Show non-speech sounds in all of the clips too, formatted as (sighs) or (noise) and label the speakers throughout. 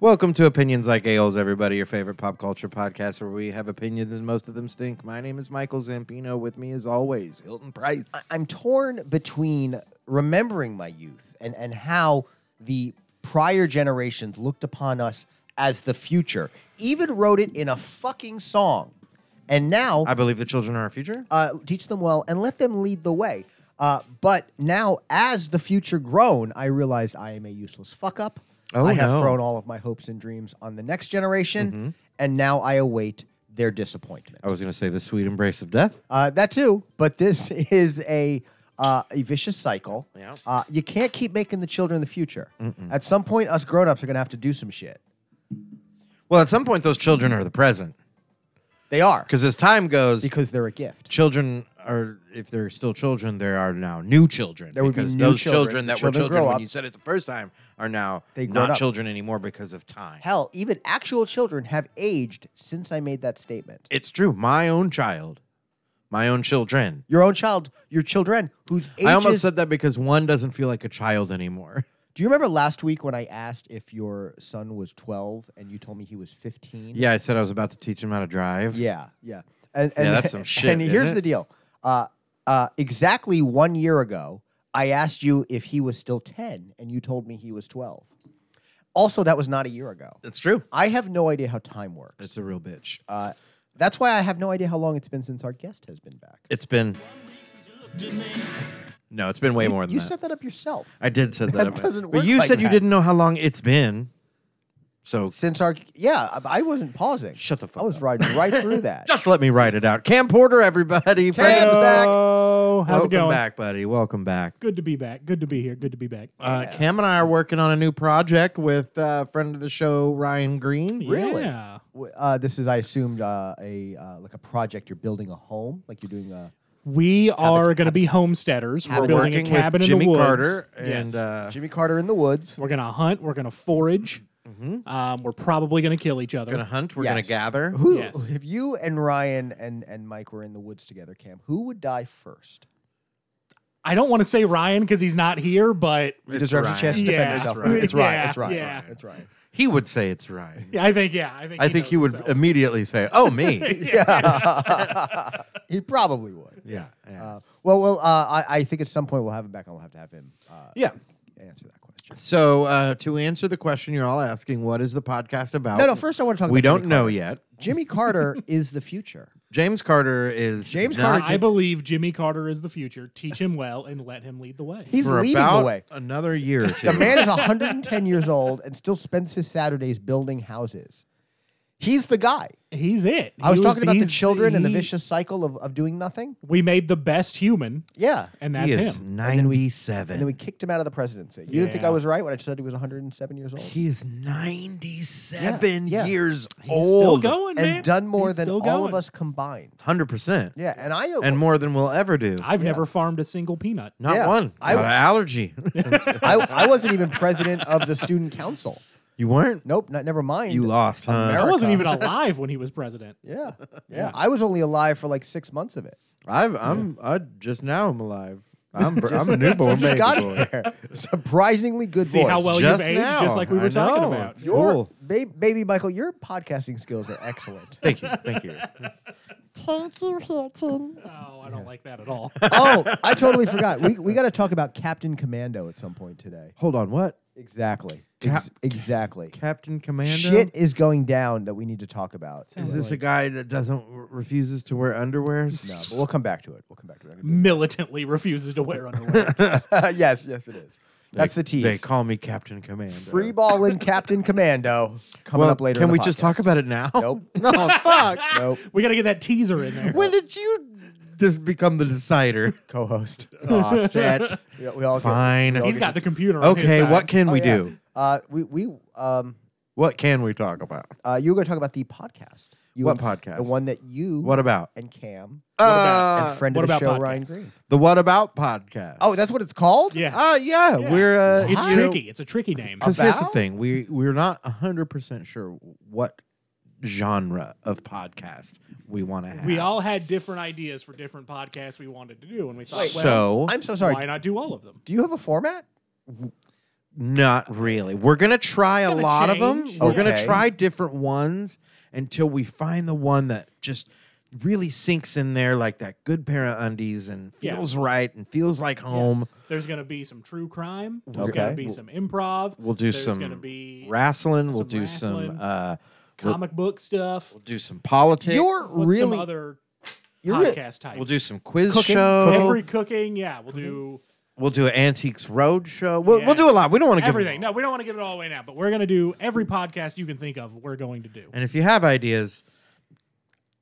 Speaker 1: Welcome to Opinions Like Ales, everybody, your favorite pop culture podcast where we have opinions and most of them stink. My name is Michael Zampino. With me, as always, Hilton Price.
Speaker 2: I'm torn between remembering my youth and, and how the prior generations looked upon us as the future. Even wrote it in a fucking song. And now,
Speaker 1: I believe the children are our future.
Speaker 2: uh, teach them well and let them lead the way. Uh, but now, as the future grown, I realized I am a useless fuck up.
Speaker 1: Oh,
Speaker 2: I have
Speaker 1: no. Mm-hmm.
Speaker 2: thrown all of my hopes and dreams on the next generation, and now I await their disappointment.
Speaker 1: I was going to say the sweet embrace of death.
Speaker 2: Uh, that too, but this (laughs) is a uh, a vicious cycle.
Speaker 1: Yeah.
Speaker 2: Uh, you can't keep making the children the future. At some point, us grown ups are gonna have to do some shit.
Speaker 1: Well, at some point, those children are the present
Speaker 2: They are
Speaker 1: because as time goes,
Speaker 2: because they're a gift.
Speaker 1: children are, if they're still children, there are now new children.
Speaker 2: There would be
Speaker 1: because
Speaker 2: new
Speaker 1: those children
Speaker 2: children. The
Speaker 1: that
Speaker 2: children
Speaker 1: were
Speaker 2: grow
Speaker 1: children when
Speaker 2: up.
Speaker 1: you said it the first time are now
Speaker 2: They've grown
Speaker 1: not
Speaker 2: up.
Speaker 1: children anymore because of time.
Speaker 2: Hell, even actual children have aged since I made that statement.
Speaker 1: It's true. My own child, my own children.
Speaker 2: Your own child, your children, whose ages.
Speaker 1: I almost said that because one doesn't feel like a child anymore.
Speaker 2: Do you remember last week when I asked if your son was twelve and you told me he was fifteen?
Speaker 1: (laughs) Yeah, I said I was about to teach him how to drive.
Speaker 2: Yeah, yeah. And, and (laughs)
Speaker 1: that's some shit,
Speaker 2: And
Speaker 1: isn't
Speaker 2: here's
Speaker 1: it?
Speaker 2: the deal. Uh, uh, exactly one year ago, I asked you if he was still 10, and you told me he was 12. Also, that was not a year ago.
Speaker 1: that's true.
Speaker 2: I have no idea how time works.
Speaker 1: It's a real bitch.
Speaker 2: Uh, that's why I have no idea how long it's been since our guest has been back.
Speaker 1: It's been no, it's been way more than
Speaker 2: you
Speaker 1: that.
Speaker 2: set that up yourself.
Speaker 1: I did said
Speaker 2: that
Speaker 1: that,
Speaker 2: doesn't
Speaker 1: But
Speaker 2: work
Speaker 1: you
Speaker 2: like
Speaker 1: said you
Speaker 2: that.
Speaker 1: didn't know how long it's been. So
Speaker 2: Since our yeah, I I wasn't pausing.
Speaker 1: Shut the fuck
Speaker 2: I was
Speaker 1: up.
Speaker 2: riding
Speaker 1: (laughs)
Speaker 2: right through that.
Speaker 1: just let me write it out. Cam Porter, everybody. Friend of the-
Speaker 2: Cam's back.
Speaker 3: Hello. How's
Speaker 1: Welcome
Speaker 3: it going?
Speaker 1: back, buddy. Welcome back.
Speaker 3: Good to be back. Good to be here. Good to be back.
Speaker 1: Uh, Cam and I are working on a new project with uh, friend of the show Ryan Green.
Speaker 2: really?
Speaker 3: Yeah.
Speaker 2: W- Uh, this is, I assumed, uh, a uh, like a project. You're building a home, like you're doing uh, a.
Speaker 3: We are going to be homesteaders.
Speaker 1: We're
Speaker 3: We're building a
Speaker 1: working
Speaker 3: cabin
Speaker 1: with
Speaker 3: in
Speaker 1: Jimmy
Speaker 3: the woods.
Speaker 1: Carter
Speaker 3: Yes.
Speaker 1: and uh,
Speaker 2: Jimmy Carter in the woods.
Speaker 3: we're going to hunt. We're going to forage. Um, we're probably going to kill each other.
Speaker 1: We're Mm-hmm. gonna hunt. We're gonna
Speaker 2: Yes.
Speaker 1: gather.
Speaker 2: Who,
Speaker 3: Yes.
Speaker 2: If you and Ryan and, and Mike were in the woods together, Cam, who would die first?
Speaker 3: I don't want to say Ryan because he's not here, but
Speaker 2: He
Speaker 1: It's
Speaker 2: deserves
Speaker 1: Ryan.
Speaker 2: a chance to defend
Speaker 3: Yeah.
Speaker 2: himself.
Speaker 3: It's Ryan.
Speaker 2: It's Ryan.
Speaker 3: Yeah,
Speaker 2: It's Ryan.
Speaker 3: yeah.
Speaker 2: It's Ryan.
Speaker 1: He would say it's Ryan.
Speaker 3: yeah, I think yeah, I think
Speaker 1: I
Speaker 3: he
Speaker 1: think
Speaker 3: knows
Speaker 1: he would
Speaker 3: himself.
Speaker 1: immediately say, "Oh,
Speaker 2: (laughs)
Speaker 1: me."
Speaker 2: He probably would.
Speaker 1: yeah. Yeah.
Speaker 2: Uh, well, well, uh, I, I think at some point we'll have him back, and we'll have to have him uh,
Speaker 1: Yeah.
Speaker 2: answer that question.
Speaker 1: So uh, to answer the question you're all asking, what is the podcast about?
Speaker 2: No, no. First, I want to talk.
Speaker 1: we
Speaker 2: about
Speaker 1: don't
Speaker 2: Jimmy
Speaker 1: know
Speaker 2: Carter.
Speaker 1: yet. (laughs)
Speaker 2: Jimmy Carter is the future.
Speaker 1: James Carter is
Speaker 2: James
Speaker 1: not-
Speaker 2: Carter
Speaker 3: I believe Jimmy Carter is the future. Teach him well and let him lead the way.
Speaker 2: He's
Speaker 1: for
Speaker 2: leading
Speaker 1: about
Speaker 2: the way.
Speaker 1: another year or two.
Speaker 2: (laughs) The man is 110 years old and still spends his Saturdays building houses. He's the guy.
Speaker 3: He's it.
Speaker 2: I was,
Speaker 3: He
Speaker 2: talking about the
Speaker 3: he's-
Speaker 2: children and the
Speaker 3: he-
Speaker 2: vicious cycle of, of doing nothing.
Speaker 3: We made the best human,
Speaker 2: Yeah.
Speaker 3: and
Speaker 1: he
Speaker 3: that's
Speaker 1: is
Speaker 3: him.
Speaker 2: And then we
Speaker 1: ninety-seven.
Speaker 2: kicked him out of the presidency. You didn't think I
Speaker 3: Yeah.
Speaker 2: was right when I said he was 107 years old?
Speaker 1: He is ninety-seven
Speaker 2: Yeah, yeah.
Speaker 1: years
Speaker 3: He's
Speaker 1: old.
Speaker 3: still going,
Speaker 2: and
Speaker 3: man.
Speaker 2: done more
Speaker 3: He's
Speaker 2: than
Speaker 3: still
Speaker 2: all
Speaker 3: going.
Speaker 2: of us combined.
Speaker 1: Hundred percent.
Speaker 2: Yeah, and I
Speaker 1: And more than we'll ever do.
Speaker 3: I've never farmed a single peanut.
Speaker 1: Not
Speaker 2: Yeah.
Speaker 1: one.
Speaker 2: I-
Speaker 1: Got an
Speaker 2: (laughs)
Speaker 1: allergy.
Speaker 2: I, I wasn't even president of the student council.
Speaker 1: you weren't.
Speaker 2: Nope, not never mind.
Speaker 1: You lost, huh?
Speaker 2: America.
Speaker 3: I wasn't
Speaker 1: (laughs)
Speaker 3: even alive when he was (laughs) president.
Speaker 2: Yeah, yeah, I was only alive for like six months of it.
Speaker 1: I've, I'm. I just now I'm alive. I'm. I'm a newborn
Speaker 2: Just
Speaker 1: baby
Speaker 2: got
Speaker 1: boy.
Speaker 2: here. (laughs) Surprisingly good
Speaker 3: See
Speaker 2: voice.
Speaker 3: how well
Speaker 1: Just
Speaker 3: you've aged,
Speaker 1: now.
Speaker 3: just like we
Speaker 1: I
Speaker 3: were talking
Speaker 1: know.
Speaker 3: about.
Speaker 1: It's
Speaker 2: your
Speaker 1: cool.
Speaker 2: ba- baby Michael, your podcasting skills are excellent. (laughs)
Speaker 1: Thank you. Thank you.
Speaker 4: Thank you, Hilton.
Speaker 3: Oh, I don't like that at all. (laughs)
Speaker 2: oh, I totally forgot. We we got to talk about Captain Commando at some point today.
Speaker 1: Hold on. What?
Speaker 2: Exactly.
Speaker 1: Cap-
Speaker 2: Ex- exactly.
Speaker 1: Captain Commando?
Speaker 2: Shit is going down that we need to talk about.
Speaker 1: Is this a guy that doesn't refuses to wear underwears?
Speaker 2: No, but we'll come back to it. We'll come back to it.
Speaker 3: Militantly refuses to wear
Speaker 1: (laughs)
Speaker 3: underwear.
Speaker 2: (laughs) yes, yes, it is. That's the tease.
Speaker 1: They call me Captain Commando.
Speaker 2: Free ball and Captain Commando coming
Speaker 1: Well,
Speaker 2: up later.
Speaker 1: Can
Speaker 2: in the
Speaker 1: we just talk
Speaker 2: podcast.
Speaker 1: about it (laughs) now?
Speaker 2: Nope.
Speaker 1: no, fuck.
Speaker 2: Nope.
Speaker 3: we got to get that teaser in there.
Speaker 1: When did you this become the (laughs) decider?
Speaker 2: Co-host.
Speaker 1: oh, shit.
Speaker 2: Yeah, we all
Speaker 1: (laughs)
Speaker 2: get-
Speaker 1: Fine.
Speaker 2: we all
Speaker 3: He's
Speaker 2: get-
Speaker 3: got the computer. On his
Speaker 1: Okay,
Speaker 3: side.
Speaker 1: what can
Speaker 2: Oh,
Speaker 1: we
Speaker 2: yeah.
Speaker 1: do?
Speaker 2: Uh, we we um
Speaker 1: What can we talk about?
Speaker 2: uh, you were going to talk about the podcast. You
Speaker 1: What
Speaker 2: and-
Speaker 1: podcast?
Speaker 2: The one that you
Speaker 1: What about? Uh,
Speaker 2: and Cam
Speaker 3: about-
Speaker 2: and friend
Speaker 3: Uh, what
Speaker 2: of the
Speaker 3: about
Speaker 2: show
Speaker 3: podcasts?
Speaker 2: Ryan Green.
Speaker 1: the What About podcast.
Speaker 2: Oh, that's what it's called.
Speaker 3: Yes.
Speaker 1: Oh, yeah,
Speaker 3: Yeah.
Speaker 1: We're uh,
Speaker 3: it's
Speaker 1: you know,
Speaker 3: tricky. It's a tricky name.
Speaker 1: Because here's the
Speaker 2: About?
Speaker 1: thing, we we're not hundred percent sure what genre of podcast we want to have.
Speaker 3: We all had different ideas for different podcasts we wanted to do, and we thought,
Speaker 1: so
Speaker 3: well,
Speaker 2: I'm so
Speaker 3: why
Speaker 2: sorry.
Speaker 3: not do all of them?
Speaker 2: Do you have a format?
Speaker 1: Not really. We're gonna try a
Speaker 3: gonna
Speaker 1: lot of them.
Speaker 3: change.
Speaker 1: We're gonna
Speaker 2: Okay.
Speaker 1: try different ones until we find the one that just really sinks in there, like that good pair of undies, and
Speaker 3: Yeah.
Speaker 1: feels right and feels like home.
Speaker 3: There's going to be some true crime. There's going
Speaker 2: Okay.
Speaker 3: to be some improv.
Speaker 1: We'll do
Speaker 3: There's
Speaker 1: some
Speaker 3: going to be
Speaker 1: wrestling. We'll
Speaker 3: some
Speaker 1: do some
Speaker 3: wrestling.
Speaker 1: uh,
Speaker 3: comic book stuff.
Speaker 1: do some politics.
Speaker 2: You're
Speaker 3: What's
Speaker 2: really
Speaker 3: some other
Speaker 2: you're re-
Speaker 3: podcast types?
Speaker 1: we'll do some quiz
Speaker 2: Cooking,
Speaker 1: show.
Speaker 3: every cooking. Yeah, we'll do
Speaker 1: We'll do an antiques road show. We'll, we'll do a
Speaker 3: yes.
Speaker 1: lot. We don't want to give
Speaker 3: everything.
Speaker 1: Them all.
Speaker 3: No, we don't want to give it all away now. But we're going to do every podcast you can think of. We're going to do.
Speaker 1: And if you have ideas,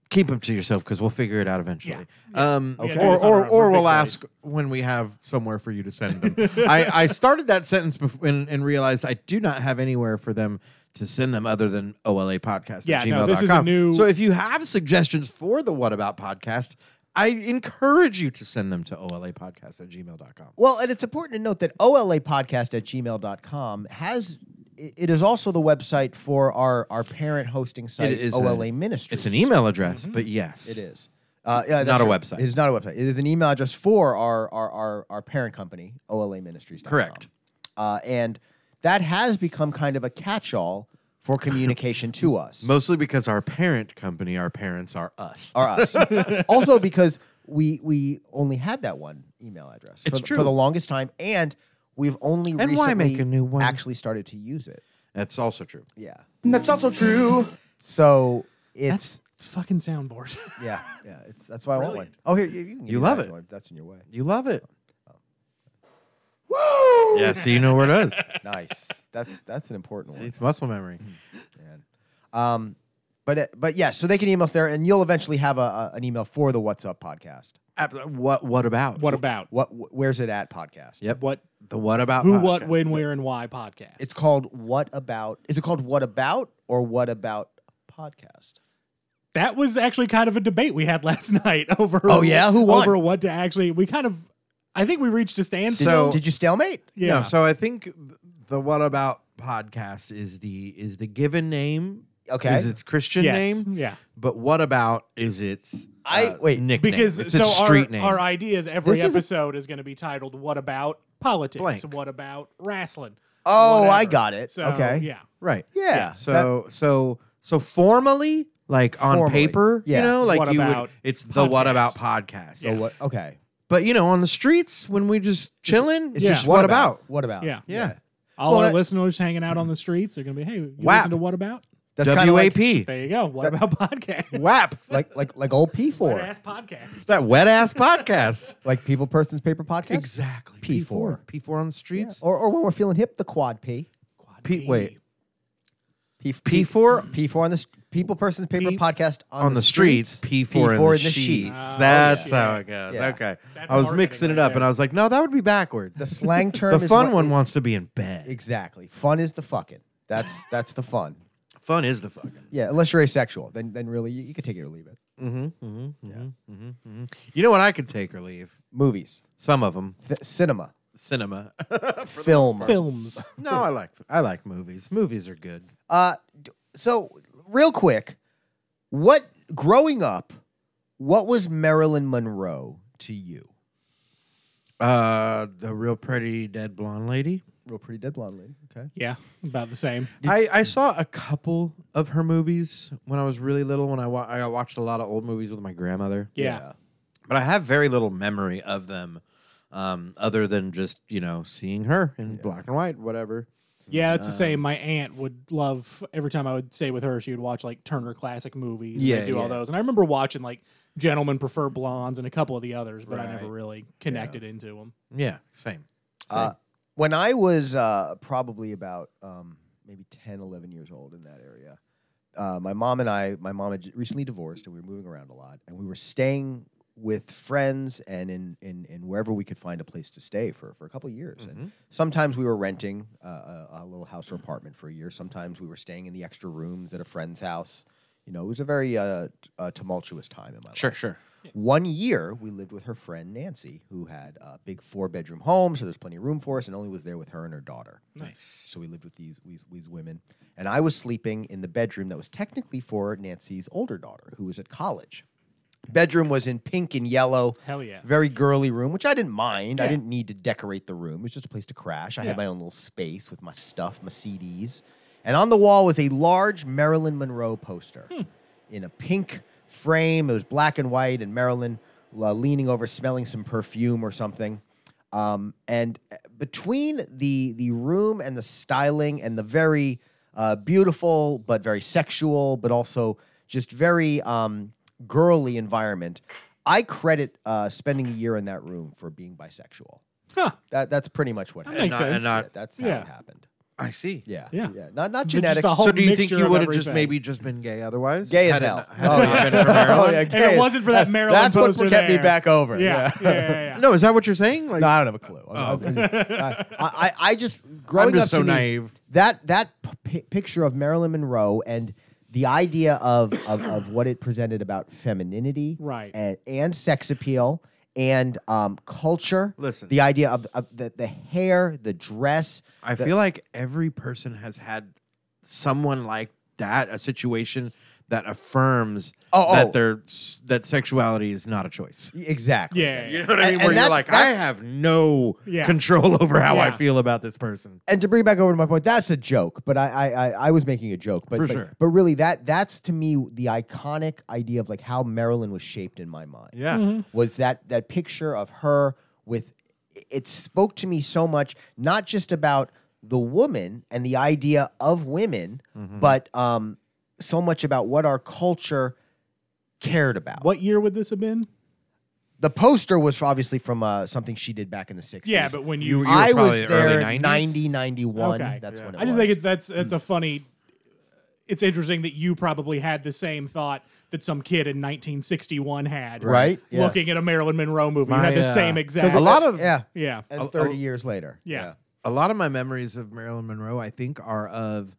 Speaker 1: keep them to yourself because we'll figure it out eventually.
Speaker 3: Yeah.
Speaker 1: Um,
Speaker 3: We gotta
Speaker 1: Or
Speaker 3: do this on
Speaker 1: or,
Speaker 3: our own.
Speaker 1: or
Speaker 3: We're
Speaker 1: we'll
Speaker 3: big
Speaker 1: ask when we have somewhere for you to send them. (laughs) I, I started that sentence before and, and realized I do not have anywhere for them to send them other than OLA podcast
Speaker 3: Yeah,
Speaker 1: at
Speaker 3: no, this is a
Speaker 1: gmail.com.
Speaker 3: new-
Speaker 1: so if you have suggestions for the What About podcast, I encourage you to send them to OLA podcast at gmail.com.
Speaker 2: Well, and it's important to note that OLA podcast at gmail.com has i- it is also the website for our, our parent hosting site,
Speaker 1: It is a-
Speaker 2: OLA Ministries.
Speaker 1: It's an email address, but yes.
Speaker 2: It is. Uh, yeah, that's
Speaker 1: Not a
Speaker 2: true.
Speaker 1: website.
Speaker 2: It is not a website. It is an email address for our our our, our parent company, OLA Ministries.
Speaker 1: Correct.
Speaker 2: Uh, and that has become kind of a catch-all for communication to us.
Speaker 1: Mostly because our parent company, our parents are us.
Speaker 2: are us.
Speaker 1: (laughs)
Speaker 2: also because we we only had that one email address
Speaker 1: It's
Speaker 2: for,
Speaker 1: true.
Speaker 2: for the longest time, and we've only
Speaker 1: And
Speaker 2: recently
Speaker 1: why make a new one?
Speaker 2: actually started to use it.
Speaker 1: That's also true.
Speaker 2: Yeah.
Speaker 5: That's also true.
Speaker 2: So it's
Speaker 3: That's it's fucking soundboard.
Speaker 2: yeah yeah it's, that's why I want
Speaker 3: Brilliant.
Speaker 2: one. Oh here you, you, can give
Speaker 1: You
Speaker 2: me
Speaker 1: love
Speaker 2: that
Speaker 1: it.
Speaker 2: one. That's in your way.
Speaker 1: You love it. Woo! Yeah, so you know where (laughs) it is.
Speaker 2: Nice. That's that's an important one.
Speaker 1: It's muscle memory.
Speaker 2: Um, but it, but yeah, so they can email us there, and you'll eventually have a, a an email for the What's Up podcast.
Speaker 1: Ab- What what about?
Speaker 3: what about
Speaker 2: What wh- where's it at podcast?
Speaker 1: Yep.
Speaker 3: what?
Speaker 1: the what about
Speaker 3: Who,
Speaker 1: podcast.
Speaker 3: what, when, where, and why podcast?
Speaker 2: It's called What About. Is it called What About or What About Podcast?
Speaker 3: that was actually kind of a debate we had (laughs) last night over.
Speaker 2: Oh, yeah? Who won?
Speaker 3: Over what to actually. We kind of. I think we reached a standstill.
Speaker 1: So-
Speaker 2: Did you stalemate?
Speaker 1: Yeah.
Speaker 3: yeah.
Speaker 1: so I think th- the what about podcast is the is the given name.
Speaker 2: Okay.
Speaker 1: Is its Christian
Speaker 3: Yes,
Speaker 1: name?
Speaker 3: yeah.
Speaker 1: But what about is its
Speaker 2: I-
Speaker 1: uh,
Speaker 2: wait,
Speaker 1: nickname?
Speaker 3: because
Speaker 1: it's
Speaker 3: so
Speaker 1: its street
Speaker 3: our,
Speaker 1: name.
Speaker 3: our idea is every
Speaker 2: This is a-
Speaker 3: episode is going to be titled "What about politics?
Speaker 1: Blank.
Speaker 3: What about wrestling?"
Speaker 2: Oh, I
Speaker 3: Whatever.
Speaker 2: got it.
Speaker 3: So,
Speaker 2: Okay.
Speaker 3: yeah,
Speaker 1: Right.
Speaker 2: Yeah, that-
Speaker 1: So so so formally, like on
Speaker 2: Formally,
Speaker 1: paper,
Speaker 2: yeah.
Speaker 1: you know, like
Speaker 3: What
Speaker 1: you would
Speaker 3: about
Speaker 1: it's the what
Speaker 3: podcast?
Speaker 1: about podcast.
Speaker 2: So what? Okay.
Speaker 1: But you know, on the streets when we just chilling,
Speaker 2: It's
Speaker 3: Yeah.
Speaker 2: just
Speaker 1: what, about?
Speaker 2: What about?
Speaker 3: yeah,
Speaker 1: Yeah.
Speaker 3: All
Speaker 2: Well,
Speaker 3: our
Speaker 2: that-
Speaker 3: listeners hanging out on the streets are going to be, "Hey, you
Speaker 1: Whap.
Speaker 3: listen to what about?"
Speaker 2: That's kind of like,
Speaker 1: WAP.
Speaker 3: There you go. What about
Speaker 1: (laughs)
Speaker 3: podcast? (laughs)
Speaker 1: WAP.
Speaker 2: like like like old P
Speaker 3: Wet
Speaker 2: four,
Speaker 3: ass podcast.
Speaker 1: It's that wet ass
Speaker 2: (laughs)
Speaker 1: podcast.
Speaker 2: like people, persons, paper podcast.
Speaker 1: Exactly.
Speaker 2: P4.
Speaker 1: P4 on the
Speaker 2: Yeah.
Speaker 1: streets.
Speaker 2: Or or when we're feeling hip, the quad P.
Speaker 3: Quad
Speaker 1: P-
Speaker 3: P.
Speaker 1: wait.
Speaker 2: P
Speaker 1: P4
Speaker 2: P four on the st- people, persons, paper
Speaker 1: P-
Speaker 2: podcast on,
Speaker 1: on, the streets, P4, in the, sheets.
Speaker 3: Ah,
Speaker 1: That's
Speaker 3: yeah.
Speaker 1: how it goes.
Speaker 2: Yeah.
Speaker 1: Okay.
Speaker 3: That's
Speaker 1: I was
Speaker 3: marketing
Speaker 1: mixing it
Speaker 3: right
Speaker 1: up and
Speaker 3: there.
Speaker 1: I was like, no, that would be backwards. (laughs)
Speaker 2: The
Speaker 1: The,
Speaker 2: slang term. is
Speaker 1: fun
Speaker 2: what-
Speaker 1: one wants to be in bed.
Speaker 2: Exactly. Fun is the fucking. That's that's the fun.
Speaker 1: fun is the fucking.
Speaker 2: Yeah, unless you're asexual, then then really you, you could take it or leave it.
Speaker 1: You know what I could take or leave?
Speaker 2: Movies,
Speaker 1: Some of them.
Speaker 2: Th- cinema,
Speaker 1: Cinema.
Speaker 2: film.
Speaker 3: films.
Speaker 1: no, I like I like movies. Movies are good.
Speaker 2: Uh, d- so real quick, what growing up, what was Marilyn Monroe to you?
Speaker 1: Uh, the real pretty dead blonde lady.
Speaker 2: Real pretty dead blonde lady. Okay.
Speaker 3: Yeah, about the same.
Speaker 1: I, I saw a couple of her movies when I was really little. When I wa- I watched a lot of old movies with my grandmother.
Speaker 3: Yeah.
Speaker 1: but I have very little memory of them, um, other than just you know seeing her in black and white, whatever.
Speaker 3: Yeah,
Speaker 1: Uh.
Speaker 3: it's the same. My aunt would love every time I would stay with her. She would watch like Turner classic movies. and
Speaker 1: Yeah,
Speaker 3: they'd do
Speaker 1: yeah.
Speaker 3: all those. And I remember watching like Gentlemen Prefer Blondes and a couple of the others, but I never really connected into them.
Speaker 1: Yeah, same. same.
Speaker 2: Uh, when I was uh, probably about um, maybe 10, 11 years old in that area, uh, my mom and I, my mom had j- recently divorced and we were moving around a lot and we were staying with friends and in, in, in wherever we could find a place to stay for, for a couple years. And sometimes we were renting uh, a, a little house or apartment for a year. Sometimes we were staying in the extra rooms at a friend's house. You know, it was a very uh, t- uh, tumultuous time in my life.
Speaker 1: sure, sure.
Speaker 2: One year, we lived with her friend Nancy, who had a big four bedroom home, so there's plenty of room for us, and only was there with her and her daughter.
Speaker 3: Nice.
Speaker 2: So we lived with these, these, these women. And I was sleeping in the bedroom that was technically for Nancy's older daughter, who was at college. bedroom was in pink and yellow.
Speaker 3: Hell yeah.
Speaker 2: Very girly room, which I didn't mind. I
Speaker 3: Yeah.
Speaker 2: didn't need to decorate the room. It was just a place to crash. I
Speaker 3: Yeah.
Speaker 2: had my own little space with my stuff, my CDs. And on the wall was a large Marilyn Monroe poster
Speaker 3: Hmm.
Speaker 2: in a pink frame. It was black and white, and Marilyn uh, leaning over, smelling some perfume or something. Um, and uh, between the the room and the styling and the very uh, beautiful but very sexual, but also just very um, girly environment, I credit uh, spending a year in that room for being bisexual.
Speaker 3: Huh.
Speaker 2: That that's pretty much what happened.
Speaker 3: Makes
Speaker 1: not- and
Speaker 3: sense.
Speaker 1: not-
Speaker 2: Yeah, that's how
Speaker 3: Yeah.
Speaker 2: it happened.
Speaker 1: I see.
Speaker 2: Yeah,
Speaker 3: Yeah.
Speaker 2: Not not
Speaker 3: just the
Speaker 2: genetics.
Speaker 3: whole-
Speaker 1: So do you think
Speaker 3: mixture
Speaker 1: you
Speaker 3: of
Speaker 1: would have just
Speaker 3: everything.
Speaker 1: maybe just been gay Oh, otherwise?
Speaker 2: Gay as
Speaker 1: Had it
Speaker 2: hell. Oh,
Speaker 1: not- had it not been for
Speaker 2: (laughs)
Speaker 1: (laughs) Marilyn?
Speaker 2: yeah,
Speaker 3: it wasn't for that Marilyn
Speaker 2: That's what
Speaker 3: poster
Speaker 2: kept me
Speaker 3: there.
Speaker 2: back over.
Speaker 1: (laughs)
Speaker 3: Yeah. Yeah. yeah, yeah.
Speaker 1: No, is that what you're saying? Like, Oh,
Speaker 2: No, I don't have a clue. I'm- I'm- I, I, I just growing
Speaker 1: just
Speaker 2: up
Speaker 1: so
Speaker 2: to me,
Speaker 1: naive.
Speaker 2: that that p- pi picture of Marilyn Monroe and the idea of, of of what it presented about femininity,
Speaker 3: Right.
Speaker 2: and, and sex appeal and um, culture.
Speaker 1: Listen.
Speaker 2: the idea of, of the, the hair, the dress.
Speaker 1: I feel like every person has had someone like that, a situation that affirms
Speaker 2: Oh, oh.
Speaker 1: that their that sexuality is not a choice. (laughs)
Speaker 2: Exactly.
Speaker 3: Yeah,
Speaker 1: You know
Speaker 3: yeah.
Speaker 1: what I
Speaker 2: And-
Speaker 1: mean?
Speaker 2: and
Speaker 1: Where you're
Speaker 2: that's-
Speaker 1: like, I
Speaker 2: that's-
Speaker 1: have no
Speaker 3: Yeah.
Speaker 1: control (laughs) over how I
Speaker 3: Yeah.
Speaker 1: feel about this person.
Speaker 2: and to bring it back over to my point, that's a joke. But I I, I, I was making a joke. But
Speaker 1: For
Speaker 2: but,
Speaker 1: sure.
Speaker 2: but really, that that's to me the iconic idea of like how Marilyn was shaped in my mind.
Speaker 1: Yeah.
Speaker 2: was that that picture of her with it spoke to me so much not just about the woman and the idea of women
Speaker 3: Mm-hmm.
Speaker 2: but um so much about what our culture cared about
Speaker 3: What year would this have been?
Speaker 2: the poster was obviously from uh, something she did back in the 60s
Speaker 3: Yeah, but when you,
Speaker 1: You- were
Speaker 2: i
Speaker 1: probably
Speaker 2: was
Speaker 1: the
Speaker 2: there
Speaker 1: early 90s?
Speaker 2: 90 91
Speaker 3: Okay.
Speaker 2: that's when it
Speaker 3: I just
Speaker 2: was
Speaker 3: think it's that's
Speaker 1: Mm.
Speaker 3: that's a funny. It's interesting that you probably had the same thought that some kid in 1961 had,
Speaker 2: Right, yeah.
Speaker 3: Looking at a Marilyn Monroe movie, you
Speaker 1: My,
Speaker 3: had the
Speaker 1: uh,
Speaker 3: same
Speaker 1: 'cause
Speaker 3: exact.
Speaker 1: a lot of
Speaker 2: yeah
Speaker 3: yeah,
Speaker 2: and 30 years later
Speaker 3: yeah,
Speaker 1: a lot of my memories of Marilyn Monroe, I think, are of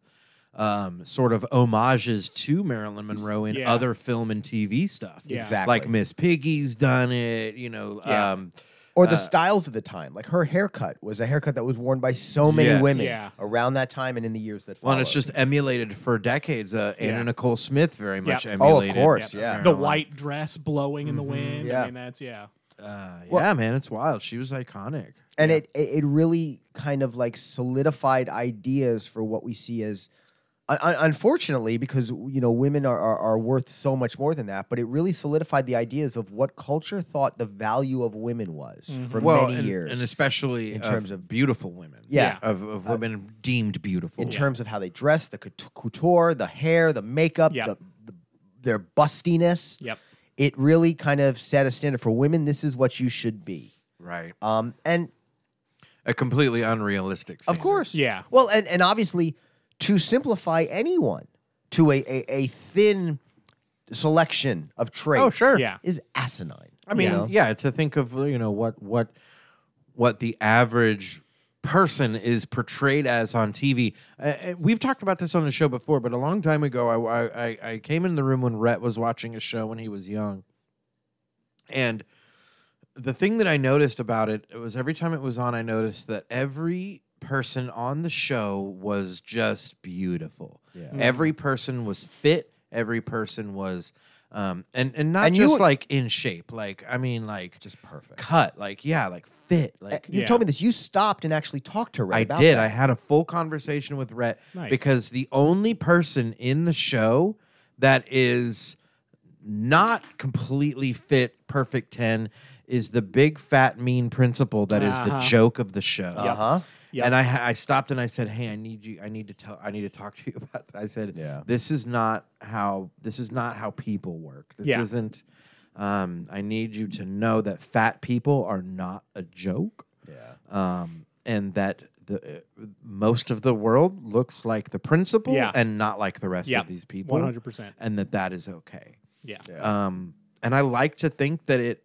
Speaker 1: um, sort of homages to Marilyn Monroe in
Speaker 3: Yeah.
Speaker 1: other film and TV stuff.
Speaker 3: Yeah.
Speaker 2: Exactly.
Speaker 1: Like Miss Piggy's done it, you know.
Speaker 3: Yeah.
Speaker 1: Um,
Speaker 2: or the styles of the time like her haircut was a haircut that was worn by so many
Speaker 1: Yes.
Speaker 2: women
Speaker 3: Yeah.
Speaker 2: around that time and in the years that followed
Speaker 1: well, and it's just emulated for decades. Uh, Anna
Speaker 3: Yeah.
Speaker 1: Nicole Smith very much
Speaker 3: Oh, of
Speaker 1: emulated.
Speaker 2: course, yeah.
Speaker 3: The
Speaker 1: Marilyn.
Speaker 3: white dress blowing
Speaker 1: Mm-hmm.
Speaker 3: in the wind.
Speaker 2: Yeah.
Speaker 3: I mean, that's yeah.
Speaker 1: Uh, yeah, man, it's wild. She was iconic.
Speaker 2: and it it it really kind of like solidified ideas for what we see as un- un- unfortunately because you know women are, are are worth so much more than that but it really solidified the ideas of what culture thought the value of women was for
Speaker 1: Mm-hmm. well,
Speaker 2: many
Speaker 1: and,
Speaker 2: years
Speaker 1: and especially in
Speaker 2: terms
Speaker 1: terms of beautiful women.
Speaker 2: Yeah.
Speaker 1: of, of women deemed beautiful.
Speaker 2: in terms of how they dress the cout- couture the hair the makeup
Speaker 3: Yeah.
Speaker 2: the, the their bustiness
Speaker 3: Yep.
Speaker 2: it really kind of set a standard for women this is what you should be
Speaker 1: right,
Speaker 2: um and
Speaker 1: a completely unrealistic.
Speaker 2: Of
Speaker 1: standard.
Speaker 2: course.
Speaker 3: Yeah.
Speaker 2: Well, and, and obviously, to simplify anyone to a, a, a thin selection of traits
Speaker 1: Oh, sure.
Speaker 3: Yeah.
Speaker 2: is asinine.
Speaker 1: I mean,
Speaker 2: you know?
Speaker 1: yeah, to think of you know what what what the average person is portrayed as on TV. Uh, and we've talked about this on the show before, but a long time ago, I, I I- I came in the room when Rhett was watching a show when he was young, and the thing that I noticed about it, it was every time it was on, I noticed that every person on the show was just beautiful.
Speaker 2: Yeah.
Speaker 1: Every person was fit. Every person was, um, and and not
Speaker 2: And you
Speaker 1: just
Speaker 2: were-
Speaker 1: like in shape. Like I mean, like
Speaker 2: just perfect.
Speaker 1: cut. Like yeah, like fit. Like
Speaker 2: You
Speaker 3: Yeah.
Speaker 2: told me this. You stopped and actually talked to Ray
Speaker 1: I
Speaker 2: about
Speaker 1: did. I
Speaker 2: that.
Speaker 1: had a full conversation with Rhett
Speaker 3: Nice.
Speaker 1: because the only person in the show that is not completely fit, perfect 10 is the big fat mean principal that is the
Speaker 3: Uh-huh.
Speaker 1: joke of the show.
Speaker 2: Uh huh.
Speaker 3: Yep.
Speaker 1: And I ha- I stopped and I said, "Hey, I need you. I need to tell. I need to talk to you (laughs) about." That. I said,
Speaker 2: Yeah.
Speaker 1: this is not how this is not how people work. This
Speaker 3: Yeah.
Speaker 1: isn't. Um, I need you to know that fat people are not a joke
Speaker 2: Yeah.
Speaker 1: um, and that the uh, most of the world looks like the principal
Speaker 3: Yeah.
Speaker 1: and not like the rest
Speaker 3: Yeah.
Speaker 1: of these people,
Speaker 3: 100%.
Speaker 1: and that that is okay.
Speaker 3: Yeah.
Speaker 1: Um, and I like to think that it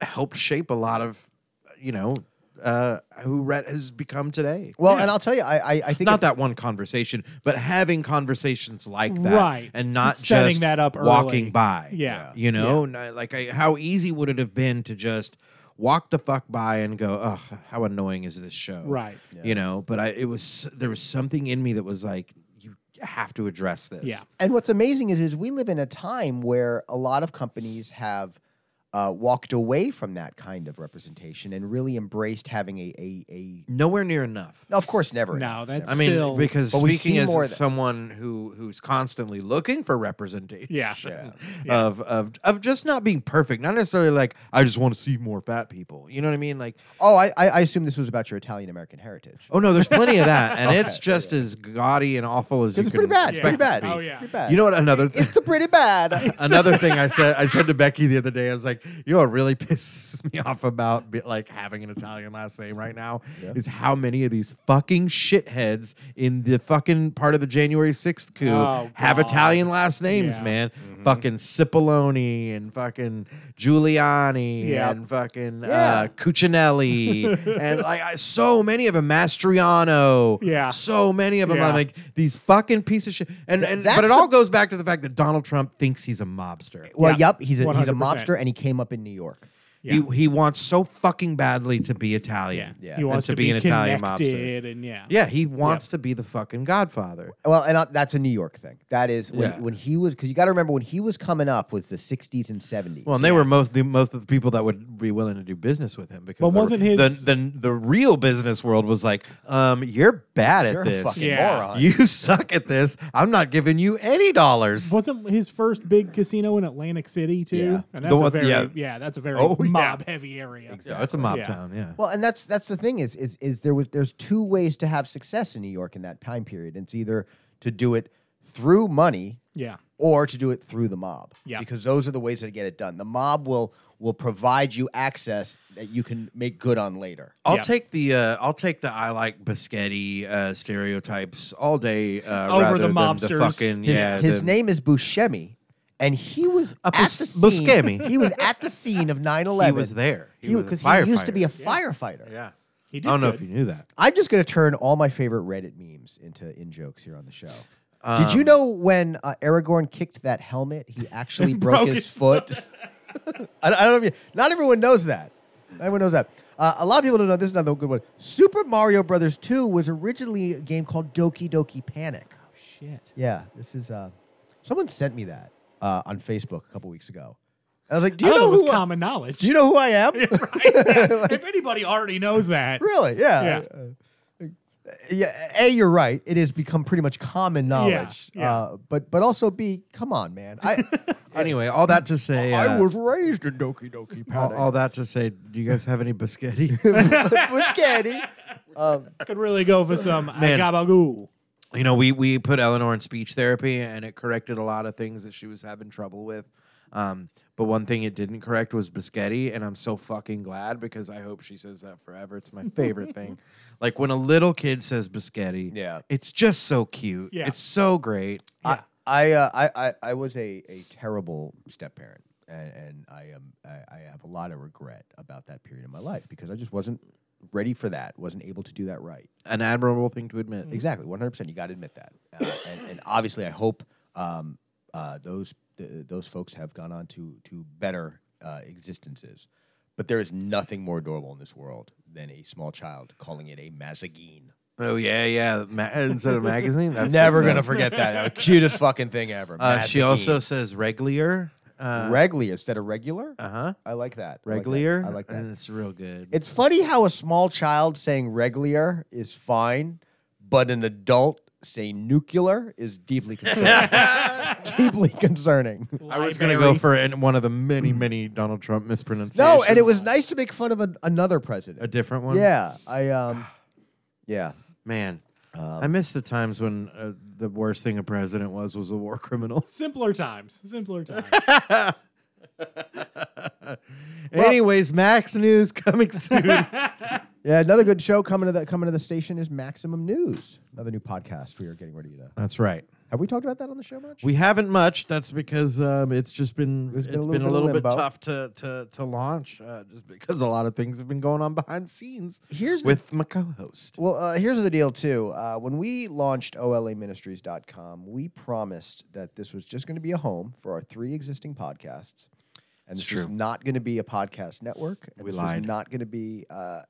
Speaker 1: helped shape a lot of, you know, uh, who Rhett has become today.
Speaker 2: Well, and I'll tell you, I I, I think
Speaker 1: Not
Speaker 2: it-
Speaker 1: that one conversation, but having conversations like that,
Speaker 3: Right.
Speaker 1: And not
Speaker 3: Setting
Speaker 1: just
Speaker 3: that up early.
Speaker 1: walking by,
Speaker 3: Yeah.
Speaker 1: You know, Not- like I, how easy would it have been to just walk the fuck by and go, oh, how annoying is this show,
Speaker 3: Right.
Speaker 1: You know, but I, it was there was something in me that was like, you have to address this.
Speaker 3: Yeah.
Speaker 2: And what's amazing is, is we live in a time where a lot of companies have uh, walked away from that kind of representation and really embraced having a a, a
Speaker 1: Nowhere near enough.
Speaker 2: no, of course, never.
Speaker 3: No,
Speaker 2: enough, never.
Speaker 3: that's
Speaker 1: I mean,
Speaker 3: still
Speaker 1: because
Speaker 2: But we
Speaker 1: speaking
Speaker 2: see
Speaker 1: as
Speaker 2: more of that.
Speaker 1: someone who who's constantly looking for representation,
Speaker 3: Yeah. Yeah.
Speaker 1: of of of just not being perfect, not necessarily like I just want to see more fat people. You know what I mean? Like,
Speaker 2: Oh, I, I I assume this was about your Italian American heritage.
Speaker 1: oh no, there's plenty of that,
Speaker 2: (laughs)
Speaker 1: and it's just as gaudy and awful as you
Speaker 2: It's
Speaker 1: can
Speaker 2: pretty bad. It's
Speaker 1: expect
Speaker 2: pretty
Speaker 1: it to
Speaker 2: bad.
Speaker 1: be.
Speaker 3: Oh, yeah.
Speaker 2: Pretty bad.
Speaker 1: You know what? Another thing.
Speaker 2: it's a pretty (laughs) bad.
Speaker 3: (laughs)
Speaker 1: Another thing I said, I said to Becky the other day, I was like, "You know, what really (laughs) pisses me off about be- like having an Italian last name right now is how many of these fucking shitheads in the fucking part of the January sixth coup
Speaker 3: Oh,
Speaker 1: have
Speaker 3: God.
Speaker 1: Italian last names,
Speaker 3: Yeah. Mm-hmm.
Speaker 1: man. Fucking Cipollone and fucking Giuliani
Speaker 3: Yep.
Speaker 1: and fucking uh,
Speaker 2: Yeah.
Speaker 3: (laughs)
Speaker 1: Cuccinelli and like I, so many of them, Mastriano,
Speaker 3: Yeah.
Speaker 1: so many of them.
Speaker 3: Yeah.
Speaker 1: I'm like these fucking piece of shit, and and but
Speaker 2: that's
Speaker 1: it all
Speaker 2: the-
Speaker 1: goes back to the fact that Donald Trump thinks he's a mobster.
Speaker 2: well,
Speaker 3: Yeah.
Speaker 2: yep. He's a he's a
Speaker 3: 100%.
Speaker 2: mobster, and he came up in New York.
Speaker 3: Yeah.
Speaker 1: He he wants so fucking badly to be Italian.
Speaker 3: yeah.
Speaker 2: Yeah.
Speaker 3: He wants
Speaker 1: to
Speaker 3: to,
Speaker 1: be
Speaker 3: be,
Speaker 1: an Italian mobster.
Speaker 3: connected and yeah.
Speaker 1: Yeah, he wants to be the fucking Godfather.
Speaker 2: Well, and uh, that's a New York thing. That is when,
Speaker 1: Yeah.
Speaker 2: when he was because you got to remember when he was coming up was the '60s and '70s.
Speaker 1: Well, and they were most the most of the people that would be willing to do business with him because
Speaker 3: But
Speaker 1: the-
Speaker 3: wasn't his-
Speaker 1: the, the the real business world was like, um, you're bad at
Speaker 2: You're a
Speaker 1: this.
Speaker 2: fucking
Speaker 3: Yeah.
Speaker 2: moron.
Speaker 1: You (laughs) suck at this. I'm not giving you any dollars.
Speaker 3: Wasn't his first big casino in Atlantic City too?
Speaker 2: Yeah.
Speaker 3: And that's
Speaker 1: The one-
Speaker 3: a very
Speaker 1: yeah.
Speaker 3: yeah. that's a very
Speaker 1: Oh, yeah.
Speaker 3: mob heavy area.
Speaker 1: Yeah, it's a mob
Speaker 3: Yeah.
Speaker 1: town. Yeah.
Speaker 2: Well, and that's that's the thing is is is there was there's two ways to have success in New York in that time period. It's either to do it through money
Speaker 3: Yeah.
Speaker 2: or to do it through the mob.
Speaker 3: Yeah.
Speaker 2: Because those are the ways to get it done. The mob will will provide you access that you can make good on later.
Speaker 1: I'll
Speaker 3: Yeah.
Speaker 1: take the uh, I'll take the I like biscotti uh, stereotypes all day uh,
Speaker 3: Over
Speaker 1: rather
Speaker 3: the
Speaker 1: than
Speaker 3: mobsters.
Speaker 1: fucking,
Speaker 2: His,
Speaker 1: yeah,
Speaker 2: his
Speaker 1: the-
Speaker 2: name is Buscemi, and he was at
Speaker 1: Bus-
Speaker 2: the scene.
Speaker 1: Buscemi.
Speaker 2: He was at the scene of
Speaker 1: (laughs)
Speaker 2: 9-11.
Speaker 1: He was there.
Speaker 2: He because he, used to be a firefighter.
Speaker 1: yeah.
Speaker 3: He did
Speaker 1: I don't know
Speaker 3: good.
Speaker 1: if you knew that.
Speaker 2: I'm just going to turn all my favorite Reddit memes into in jokes here on the show. Did
Speaker 1: Um,
Speaker 2: you know when uh, Aragorn kicked that helmet, he
Speaker 1: (laughs)
Speaker 2: actually broke,
Speaker 3: broke
Speaker 2: his,
Speaker 3: his
Speaker 2: foot? (laughs) I, don't- I don't know if you, not everyone knows that. Not everyone knows that. Uh, a lot of people don't know. This is another good one. Super Mario Brothers 2 was originally a game called Doki Doki Panic.
Speaker 3: Shit.
Speaker 2: Yeah, this is. Uh, someone sent me that uh, on Facebook a couple weeks ago. I was like, "Do
Speaker 3: I
Speaker 2: you
Speaker 3: thought
Speaker 2: know
Speaker 3: it was
Speaker 2: who? I, (laughs)
Speaker 3: common knowledge.
Speaker 2: do you know who I
Speaker 3: (laughs)
Speaker 2: am?"
Speaker 3: Right? Yeah. if anybody already knows that.
Speaker 2: Really? Yeah.
Speaker 3: Yeah.
Speaker 2: Uh, yeah. A, you're right. It has become pretty much common knowledge.
Speaker 3: yeah.
Speaker 2: Uh, but but also B, come on, man.
Speaker 3: (laughs)
Speaker 2: I
Speaker 1: Anyway, all that to say,
Speaker 2: I
Speaker 1: uh,
Speaker 2: was raised in Doki Doki
Speaker 1: all,
Speaker 2: Panic.
Speaker 1: all that to say, do you guys have any
Speaker 2: (laughs)
Speaker 1: biscotti?
Speaker 3: (laughs)
Speaker 2: Biscotti.
Speaker 3: Could really go
Speaker 2: (laughs)
Speaker 3: for some
Speaker 1: Man.
Speaker 3: gabagool.
Speaker 1: you know, we we put Eleanor in speech therapy, and it corrected a lot of things that she was having trouble with. Um, but one thing it didn't correct was biscotti, and I'm so fucking glad because I hope she says that forever. It's my favorite
Speaker 2: (laughs)
Speaker 1: thing. Like when a little kid says biscotti,
Speaker 2: Yeah.
Speaker 1: it's just so cute.
Speaker 3: Yeah.
Speaker 1: it's so great.
Speaker 2: I I, uh, I I I was a, a terrible step parent, and, and I am I, I have a lot of regret about that period of my life because I just wasn't ready for that. wasn't able to do that right.
Speaker 1: An admirable thing to admit.
Speaker 2: Exactly, one hundred percent. You got to admit that, uh, and, and obviously, I hope um, uh, those th- those folks have gone on to to better uh, existences. But there is nothing more adorable in this world than a small child calling it a mazagine.
Speaker 1: Oh yeah, yeah. Ma- (laughs) instead of magazine, that's
Speaker 2: Never
Speaker 1: what's up.
Speaker 2: gonna forget that. (laughs) The cutest fucking thing ever.
Speaker 1: Uh, she also
Speaker 2: Mazagine.
Speaker 1: says regular. Uh
Speaker 2: Regli instead of regular.
Speaker 1: huh.
Speaker 2: I like that. I like that.
Speaker 1: Regular.
Speaker 2: Uh-huh. I like that.
Speaker 1: And it's real good.
Speaker 2: It's funny how a small child saying regular is fine, but an adult saying nuclear is deeply concerning. deeply concerning.
Speaker 1: I was gonna go for an, one of the many, many Donald Trump mispronunciations.
Speaker 2: No, and it was nice to make fun of an another
Speaker 1: a
Speaker 2: president.
Speaker 1: different one.
Speaker 2: Yeah, I um, yeah.
Speaker 1: man. I miss the times when uh, the worst thing a president was was a war criminal.
Speaker 3: simpler times. Simpler times.
Speaker 1: Anyways, Max News coming soon.
Speaker 2: Yeah, another good show coming to the coming to the station is Maximum News, another new podcast we are getting ready to.
Speaker 1: That's right.
Speaker 2: Have we talked about that on the show much?
Speaker 1: We haven't much. That's because um, it's just been it's
Speaker 2: There's
Speaker 1: been a little, bit,
Speaker 2: of limbo.
Speaker 1: tough to to to launch, uh, just because a lot of things have been going on behind the scenes.
Speaker 2: Here's the-
Speaker 1: with my co-host.
Speaker 2: Well, uh, here's the deal, too. Uh, when we launched OLAMinistries.com, we promised that this was just going to be a home for our three existing podcasts. And this was
Speaker 1: true.
Speaker 2: not going to be a podcast network. And
Speaker 1: We
Speaker 2: this
Speaker 1: lied.
Speaker 2: Was not going to be. Uh,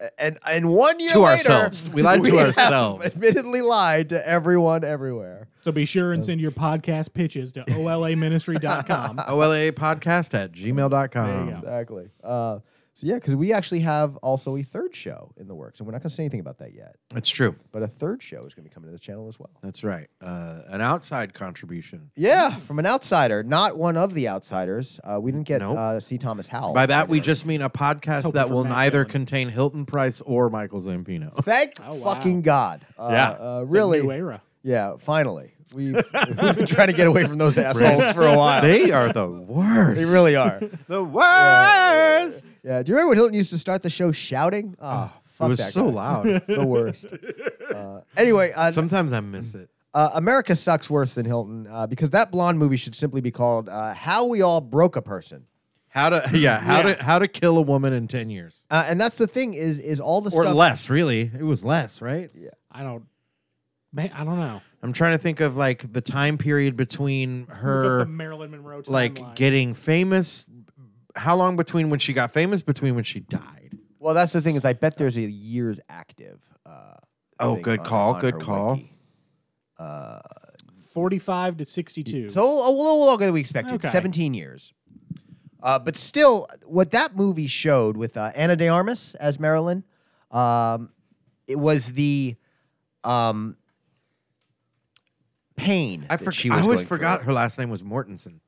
Speaker 2: uh, and and one year
Speaker 1: To
Speaker 2: later, (laughs)
Speaker 1: ourselves. We lied to
Speaker 2: have
Speaker 1: ourselves.
Speaker 2: Admittedly, lied to everyone everywhere.
Speaker 3: So be sure and send your podcast pitches to
Speaker 2: (laughs)
Speaker 3: olaministry.com.
Speaker 1: OLA podcast at gmail.com.
Speaker 3: There you go.
Speaker 2: Exactly. Uh, so yeah, because we actually have also a third show in the works, and we're not going to say anything about that yet.
Speaker 1: It's true.
Speaker 2: But a third show is going to be coming to the channel as well.
Speaker 1: That's right. Uh, an outside contribution.
Speaker 2: Yeah, from an outsider, not one of the outsiders. Uh, we didn't get
Speaker 1: Nope.
Speaker 2: uh, C. Thomas Howell.
Speaker 1: By that, we just mean a podcast
Speaker 3: hoping
Speaker 1: that
Speaker 3: for
Speaker 1: will
Speaker 3: Matt
Speaker 1: neither
Speaker 3: Dillon.
Speaker 1: contain Hilton Price or Michael Zampino.
Speaker 2: Thank
Speaker 3: Oh, wow.
Speaker 2: fucking God. Uh,
Speaker 1: Yeah.
Speaker 2: Uh,
Speaker 3: It's a
Speaker 2: really.
Speaker 3: new era.
Speaker 2: Yeah. Finally,
Speaker 3: (laughs)
Speaker 2: we've, (laughs) we've been trying to get away from those assholes for a while.
Speaker 1: (laughs) they are the worst.
Speaker 2: They
Speaker 1: (laughs)
Speaker 2: really are.
Speaker 1: the worst.
Speaker 2: Yeah. Do you remember when Hilton used to start the show shouting? Ah,
Speaker 1: Oh,
Speaker 2: fuck
Speaker 1: It was
Speaker 2: that
Speaker 1: so
Speaker 2: guy.
Speaker 1: loud.
Speaker 2: (laughs) The worst. Uh, anyway, uh,
Speaker 1: Sometimes I miss it.
Speaker 2: uh, America sucks worse than Hilton uh, because that blonde movie should simply be called uh, "How We All Broke a Person."
Speaker 1: How to (laughs) yeah, how
Speaker 3: Yeah.
Speaker 1: to how to kill a woman in 10 years.
Speaker 2: Uh, and that's the thing is is all the
Speaker 1: Or
Speaker 2: stuff.
Speaker 1: less, really. It was less, right?
Speaker 3: I don't, man, I don't know.
Speaker 1: I'm trying to think of like the time period between
Speaker 3: Look
Speaker 1: her
Speaker 3: up the Marilyn Monroe timeline.
Speaker 1: like getting famous how long between when she got famous between when she died.
Speaker 2: Well, that's the thing is I bet there's a years active. Uh,
Speaker 1: Oh,
Speaker 2: thing
Speaker 1: good
Speaker 2: on-
Speaker 1: call,
Speaker 2: on
Speaker 1: good
Speaker 2: her
Speaker 1: call.
Speaker 2: wiki.
Speaker 3: 45 to 62.
Speaker 2: So a little longer than we expected,
Speaker 3: Okay.
Speaker 2: seventeen years. Uh, but still, what that movie showed with uh, Anna De Armas as Marilyn, um, it was the um, pain.
Speaker 1: I,
Speaker 2: that
Speaker 1: forg-
Speaker 2: she
Speaker 1: I
Speaker 2: was
Speaker 1: always
Speaker 2: going through.
Speaker 1: forgot her last name was Mortensen.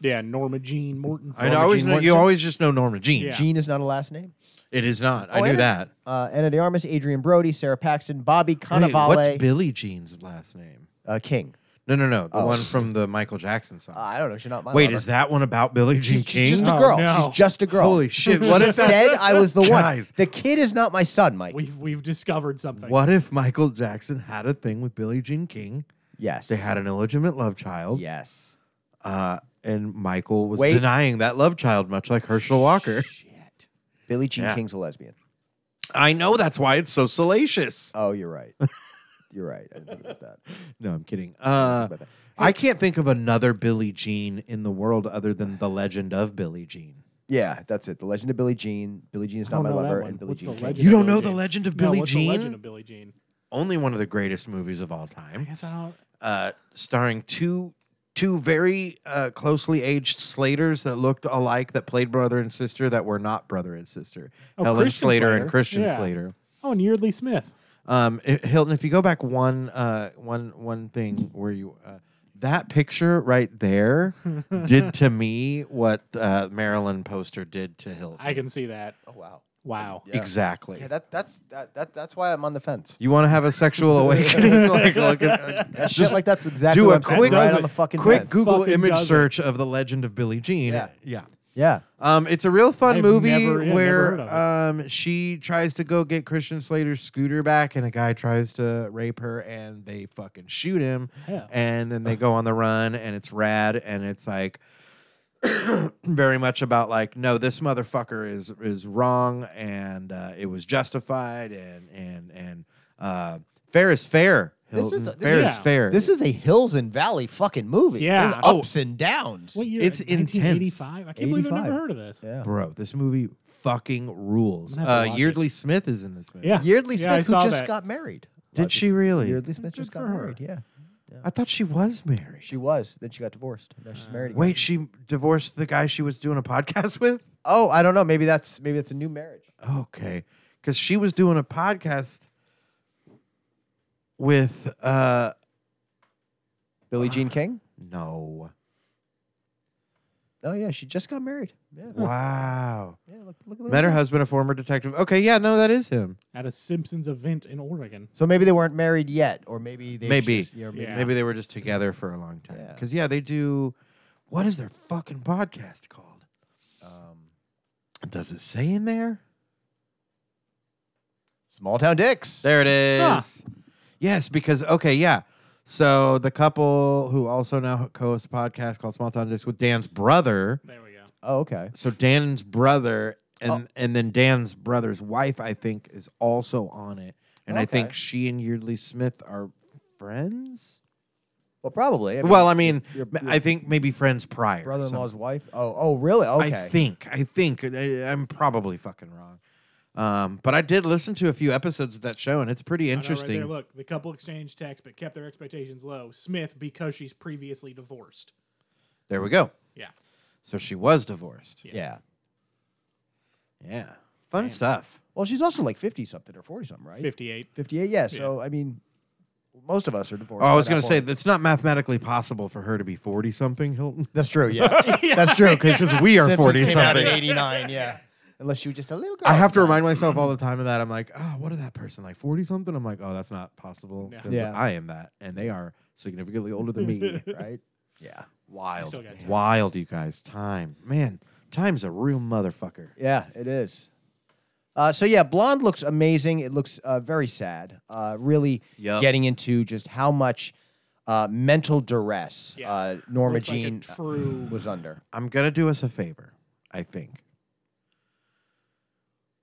Speaker 3: yeah, Norma Jean Mortensen.
Speaker 1: I know, I always
Speaker 2: Jean
Speaker 1: know, you
Speaker 2: Mortensen?
Speaker 1: always just know Norma Jean.
Speaker 3: Yeah.
Speaker 2: Jean is not a last name.
Speaker 1: It is not.
Speaker 2: Oh,
Speaker 1: I knew
Speaker 2: Anna-
Speaker 1: that.
Speaker 2: Uh, Anna De Armas, Adrian Brody, Sarah Paxton, Bobby
Speaker 1: Wait, what's
Speaker 2: Cannavale,
Speaker 1: Billie Jean's last name?
Speaker 2: uh, King.
Speaker 1: No, no, no. The one from the Michael Jackson song.
Speaker 2: Uh, I don't know. She's not my.
Speaker 1: Wait,
Speaker 2: lover.
Speaker 1: is that one about Billie Jean King?
Speaker 2: She's just a
Speaker 3: Oh,
Speaker 2: girl.
Speaker 3: no.
Speaker 2: She's just a girl.
Speaker 1: Holy shit! What
Speaker 2: What
Speaker 1: if that,
Speaker 2: said I was the one.
Speaker 1: Guys.
Speaker 2: The kid is not my son, Mike.
Speaker 3: We've, we've discovered something.
Speaker 1: Uh, what if Michael Jackson had a thing with Billie Jean King?
Speaker 2: yes,
Speaker 1: They had an illegitimate love child.
Speaker 2: Yes.
Speaker 1: Uh, and Michael was
Speaker 2: Wait.
Speaker 1: denying that love child, much like Herschel Walker.
Speaker 3: Shit.
Speaker 2: Billie Jean
Speaker 1: Yeah.
Speaker 2: King's a lesbian.
Speaker 1: I know that's why it's so salacious.
Speaker 2: Oh, you're right. you're right. I didn't think about that.
Speaker 1: Uh, No, I'm kidding. Uh,
Speaker 2: about that.
Speaker 1: I can't think of another Billie Jean in the world other than the legend of Billie Jean.
Speaker 2: Yeah, that's it. The Legend of Billie Jean. Billie Jean is
Speaker 3: I
Speaker 2: not
Speaker 3: don't
Speaker 2: my
Speaker 3: know that
Speaker 2: lover,
Speaker 3: one.
Speaker 2: and Billie
Speaker 3: What's
Speaker 2: Jean
Speaker 3: the
Speaker 2: King.
Speaker 3: legend
Speaker 1: You
Speaker 3: of
Speaker 1: don't
Speaker 3: Billie
Speaker 1: know the
Speaker 3: Jean?
Speaker 1: legend of
Speaker 3: No,
Speaker 1: Billie
Speaker 3: what's
Speaker 1: Jean?
Speaker 3: The legend of Billie Jean.
Speaker 1: Only one of the greatest movies of all
Speaker 3: I
Speaker 1: time.
Speaker 3: guess I don't.
Speaker 1: uh, starring two two very uh, closely aged Slaters that looked alike that played brother and sister that were not brother and sister.
Speaker 3: Oh,
Speaker 1: Helen
Speaker 3: Christian
Speaker 1: Slater,
Speaker 3: Slater.
Speaker 1: and Christian
Speaker 3: Yeah.
Speaker 1: Slater.
Speaker 3: Oh, and Yeardley Smith.
Speaker 1: Um, I- Hilton, if you go back one uh, one one thing where you. Uh, that picture right
Speaker 3: (laughs)
Speaker 1: there did to me what uh, Marilyn poster did to Hilton.
Speaker 3: I can see that.
Speaker 2: (laughs) Oh wow.
Speaker 3: Wow.
Speaker 1: Exactly.
Speaker 2: Yeah, that that's that, that that's why I'm on the fence.
Speaker 1: you want to have a sexual
Speaker 3: (laughs)
Speaker 1: awakening? like, look at,
Speaker 2: That shit like that's exactly
Speaker 1: do
Speaker 2: what
Speaker 1: a
Speaker 2: I'm saying,
Speaker 1: quick-
Speaker 2: right
Speaker 3: That
Speaker 2: on the
Speaker 3: does it.
Speaker 2: fucking
Speaker 1: quick
Speaker 2: fence.
Speaker 1: Google
Speaker 3: Fucking
Speaker 1: image
Speaker 3: does it.
Speaker 1: search of the Legend of Billie Jean.
Speaker 2: Yeah.
Speaker 1: yeah.
Speaker 2: Yeah.
Speaker 1: Um, it's a real fun
Speaker 3: I've
Speaker 1: movie
Speaker 3: never- yeah, never
Speaker 1: where
Speaker 3: heard
Speaker 1: um, she tries to go get Christian Slater's scooter back, and a guy tries to rape her, and they fucking shoot him,
Speaker 3: Hell.
Speaker 1: and then they go on the run, and it's rad, and it's like (coughs) very much about like, no, this motherfucker is is wrong, and uh, it was justified, and and and uh, fair is fair.
Speaker 2: This is-
Speaker 1: Hilton.
Speaker 2: this
Speaker 1: fair
Speaker 3: is-
Speaker 1: is fair.
Speaker 2: This is a hills and valley fucking movie.
Speaker 3: Yeah. Oh.
Speaker 2: There's ups and downs.
Speaker 3: What year?
Speaker 1: It's intense.
Speaker 3: 1985? I can't believe I've
Speaker 2: 85.
Speaker 3: never heard of this.
Speaker 2: Yeah.
Speaker 1: bro. This movie fucking rules.
Speaker 3: I'm gonna have
Speaker 1: Uh,
Speaker 3: to watch it.
Speaker 1: Yeardley Smith is in this movie.
Speaker 3: Yeah.
Speaker 2: Yeardley
Speaker 3: Yeah, I
Speaker 2: Smith, who
Speaker 3: saw
Speaker 2: just
Speaker 3: that.
Speaker 2: got married.
Speaker 1: Did she really?
Speaker 2: Yeardley Smith just got
Speaker 3: for her.
Speaker 2: married. Yeah.
Speaker 1: I thought she was married.
Speaker 2: She was. Then she got divorced. Now she's married. Again.
Speaker 1: Wait, she divorced the guy she was doing a podcast (laughs) with?
Speaker 2: Oh, I don't know. Maybe that's maybe that's a new marriage.
Speaker 1: Okay. Cuz she was doing a podcast with uh
Speaker 2: Billie Jean King.
Speaker 1: no.
Speaker 2: Oh yeah, she just got married. Yeah.
Speaker 1: Wow.
Speaker 2: Yeah. Look. Look. look
Speaker 1: Met her husband, a former detective. Okay, yeah, no, that is him.
Speaker 3: At a Simpsons event in Oregon.
Speaker 2: So maybe they weren't married yet, or maybe they
Speaker 1: Maybe.
Speaker 2: Just, yeah, maybe.
Speaker 3: Yeah.
Speaker 1: Maybe they were just together for a long time.
Speaker 2: Yeah.
Speaker 1: Cuz yeah, they do what is their fucking podcast called? Um does it say in there?
Speaker 2: Small town dicks.
Speaker 1: There it
Speaker 3: Huh.
Speaker 1: is. Yes, because okay, yeah. So the couple who also now co-hosts a podcast called Small Town Disc with Dan's brother.
Speaker 3: There we go.
Speaker 2: Oh okay.
Speaker 1: So Dan's brother and
Speaker 3: Oh.
Speaker 1: and then Dan's brother's wife, I think, is also on it. And I think
Speaker 2: Okay.
Speaker 1: she and Yeardley Smith are friends.
Speaker 2: Well, probably. I mean,
Speaker 1: Well, I mean,
Speaker 2: your-
Speaker 1: ma-
Speaker 2: your
Speaker 1: I think maybe friends prior. or
Speaker 2: brother-in-law's
Speaker 1: something.
Speaker 2: wife. Oh. Oh really? Okay.
Speaker 1: I think. I think. I, I'm probably fucking wrong. Um, but I did listen to a few episodes of that show, and it's pretty
Speaker 3: I know right there,
Speaker 1: interesting.
Speaker 3: look, the couple exchanged texts but kept their expectations low. Smith because she's previously divorced.
Speaker 1: there we go.
Speaker 3: Yeah.
Speaker 1: So she was divorced.
Speaker 3: Yeah.
Speaker 2: Yeah.
Speaker 1: Yeah. Fun stuff.
Speaker 2: Well, she's also like 50 something or 40 something, right?
Speaker 3: 58.
Speaker 2: 58, yeah. So, I mean, most of us are divorced.
Speaker 1: Oh, I
Speaker 2: by
Speaker 1: was
Speaker 2: that
Speaker 1: going to say
Speaker 2: point.
Speaker 1: that's not mathematically possible for her to be 40 something, Hilton.
Speaker 2: That's true, (laughs) yeah. That's true, because
Speaker 1: We are (laughs)
Speaker 2: Simpsons
Speaker 1: 40
Speaker 2: came out in
Speaker 1: something.
Speaker 2: 89, yeah. Unless you were just a little girl.
Speaker 1: I have to remind myself all the time of that. I'm like, oh, what are that person like 40 something? I'm like, oh, that's not possible. 'cause
Speaker 2: Yeah.
Speaker 1: I am that, and they are significantly older than me. (laughs)
Speaker 2: Right? Yeah.
Speaker 1: Wild,
Speaker 3: still got time.
Speaker 1: wild, you guys. Time, man. Time's a real motherfucker.
Speaker 2: Yeah, it is. Uh, so yeah, blonde looks amazing. It looks uh, very sad. Uh, really
Speaker 1: Yup.
Speaker 2: getting into just how much uh, mental duress
Speaker 3: Yeah.
Speaker 2: uh, Norma
Speaker 3: Looks like a
Speaker 2: Jean
Speaker 3: true-
Speaker 2: was under.
Speaker 1: I'm gonna do us a favor. I think.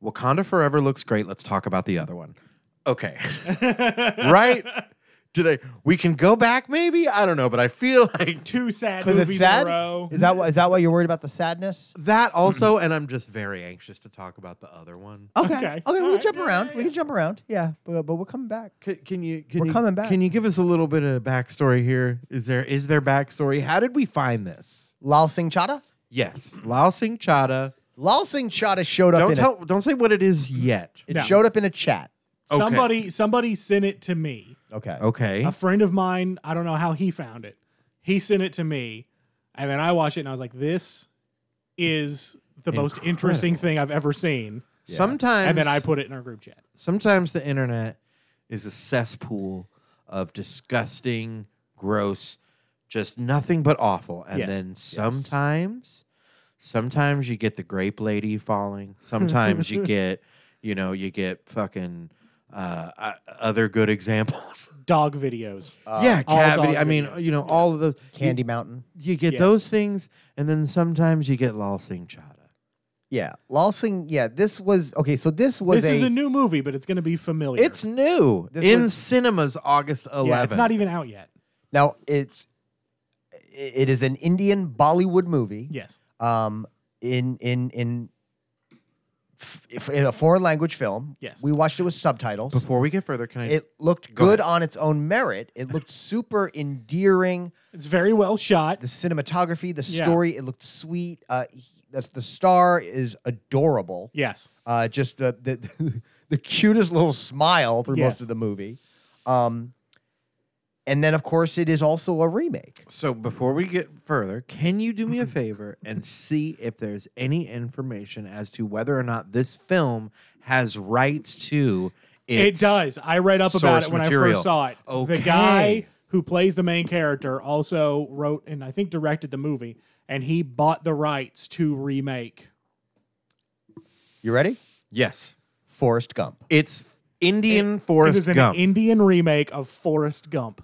Speaker 1: Wakanda Forever looks great. Let's talk about the other one. Okay. right? Did I? We can go back, maybe. I don't know, but I feel (laughs) like
Speaker 3: Two sad
Speaker 2: Because
Speaker 3: movies
Speaker 2: it's sad.
Speaker 3: in a row.
Speaker 2: Is that why, is that why you're worried about the sadness?
Speaker 1: that also, and I'm just very anxious to talk about the other one.
Speaker 2: Okay.
Speaker 3: Okay.
Speaker 2: Okay.
Speaker 3: All
Speaker 2: we'll
Speaker 3: right.
Speaker 2: jump
Speaker 3: Yeah,
Speaker 2: around.
Speaker 3: yeah,
Speaker 2: We can jump around. Yeah. But, but we're coming back.
Speaker 1: Can, can you? Can
Speaker 2: We're
Speaker 1: you-
Speaker 2: coming back.
Speaker 1: Can you give us a little bit of backstory here? Is there is there backstory? How did we find this?
Speaker 2: Lal Singh Chada.
Speaker 1: Yes, Lao Singh Chada.
Speaker 2: Lal Singh Chada showed up.
Speaker 1: Don't
Speaker 2: in
Speaker 1: tell. don't say what it is yet.
Speaker 2: A, it
Speaker 3: No.
Speaker 2: showed up in a chat.
Speaker 1: Okay.
Speaker 3: Somebody somebody sent it to me.
Speaker 2: Okay.
Speaker 1: Okay.
Speaker 3: A friend of mine, I don't know how he found it. He sent it to me, and then I watched it, and I was like, "This is the most interesting thing I've ever seen."
Speaker 1: Sometimes.
Speaker 3: And then I put it in our group chat.
Speaker 1: Sometimes the internet is a cesspool of disgusting, gross, just nothing but awful. And
Speaker 3: Yes.
Speaker 1: then sometimes, sometimes you get the grape lady falling. Sometimes
Speaker 3: (laughs)
Speaker 1: you get, you know, you get fucking uh, uh, other good
Speaker 2: (laughs)
Speaker 1: examples.
Speaker 3: Dog videos.
Speaker 2: Uh,
Speaker 1: yeah,
Speaker 3: all
Speaker 1: cavity.
Speaker 3: dog
Speaker 1: I mean,
Speaker 3: videos.
Speaker 1: you know, all of those.
Speaker 2: Candy
Speaker 1: You,
Speaker 2: Mountain.
Speaker 1: you get
Speaker 3: Yes.
Speaker 1: those things, and then sometimes you get Lal Singh Chada.
Speaker 2: Yeah. Lal Singh. Yeah. This was okay. So this was
Speaker 3: this is a new movie, but it's going to be familiar.
Speaker 1: It's new
Speaker 2: This
Speaker 1: in
Speaker 2: was-
Speaker 1: cinemas August 11th.
Speaker 3: yeah, it's not e- even out yet.
Speaker 2: Now it's it is an Indian Bollywood movie.
Speaker 3: Yes.
Speaker 2: Um, in in in f- if- in a foreign language film.
Speaker 3: Yes.
Speaker 2: We watched it with subtitles.
Speaker 1: Before we get further, can I?
Speaker 2: It looked
Speaker 1: Go
Speaker 2: good on its own merit. It looked super endearing.
Speaker 3: It's very well shot.
Speaker 2: The cinematography, the
Speaker 3: Yeah.
Speaker 2: story, it looked sweet. Uh, he- that's the star is adorable.
Speaker 3: Yes.
Speaker 2: Uh, just the the (laughs) the cutest little smile through most
Speaker 3: Yes.
Speaker 2: of the movie. Um, and then of course it is also a remake.
Speaker 1: So before we get further, can you do me a favor and see if there's any information as to whether or not this film has rights to
Speaker 3: It
Speaker 1: its
Speaker 3: does. I read up about
Speaker 1: source
Speaker 3: it when I
Speaker 1: material.
Speaker 3: first saw it.
Speaker 1: Okay.
Speaker 3: The guy who plays the main character also wrote and I think directed the movie, and he bought the rights to remake.
Speaker 2: You ready?
Speaker 1: Yes.
Speaker 2: Forrest Gump.
Speaker 1: It's Indian
Speaker 3: It
Speaker 1: Forrest
Speaker 3: is an
Speaker 1: Gump.
Speaker 3: Indian remake of Forrest Gump.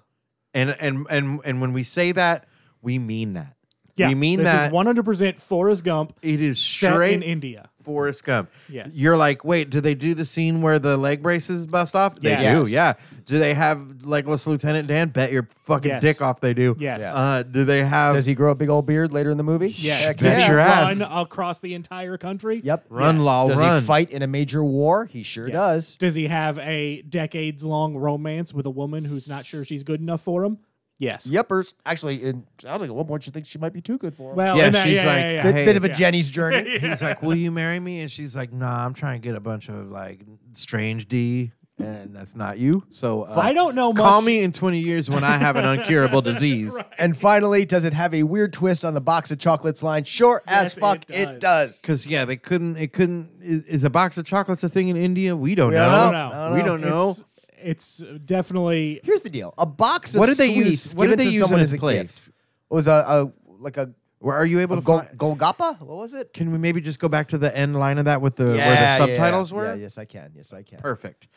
Speaker 1: and and and and when we say that, we mean that.
Speaker 3: Yeah,
Speaker 1: we mean
Speaker 3: this
Speaker 1: that
Speaker 3: is 100% Forrest Gump
Speaker 1: it is
Speaker 3: set in
Speaker 1: straight
Speaker 3: India.
Speaker 1: Forrest Gump.
Speaker 3: Yes.
Speaker 1: You're like, wait, do they do the scene where the leg braces bust off? They
Speaker 3: Yes.
Speaker 1: do, yeah. Do they have legless Lieutenant Dan? Bet your fucking
Speaker 3: Yes.
Speaker 1: dick off they do.
Speaker 3: Yes. Yeah.
Speaker 1: Uh, do they have
Speaker 2: Does he grow a big old beard later in the movie?
Speaker 3: Yes.
Speaker 2: Heck
Speaker 1: Does
Speaker 3: Does
Speaker 1: That's
Speaker 3: he
Speaker 1: your
Speaker 3: run
Speaker 1: ass.
Speaker 3: across the entire country?
Speaker 2: Yep.
Speaker 1: Run, Lal,
Speaker 2: does
Speaker 1: run.
Speaker 2: he fight in a major war? He sure
Speaker 3: Yes.
Speaker 2: does.
Speaker 3: Does he have a decades long romance with a woman who's not sure she's good enough for him? Yes.
Speaker 2: Yepers. Actually, it sounds like at one point you think she might be too good for him.
Speaker 3: Well,
Speaker 1: Yeah,
Speaker 3: and that-
Speaker 1: she's
Speaker 3: yeah, yeah,
Speaker 1: like,
Speaker 3: yeah,
Speaker 2: bit,
Speaker 1: hey.
Speaker 2: bit of a
Speaker 3: Yeah.
Speaker 2: Jenny's (laughs) journey.
Speaker 1: He's like, "Will you marry me?" And she's like, "Nah, I'm trying to get a bunch of like strange D, and that's not you." So uh,
Speaker 3: I don't know
Speaker 1: Call
Speaker 3: much-
Speaker 1: me in 20 years when I have an
Speaker 3: (laughs)
Speaker 1: uncurable disease.
Speaker 2: and finally, does it have a weird twist on the box of chocolates line? Sure as
Speaker 3: Yes,
Speaker 2: fuck,
Speaker 3: it
Speaker 2: it does.
Speaker 3: does.
Speaker 1: Because yeah, they couldn't. It couldn't. Is, is a box of chocolates a thing in India? We don't
Speaker 2: We
Speaker 1: know.
Speaker 2: don't
Speaker 3: I don't
Speaker 2: know.
Speaker 3: know.
Speaker 1: We don't know.
Speaker 3: It's, it's definitely
Speaker 2: Here's the deal: a box of
Speaker 1: What did they
Speaker 2: sweets
Speaker 1: use? What did
Speaker 2: given
Speaker 1: they
Speaker 2: to
Speaker 1: use
Speaker 2: someone
Speaker 1: in its
Speaker 2: as a gift.
Speaker 1: place?
Speaker 2: It was a, a like a,
Speaker 1: Where are you able
Speaker 2: a
Speaker 1: to?
Speaker 2: gol-
Speaker 1: find-
Speaker 2: Golgappa? What was it?
Speaker 1: Can we maybe just go back to the end line of that with the where the
Speaker 2: Yeah, yeah,
Speaker 1: subtitles
Speaker 2: yeah.
Speaker 1: were?
Speaker 2: Yeah, yes, I can. Yes, I can.
Speaker 1: perfect.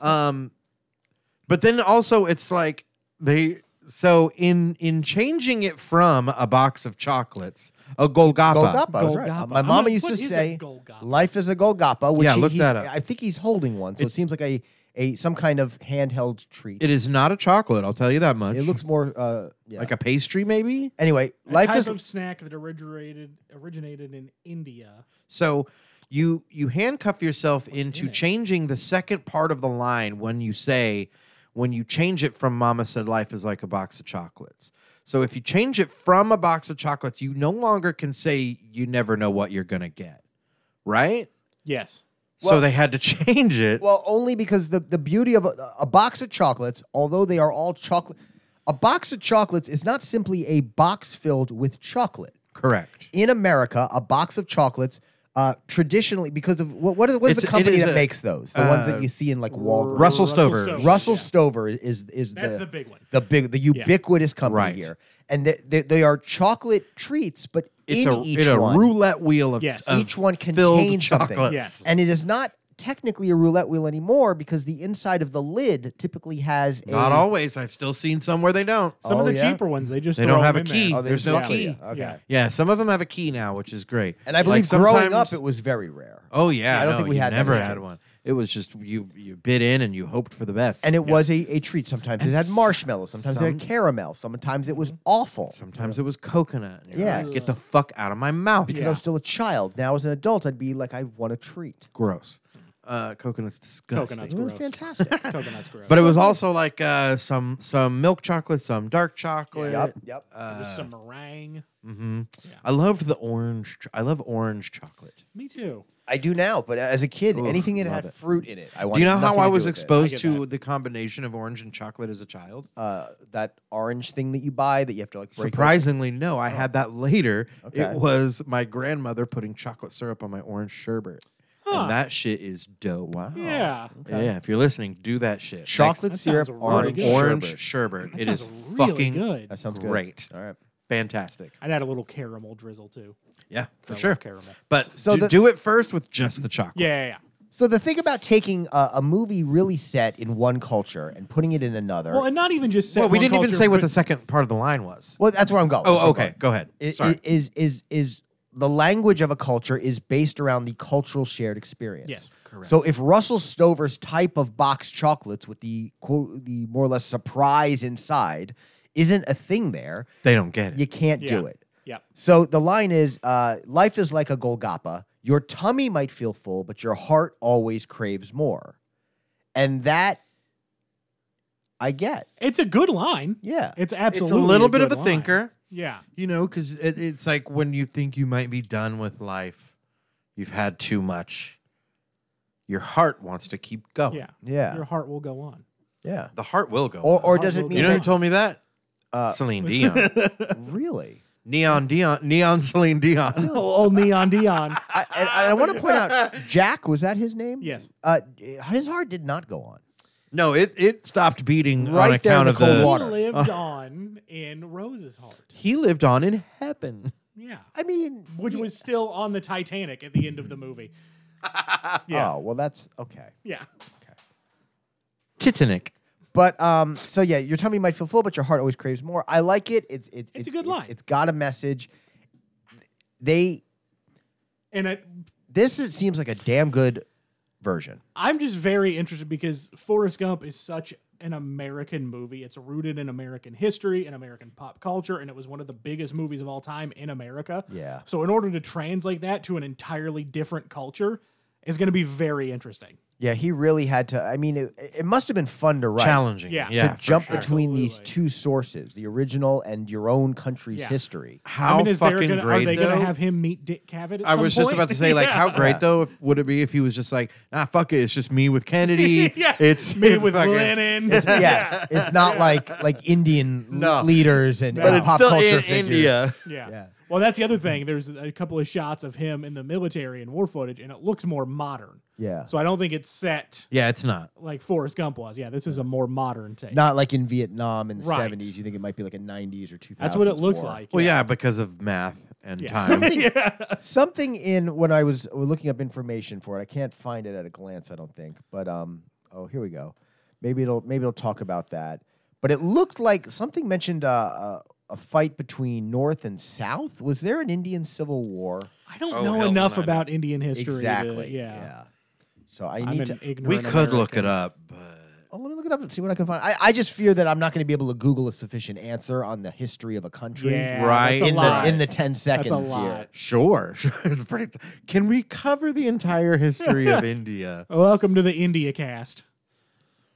Speaker 1: Um, but then also it's like they so in in changing it from a box of chocolates, a Golgappa.
Speaker 2: Golgappa. I was right.
Speaker 3: Golgappa.
Speaker 2: My
Speaker 3: I'm
Speaker 2: mama
Speaker 3: like,
Speaker 2: used
Speaker 3: what
Speaker 2: to
Speaker 3: is a
Speaker 2: say,
Speaker 3: Golgappa?
Speaker 2: "Life is a Golgappa." Which
Speaker 1: Yeah,
Speaker 2: he-
Speaker 1: look
Speaker 2: he's-
Speaker 1: that up.
Speaker 2: I think he's holding one, so it seems like a, a some kind of handheld treat. It,
Speaker 1: It is not a chocolate. I'll tell you that much.
Speaker 2: looks more uh, yeah.
Speaker 1: like a pastry, maybe.
Speaker 2: anyway.
Speaker 3: a
Speaker 2: life
Speaker 3: type
Speaker 2: is
Speaker 3: of snack that originated originated in India.
Speaker 1: So you you handcuff yourself into changing the second part of the line when you say when you change it from mama said life is like a box of chocolates so if you change it from a box of chocolates you no longer can say you never know what you're going to get right
Speaker 3: Yes.
Speaker 1: so they had to (laughs) change it
Speaker 2: Well, only because the, the beauty of a, a box of chocolates, although they are all chocolate, a box of chocolates is not simply a box filled with chocolate.
Speaker 1: correct
Speaker 2: In America, a box of chocolates, uh, traditionally, because of what, what is, what is the
Speaker 1: It's- it
Speaker 2: company
Speaker 1: is
Speaker 2: that
Speaker 1: a-
Speaker 2: makes those? The ones that you see in like Walgreens.
Speaker 1: Russell Stover.
Speaker 2: Russell
Speaker 3: yeah.
Speaker 2: Stover is is
Speaker 3: That's
Speaker 2: the,
Speaker 3: the big one.
Speaker 2: the big the ubiquitous company
Speaker 1: Right.
Speaker 2: here, and they, they, they are chocolate treats, but
Speaker 1: it's
Speaker 2: in
Speaker 1: a,
Speaker 2: each
Speaker 1: it's a
Speaker 2: one,
Speaker 1: roulette wheel of,
Speaker 3: Yes.
Speaker 1: of
Speaker 2: each one
Speaker 1: filled
Speaker 2: contains something,
Speaker 1: chocolates.
Speaker 3: Yes.
Speaker 2: and it is not technically a roulette wheel anymore because the inside of the lid typically has a
Speaker 1: Not always. I've still seen some where they don't.
Speaker 3: Some
Speaker 2: Oh,
Speaker 3: of the
Speaker 2: yeah?
Speaker 3: cheaper ones, they just
Speaker 1: They
Speaker 3: throw
Speaker 1: don't have
Speaker 3: them
Speaker 1: a
Speaker 3: in there.
Speaker 1: key.
Speaker 2: Oh, they
Speaker 1: There's
Speaker 2: just
Speaker 1: no
Speaker 2: tell
Speaker 1: key.
Speaker 2: you. Okay.
Speaker 3: Yeah.
Speaker 1: Yeah, some of them have a key now, which is great.
Speaker 2: And I believe
Speaker 1: Like,
Speaker 2: growing
Speaker 1: sometimes-
Speaker 2: up it was very rare.
Speaker 1: Oh yeah,
Speaker 2: I don't
Speaker 1: no,
Speaker 2: think we
Speaker 1: you
Speaker 2: had that
Speaker 1: never
Speaker 2: as
Speaker 1: had
Speaker 2: kids.
Speaker 1: one. It was just you you bit in and you hoped for the best.
Speaker 2: And it was a, a treat. Sometimes it had
Speaker 1: s-
Speaker 2: marshmallows, sometimes it had
Speaker 1: some- Mm-hmm.
Speaker 2: caramel, sometimes it was awful.
Speaker 1: sometimes it was coconut. and you're
Speaker 2: Yeah.
Speaker 1: like, get the fuck out of my mouth.
Speaker 2: Because I was still a child. Now as an adult, I'd be like, I want a treat.
Speaker 1: Gross. Uh, coconut's disgusting.
Speaker 3: Coconut's
Speaker 2: It was
Speaker 3: Gross.
Speaker 1: (laughs)
Speaker 2: fantastic.
Speaker 3: Coconut's gross.
Speaker 1: But it was also like uh, some some milk chocolate, some dark chocolate.
Speaker 2: yep, yep.
Speaker 3: There's some meringue.
Speaker 1: I loved the orange. ch- I love orange chocolate.
Speaker 3: Me too.
Speaker 2: I do now, but as a kid,
Speaker 1: Ooh,
Speaker 2: anything that
Speaker 1: love
Speaker 2: had
Speaker 1: it.
Speaker 2: fruit in it, I wanted
Speaker 1: Do you know how
Speaker 2: nothing
Speaker 1: I
Speaker 2: to do
Speaker 1: was
Speaker 2: with it.
Speaker 1: exposed
Speaker 3: get
Speaker 1: to the combination of orange and chocolate as a child?
Speaker 2: Uh, that orange thing that you buy that you have to like break. open.
Speaker 1: Surprisingly, no. I had that later.
Speaker 2: Okay.
Speaker 1: It was my grandmother putting chocolate syrup on my orange sherbet.
Speaker 3: Huh.
Speaker 1: And that shit is dope. Wow.
Speaker 2: Oh,
Speaker 3: Yeah.
Speaker 1: Yeah, if you're listening, do that shit. Next
Speaker 2: Chocolate
Speaker 3: That
Speaker 2: syrup,
Speaker 3: sounds really
Speaker 2: orange,
Speaker 1: on
Speaker 3: good.
Speaker 1: orange
Speaker 2: sherbet.
Speaker 1: sherbet.
Speaker 3: That
Speaker 1: It
Speaker 3: sounds
Speaker 1: is
Speaker 3: really
Speaker 1: fucking
Speaker 3: good.
Speaker 2: That sounds good.
Speaker 1: great.
Speaker 2: All right.
Speaker 1: Fantastic.
Speaker 3: I'd add a little caramel drizzle too.
Speaker 1: Yeah, for
Speaker 3: I
Speaker 1: sure.
Speaker 3: love caramel.
Speaker 1: But
Speaker 2: So
Speaker 1: do,
Speaker 2: the-
Speaker 1: do it first with just the chocolate.
Speaker 3: Yeah, yeah, yeah.
Speaker 2: So the thing about taking a, a movie really set in one culture and putting it in another.
Speaker 3: Well, and not even just set
Speaker 1: Well, we
Speaker 3: one
Speaker 1: didn't even
Speaker 3: culture,
Speaker 1: say what
Speaker 3: but-
Speaker 1: the second part of the line was.
Speaker 2: Well, that's where I'm going. That's where
Speaker 1: oh,
Speaker 2: I'm
Speaker 1: okay.
Speaker 2: going.
Speaker 1: Go ahead.
Speaker 2: I- i-
Speaker 1: Sorry.
Speaker 2: Is is is the language of a culture is based around the cultural shared experience.
Speaker 3: Yes,
Speaker 1: correct.
Speaker 2: So if Russell Stover's type of box chocolates with the quote the more or less surprise inside isn't a thing there,
Speaker 1: they don't get it.
Speaker 2: you can't
Speaker 3: yeah.
Speaker 2: do it.
Speaker 3: Yeah.
Speaker 2: So the line is uh, life is like a Golgappa. Your tummy might feel full, but your heart always craves more. And that I get.
Speaker 3: It's a good line.
Speaker 2: Yeah.
Speaker 1: it's
Speaker 3: It's absolutely
Speaker 1: a little bit of
Speaker 3: good
Speaker 1: a
Speaker 3: line.
Speaker 1: thinker,
Speaker 3: Yeah.
Speaker 1: you know, because it, it's like when you think you might be done with life, you've had too much. Your heart wants to keep going.
Speaker 3: Yeah.
Speaker 2: Yeah.
Speaker 3: Your heart will
Speaker 1: (laughs)
Speaker 3: go on.
Speaker 2: Yeah.
Speaker 1: The heart will go.
Speaker 2: Or
Speaker 1: on.
Speaker 2: or does it mean
Speaker 1: you know who
Speaker 2: that-
Speaker 1: told me that? Uh, (laughs) Celine
Speaker 3: (laughs)
Speaker 1: Dion.
Speaker 2: really?
Speaker 1: Neon Dion. Neon Celine Dion. (laughs)
Speaker 3: (laughs) Old Oh, Neon Dion.
Speaker 2: I, and, and I want to point out, Jack was that his name?
Speaker 3: Yes.
Speaker 2: Uh, his heart did not go on.
Speaker 1: No, it, it stopped beating on
Speaker 2: Right there in
Speaker 1: account of (laughs)
Speaker 2: the cold
Speaker 1: the. Oh.
Speaker 2: water.
Speaker 3: He lived on in Rose's heart.
Speaker 1: He lived on in heaven.
Speaker 3: Yeah.
Speaker 2: I mean,
Speaker 3: Which
Speaker 2: yeah.
Speaker 3: was still on the Titanic at the end of the movie. yeah.
Speaker 2: Oh well, that's okay.
Speaker 3: Yeah.
Speaker 1: Titanic.
Speaker 2: But um, so yeah, your tummy might feel full, but your heart always craves more. I like it. It's it's
Speaker 3: It's a good line.
Speaker 2: it's got a message. They
Speaker 3: And I,
Speaker 2: this is, seems like a damn good version.
Speaker 3: I'm just very interested because Forrest Gump is such an American movie. It's rooted in American history and American pop culture, and it was one of the biggest movies of all time in America.
Speaker 2: Yeah.
Speaker 3: So, in order to translate that to an entirely different culture is going to be very interesting.
Speaker 2: Yeah, he really had to. I mean, it, it must have been fun to write.
Speaker 1: Challenging.
Speaker 3: Yeah.
Speaker 1: yeah
Speaker 2: to jump
Speaker 1: for sure.
Speaker 2: between these
Speaker 3: Absolutely.
Speaker 2: two sources, the original and your own country's
Speaker 3: Yeah.
Speaker 2: history.
Speaker 1: How
Speaker 3: I mean, is there
Speaker 1: fucking
Speaker 3: gonna,
Speaker 1: great
Speaker 3: are they
Speaker 1: though?
Speaker 3: to have him meet Dick Cavett? At
Speaker 1: I
Speaker 3: some
Speaker 1: was just
Speaker 3: point?
Speaker 1: about to say, like, how
Speaker 3: (laughs) Yeah.
Speaker 1: great though if, would it be if he was just like, nah, fuck it, it's just me with Kennedy.
Speaker 3: (laughs) yeah,
Speaker 1: it's
Speaker 3: me
Speaker 1: it's
Speaker 3: with
Speaker 1: fucking-
Speaker 3: Lennon. (laughs)
Speaker 2: yeah. it's not like like Indian l-
Speaker 1: No.
Speaker 2: leaders and, and
Speaker 1: But it's
Speaker 2: pop
Speaker 1: still
Speaker 2: culture
Speaker 1: in
Speaker 2: figures.
Speaker 1: India.
Speaker 3: Yeah.
Speaker 2: Yeah.
Speaker 3: Well, that's the other thing. There's a couple of shots of him in the military and war footage, and it looks more modern.
Speaker 2: Yeah.
Speaker 3: So I don't think it's set
Speaker 1: Yeah, it's not.
Speaker 3: like Forrest Gump was. Yeah, this is a more modern take.
Speaker 2: Not like in Vietnam in the
Speaker 3: Right.
Speaker 2: 70s. You think it might be like a 90s or 2000s.
Speaker 3: that's what it looks
Speaker 2: war.
Speaker 3: like.
Speaker 1: Well, yeah, because of math and
Speaker 3: Yeah.
Speaker 1: time.
Speaker 2: Something, (laughs) something in when I was uh, looking up information for it, I can't find it at a glance. I don't think, but um, oh, here we go. Maybe it'll maybe it'll talk about that. But it looked like something mentioned uh, a, a fight between North and South. Was there an Indian Civil War?
Speaker 3: (laughs) I don't
Speaker 1: Oh, hell
Speaker 3: know
Speaker 1: if
Speaker 3: enough
Speaker 1: I know.
Speaker 3: about Indian history. to-
Speaker 2: Exactly.
Speaker 3: yeah.
Speaker 2: So I
Speaker 3: I'm
Speaker 2: need
Speaker 3: an
Speaker 2: to.
Speaker 3: ignorant.
Speaker 1: we could look it
Speaker 3: American.
Speaker 1: up, but
Speaker 2: Oh, let me look look it up and see what I can find. I, I just fear that I'm not going to be able to Google a sufficient answer on the history of a country
Speaker 3: Yeah,
Speaker 1: Right,
Speaker 3: That's a
Speaker 2: in
Speaker 3: lot.
Speaker 2: the in the ten seconds here.
Speaker 3: lot.
Speaker 1: Sure, (laughs) sure. It's pretty- Can we cover the entire history
Speaker 3: (laughs)
Speaker 1: of India?
Speaker 3: Welcome to the India cast.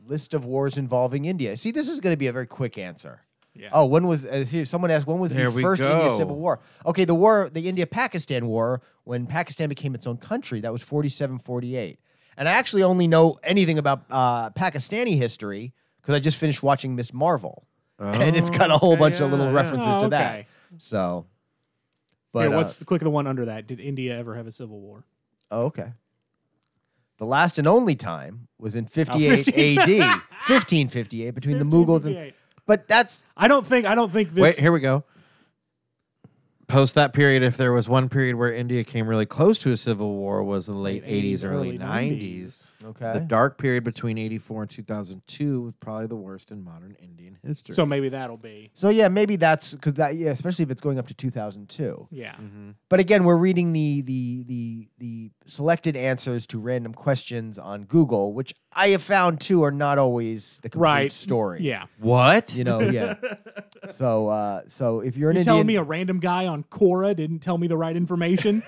Speaker 2: List of wars involving India. See, this is going to be a very quick answer.
Speaker 3: Yeah.
Speaker 2: Oh, when was uh, here, someone asked when was
Speaker 1: There
Speaker 2: the
Speaker 1: we
Speaker 2: first India
Speaker 1: go.
Speaker 2: Civil War? Okay, the war, the India-Pakistan War, when Pakistan became its own country, that was 47-48. And I actually only know anything about uh, Pakistani history because I just finished watching Miss Marvel, and it's got a whole
Speaker 1: okay,
Speaker 2: bunch of
Speaker 1: yeah,
Speaker 2: little
Speaker 1: yeah.
Speaker 2: references
Speaker 3: Oh,
Speaker 2: to that.
Speaker 3: okay.
Speaker 2: So, but
Speaker 3: Here,
Speaker 2: uh,
Speaker 3: what's the click of the one under that? Did India ever have a civil war?
Speaker 2: Oh, okay. The last and only time was
Speaker 3: Oh,
Speaker 2: in 58
Speaker 3: 15.
Speaker 2: AD, 1558, between the Mughals and.
Speaker 3: 1558.
Speaker 2: But that's
Speaker 3: I don't think. I don't think this.
Speaker 1: Wait, here we go. Post that period, if there was one period where India came really close to a civil war, was the late
Speaker 3: Late 80s,
Speaker 1: '80s, early
Speaker 3: early
Speaker 1: '90s.
Speaker 2: okay.
Speaker 1: The dark period between '84 and 2002 was probably the worst in modern Indian history.
Speaker 3: So maybe that'll be.
Speaker 2: so yeah, maybe that's because that yeah, especially if it's going up to 2002.
Speaker 3: Yeah.
Speaker 2: But again, we're reading the the the the selected answers to random questions on Google, which I have found too are not always the complete
Speaker 3: Right.
Speaker 2: story.
Speaker 3: Yeah.
Speaker 1: what?
Speaker 2: you know,
Speaker 3: (laughs)
Speaker 2: yeah. so uh, so if you're an
Speaker 3: You
Speaker 2: Indian,
Speaker 3: telling me a random guy on Quora didn't tell me the right information?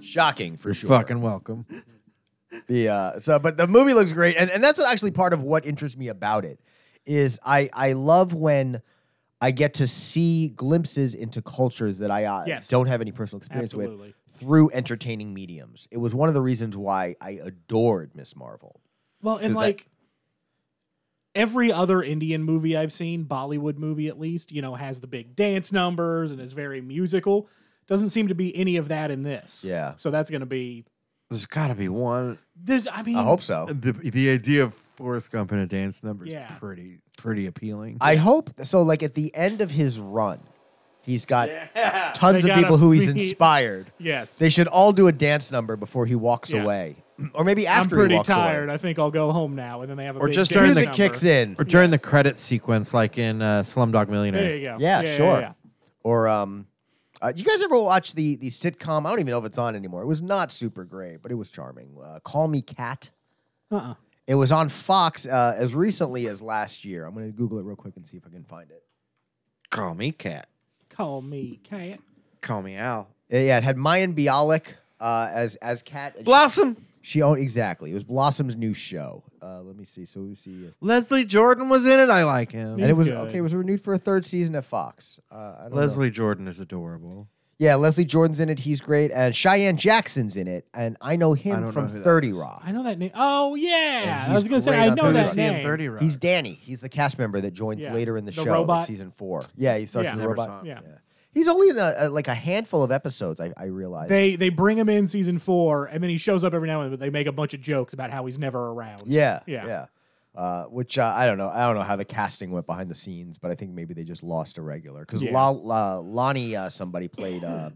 Speaker 2: shocking for
Speaker 1: You're
Speaker 2: sure.
Speaker 1: fucking welcome.
Speaker 2: The uh, so, but the movie looks great, and, and that's actually part of what interests me about it is I I love when I get to see glimpses into cultures that I uh,
Speaker 3: Yes.
Speaker 2: don't have any personal experience
Speaker 3: Absolutely.
Speaker 2: with through entertaining mediums. It was one of the reasons why I adored Miss Marvel.
Speaker 3: well, and
Speaker 2: that-
Speaker 3: like every other Indian movie I've seen, Bollywood movie at least, you know, has the big dance numbers and is very musical. Doesn't seem to be any of that in this.
Speaker 2: Yeah.
Speaker 3: So that's going to be.
Speaker 1: There's got to be one.
Speaker 3: There's. I mean.
Speaker 2: I hope so.
Speaker 1: The, the idea of Forrest Gump in a dance number is
Speaker 3: Yeah.
Speaker 1: pretty pretty appealing.
Speaker 2: I hope so. Like at the end of his run, he's got uh, tons
Speaker 3: (laughs) They
Speaker 2: of
Speaker 3: gotta
Speaker 2: people who he's
Speaker 3: be-
Speaker 2: inspired.
Speaker 3: Yes.
Speaker 2: They should all do a dance number before he walks
Speaker 3: Yeah.
Speaker 2: away, (clears throat) or maybe
Speaker 3: I'm
Speaker 2: after he
Speaker 3: pretty
Speaker 2: walks
Speaker 3: tired.
Speaker 2: away.
Speaker 3: I think I'll go home now. And then they have a
Speaker 1: Or
Speaker 3: big
Speaker 1: just
Speaker 3: dance
Speaker 1: during the
Speaker 2: Music
Speaker 3: number.
Speaker 2: kicks in,
Speaker 1: or during
Speaker 3: Yes.
Speaker 1: the credit sequence, like in uh, Slumdog Millionaire.
Speaker 3: There you go.
Speaker 2: Yeah, sure.
Speaker 3: yeah.
Speaker 2: Or um, uh, you guys ever watch the the sitcom? I don't even know if it's on anymore. It was not super great, but it was charming. Uh, Call Me Cat.
Speaker 3: Uh-uh.
Speaker 2: It was on Fox uh, as recently as last year. I'm going to Google it real quick and see if I can find it.
Speaker 1: Call me cat.
Speaker 3: Call me cat.
Speaker 1: Call me Al.
Speaker 2: Uh, yeah, it had Mayan Bialik uh, as as Cat. and she-
Speaker 1: Blossom.
Speaker 2: She owned exactly. It was Blossom's new show. Uh, let me see. So we see, uh,
Speaker 1: Leslie Jordan was in it. I like him.
Speaker 2: and it
Speaker 3: He's
Speaker 2: was
Speaker 3: good.
Speaker 2: okay. It was renewed for a third season at Fox. Uh, I don't know.
Speaker 1: Leslie Jordan is adorable.
Speaker 2: yeah, Leslie Jordan's in it. He's great, and Cheyenne Jackson's in it, and I know him
Speaker 1: I don't
Speaker 2: from
Speaker 1: know who that
Speaker 2: Thirty
Speaker 1: is.
Speaker 2: Rock.
Speaker 3: I know that name. Oh yeah,
Speaker 2: And
Speaker 3: I was
Speaker 2: he's
Speaker 3: gonna say
Speaker 2: great
Speaker 3: I
Speaker 2: on
Speaker 3: know
Speaker 2: Thirty
Speaker 3: that
Speaker 2: Rock.
Speaker 1: See him
Speaker 3: name.
Speaker 1: 30 Rock.
Speaker 2: He's Danny. He's the cast member that joins
Speaker 3: Yeah.
Speaker 2: later in the,
Speaker 3: The
Speaker 2: show, like
Speaker 3: robot.
Speaker 2: season four. Yeah, he starts
Speaker 3: Yeah.
Speaker 2: as a
Speaker 3: Never
Speaker 2: robot.
Speaker 1: saw him.
Speaker 3: Yeah.
Speaker 2: Yeah. He's only in a, a- like a handful of episodes. I, I realized.
Speaker 3: They they bring him in season four, and then he shows up every now and then. But they make a bunch of jokes about how he's never around.
Speaker 2: yeah, yeah,
Speaker 3: Yeah.
Speaker 2: Uh, which uh, I don't know. I don't know how the casting went behind the scenes, but I think maybe they just lost a regular because
Speaker 3: Yeah.
Speaker 2: La, La- Lonnie uh, somebody played uh,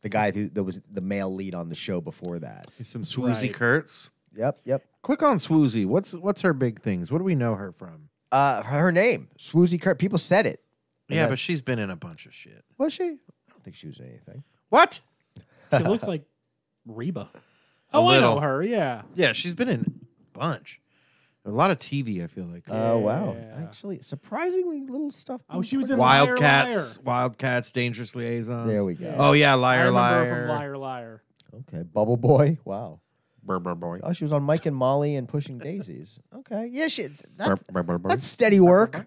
Speaker 2: the guy who that was the male lead on the show before that.
Speaker 1: Some Swoozy
Speaker 3: Right.
Speaker 1: Kurtz.
Speaker 2: Yep, yep.
Speaker 1: Click on Swoozy. What's what's her big things? What do we know her from?
Speaker 2: Uh, her name Swoozy Kurt. People said it. And
Speaker 1: Yeah,
Speaker 2: that-
Speaker 1: but she's been in a bunch of shit.
Speaker 2: was she? I don't think she was in anything.
Speaker 1: What?
Speaker 3: She looks like Reba. Oh, I
Speaker 1: little.
Speaker 3: know her. Yeah,
Speaker 1: Yeah, she's been in a bunch. A lot of TV, I feel like.
Speaker 2: Oh wow!
Speaker 3: Yeah.
Speaker 2: Actually, surprisingly little stuff.
Speaker 3: Oh, she was in
Speaker 1: Wildcats,
Speaker 3: Liar,
Speaker 1: Wildcats, Dangerous Liaisons.
Speaker 2: There we go.
Speaker 3: Yeah.
Speaker 1: Oh yeah,
Speaker 3: Liar. I
Speaker 1: liar,
Speaker 3: remember
Speaker 1: liar.
Speaker 3: her from Liar Liar.
Speaker 2: Okay, Bubble Boy. Wow.
Speaker 1: Brr, brr, boy.
Speaker 2: Oh, she was on Mike and Molly and Pushing Daisies. Okay, yeah, she. That's,
Speaker 1: Brr, brr, brr, brr.
Speaker 2: that's steady work.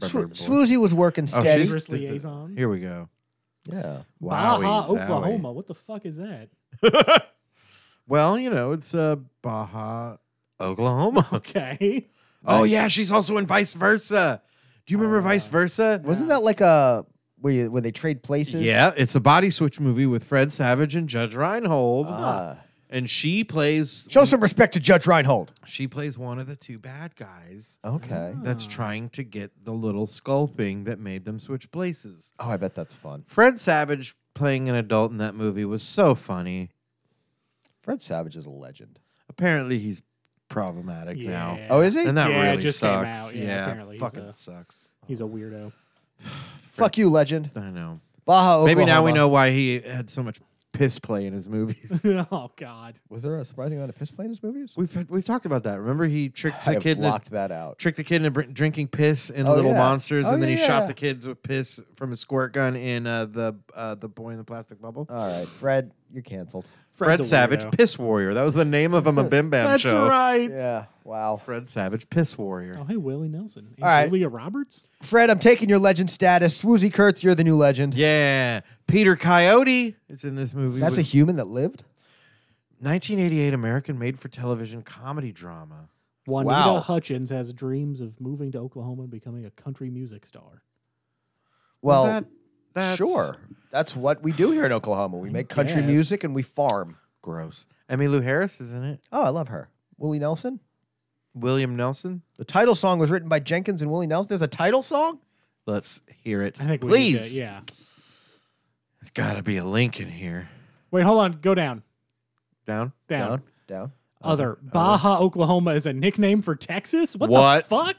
Speaker 1: Brr,
Speaker 2: Swo-
Speaker 1: brr, boy.
Speaker 2: Swoozy was working
Speaker 1: Oh,
Speaker 2: steady.
Speaker 1: she's-
Speaker 3: Dangerous Liaisons.
Speaker 1: Here we go.
Speaker 2: yeah.
Speaker 3: Baja,
Speaker 1: Wowie, zowie.
Speaker 3: Oklahoma. What the fuck is that? (laughs)
Speaker 1: Well, you know, it's uh, Baja,
Speaker 2: (laughs)
Speaker 1: Oklahoma.
Speaker 3: Okay.
Speaker 1: Oh yeah, she's also in Vice Versa. Do you remember Vice Versa?
Speaker 2: Oh, Wasn't that like a where you, where they trade places?
Speaker 1: yeah, it's a body switch movie with Fred Savage and Judge Reinhold,
Speaker 2: Ah.
Speaker 1: and she plays
Speaker 2: Show some respect to Judge Reinhold.
Speaker 1: she plays one of the two bad guys
Speaker 2: Okay.
Speaker 3: Hmm.
Speaker 1: that's trying to get the little skull thing that made them switch places.
Speaker 2: Oh, I bet that's fun.
Speaker 1: Fred Savage playing an adult in that movie was so funny.
Speaker 2: Fred Savage is a legend.
Speaker 1: Apparently, he's problematic now.
Speaker 3: Yeah.
Speaker 2: Oh, is he?
Speaker 1: And that
Speaker 3: Yeah, it
Speaker 1: really
Speaker 3: just came
Speaker 1: sucks.
Speaker 3: out. Yeah, apparently he's
Speaker 1: fucking
Speaker 3: a-
Speaker 1: sucks.
Speaker 3: He's a weirdo. (laughs)
Speaker 2: Fuck you, legend.
Speaker 1: I know.
Speaker 2: Baja.
Speaker 1: Maybe now we
Speaker 2: Oklahoma.
Speaker 1: know why he had so much piss play in his
Speaker 2: (laughs)
Speaker 1: movies.
Speaker 3: oh God.
Speaker 2: Was there a surprising amount of piss play in his movies?
Speaker 1: we've we've talked about that. Remember, he tricked
Speaker 2: I
Speaker 1: the kid. Into,
Speaker 2: blocked that out.
Speaker 1: tricked the kid into br- drinking piss in
Speaker 2: Oh,
Speaker 1: Little
Speaker 2: yeah.
Speaker 1: Monsters,
Speaker 2: Oh,
Speaker 1: and then
Speaker 2: yeah,
Speaker 1: he
Speaker 2: yeah,
Speaker 1: shot
Speaker 2: yeah.
Speaker 1: the kids with piss from a squirt gun in uh, the uh, the boy in the plastic bubble.
Speaker 2: All right, Fred, you're canceled.
Speaker 1: Fred
Speaker 3: Fred's a
Speaker 1: Savage,
Speaker 3: weirdo.
Speaker 1: Piss Warrior. That was the name of him, a Bim Bam
Speaker 3: That's
Speaker 1: show.
Speaker 3: right.
Speaker 2: Yeah, wow.
Speaker 1: Fred Savage, Piss Warrior.
Speaker 3: Oh hey, Willie Nelson. And
Speaker 2: right.
Speaker 3: Julia Roberts.
Speaker 2: Fred, I'm taking your legend status. Swoozy Kurtz, you're the new legend.
Speaker 1: Yeah, Peter Coyote is in this movie.
Speaker 2: That's a
Speaker 1: with
Speaker 2: human that lived.
Speaker 1: 1988 American made-for-television comedy drama.
Speaker 3: Juanita
Speaker 2: Wow.
Speaker 3: Hutchins has dreams of moving to Oklahoma and becoming a country music star.
Speaker 2: Well,
Speaker 1: that, that's
Speaker 2: sure. That's what we do here in Oklahoma. We make country
Speaker 3: guess.
Speaker 2: music and we farm.
Speaker 1: gross. Emmy Lou Harris is in it.
Speaker 2: Oh, I love her. Willie Nelson.
Speaker 1: William Nelson.
Speaker 2: The title song was written by Jenkins and Willie Nelson. There's a title song?
Speaker 1: Let's hear it.
Speaker 3: I think we need to-
Speaker 1: please.
Speaker 3: yeah.
Speaker 1: There's got to be a link in here.
Speaker 3: Wait, hold on. Go down.
Speaker 1: Down.
Speaker 3: Down.
Speaker 2: Down. Down.
Speaker 3: Other. Baja, Oklahoma is a nickname for Texas? What,
Speaker 1: What?
Speaker 3: the fuck?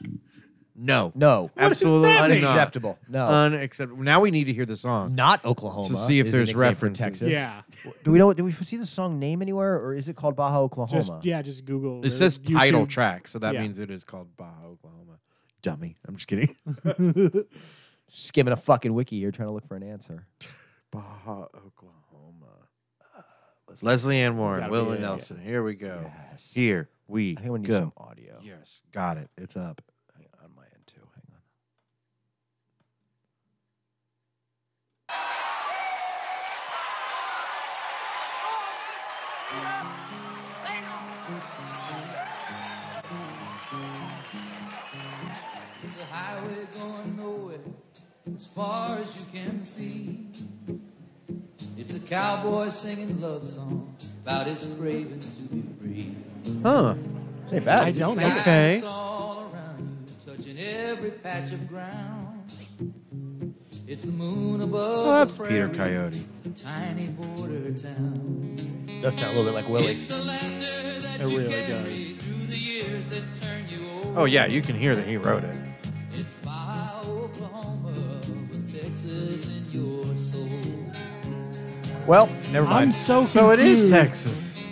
Speaker 1: No.
Speaker 2: No.
Speaker 3: does
Speaker 1: Absolutely
Speaker 3: that mean?
Speaker 1: unacceptable.
Speaker 2: Unacceptable. No.
Speaker 1: Unacceptable. Now we need to hear the song.
Speaker 2: not Oklahoma.
Speaker 1: To see if
Speaker 2: is a
Speaker 1: there's
Speaker 2: nickname for
Speaker 1: references.
Speaker 2: Texas.
Speaker 3: Yeah.
Speaker 2: Do we know? Do we see the song name anywhere, or is it called Baja Oklahoma?
Speaker 3: Just yeah, just Google.
Speaker 1: It
Speaker 3: or
Speaker 1: says title
Speaker 3: YouTube.
Speaker 1: track, so that
Speaker 3: Yeah.
Speaker 1: means it is called Baja, Oklahoma. Dummy. I'm just kidding. (laughs)
Speaker 3: (laughs)
Speaker 2: Skimming a fucking wiki here, trying to look for an answer.
Speaker 1: Baja, Oklahoma. Leslie Ann Warren,
Speaker 3: Gotta
Speaker 1: Willie
Speaker 3: be it, yeah.
Speaker 1: Nelson. Here we go.
Speaker 2: Yes.
Speaker 1: Here we
Speaker 2: I think we need
Speaker 1: go.
Speaker 2: some audio.
Speaker 1: Yes. Got it. It's up.
Speaker 2: Hang on, on my end too. Hang on.
Speaker 5: It's a highway going nowhere as far as you can see. It's a cowboy singing love songs about his craving to be free.
Speaker 1: Huh.
Speaker 2: This ain't bad.
Speaker 3: I don't know.
Speaker 5: Sky's
Speaker 1: Okay.
Speaker 5: all around you, touching every patch of ground. It's the moon
Speaker 1: Oh,
Speaker 5: above
Speaker 1: that's
Speaker 5: the
Speaker 1: Peter
Speaker 5: prairie,
Speaker 1: Coyote.
Speaker 5: a tiny border town.
Speaker 2: It does sound a little bit like Willie.
Speaker 5: It's the laughter that
Speaker 3: It
Speaker 5: you
Speaker 3: really
Speaker 5: carry
Speaker 3: does.
Speaker 5: through the years that turn you over.
Speaker 1: Oh, yeah. You can hear that he wrote it.
Speaker 5: It's by Oklahoma, with Texas in your soul.
Speaker 2: Well, never
Speaker 3: I'm
Speaker 2: mind.
Speaker 3: so
Speaker 1: So it is
Speaker 3: confused.
Speaker 1: Texas.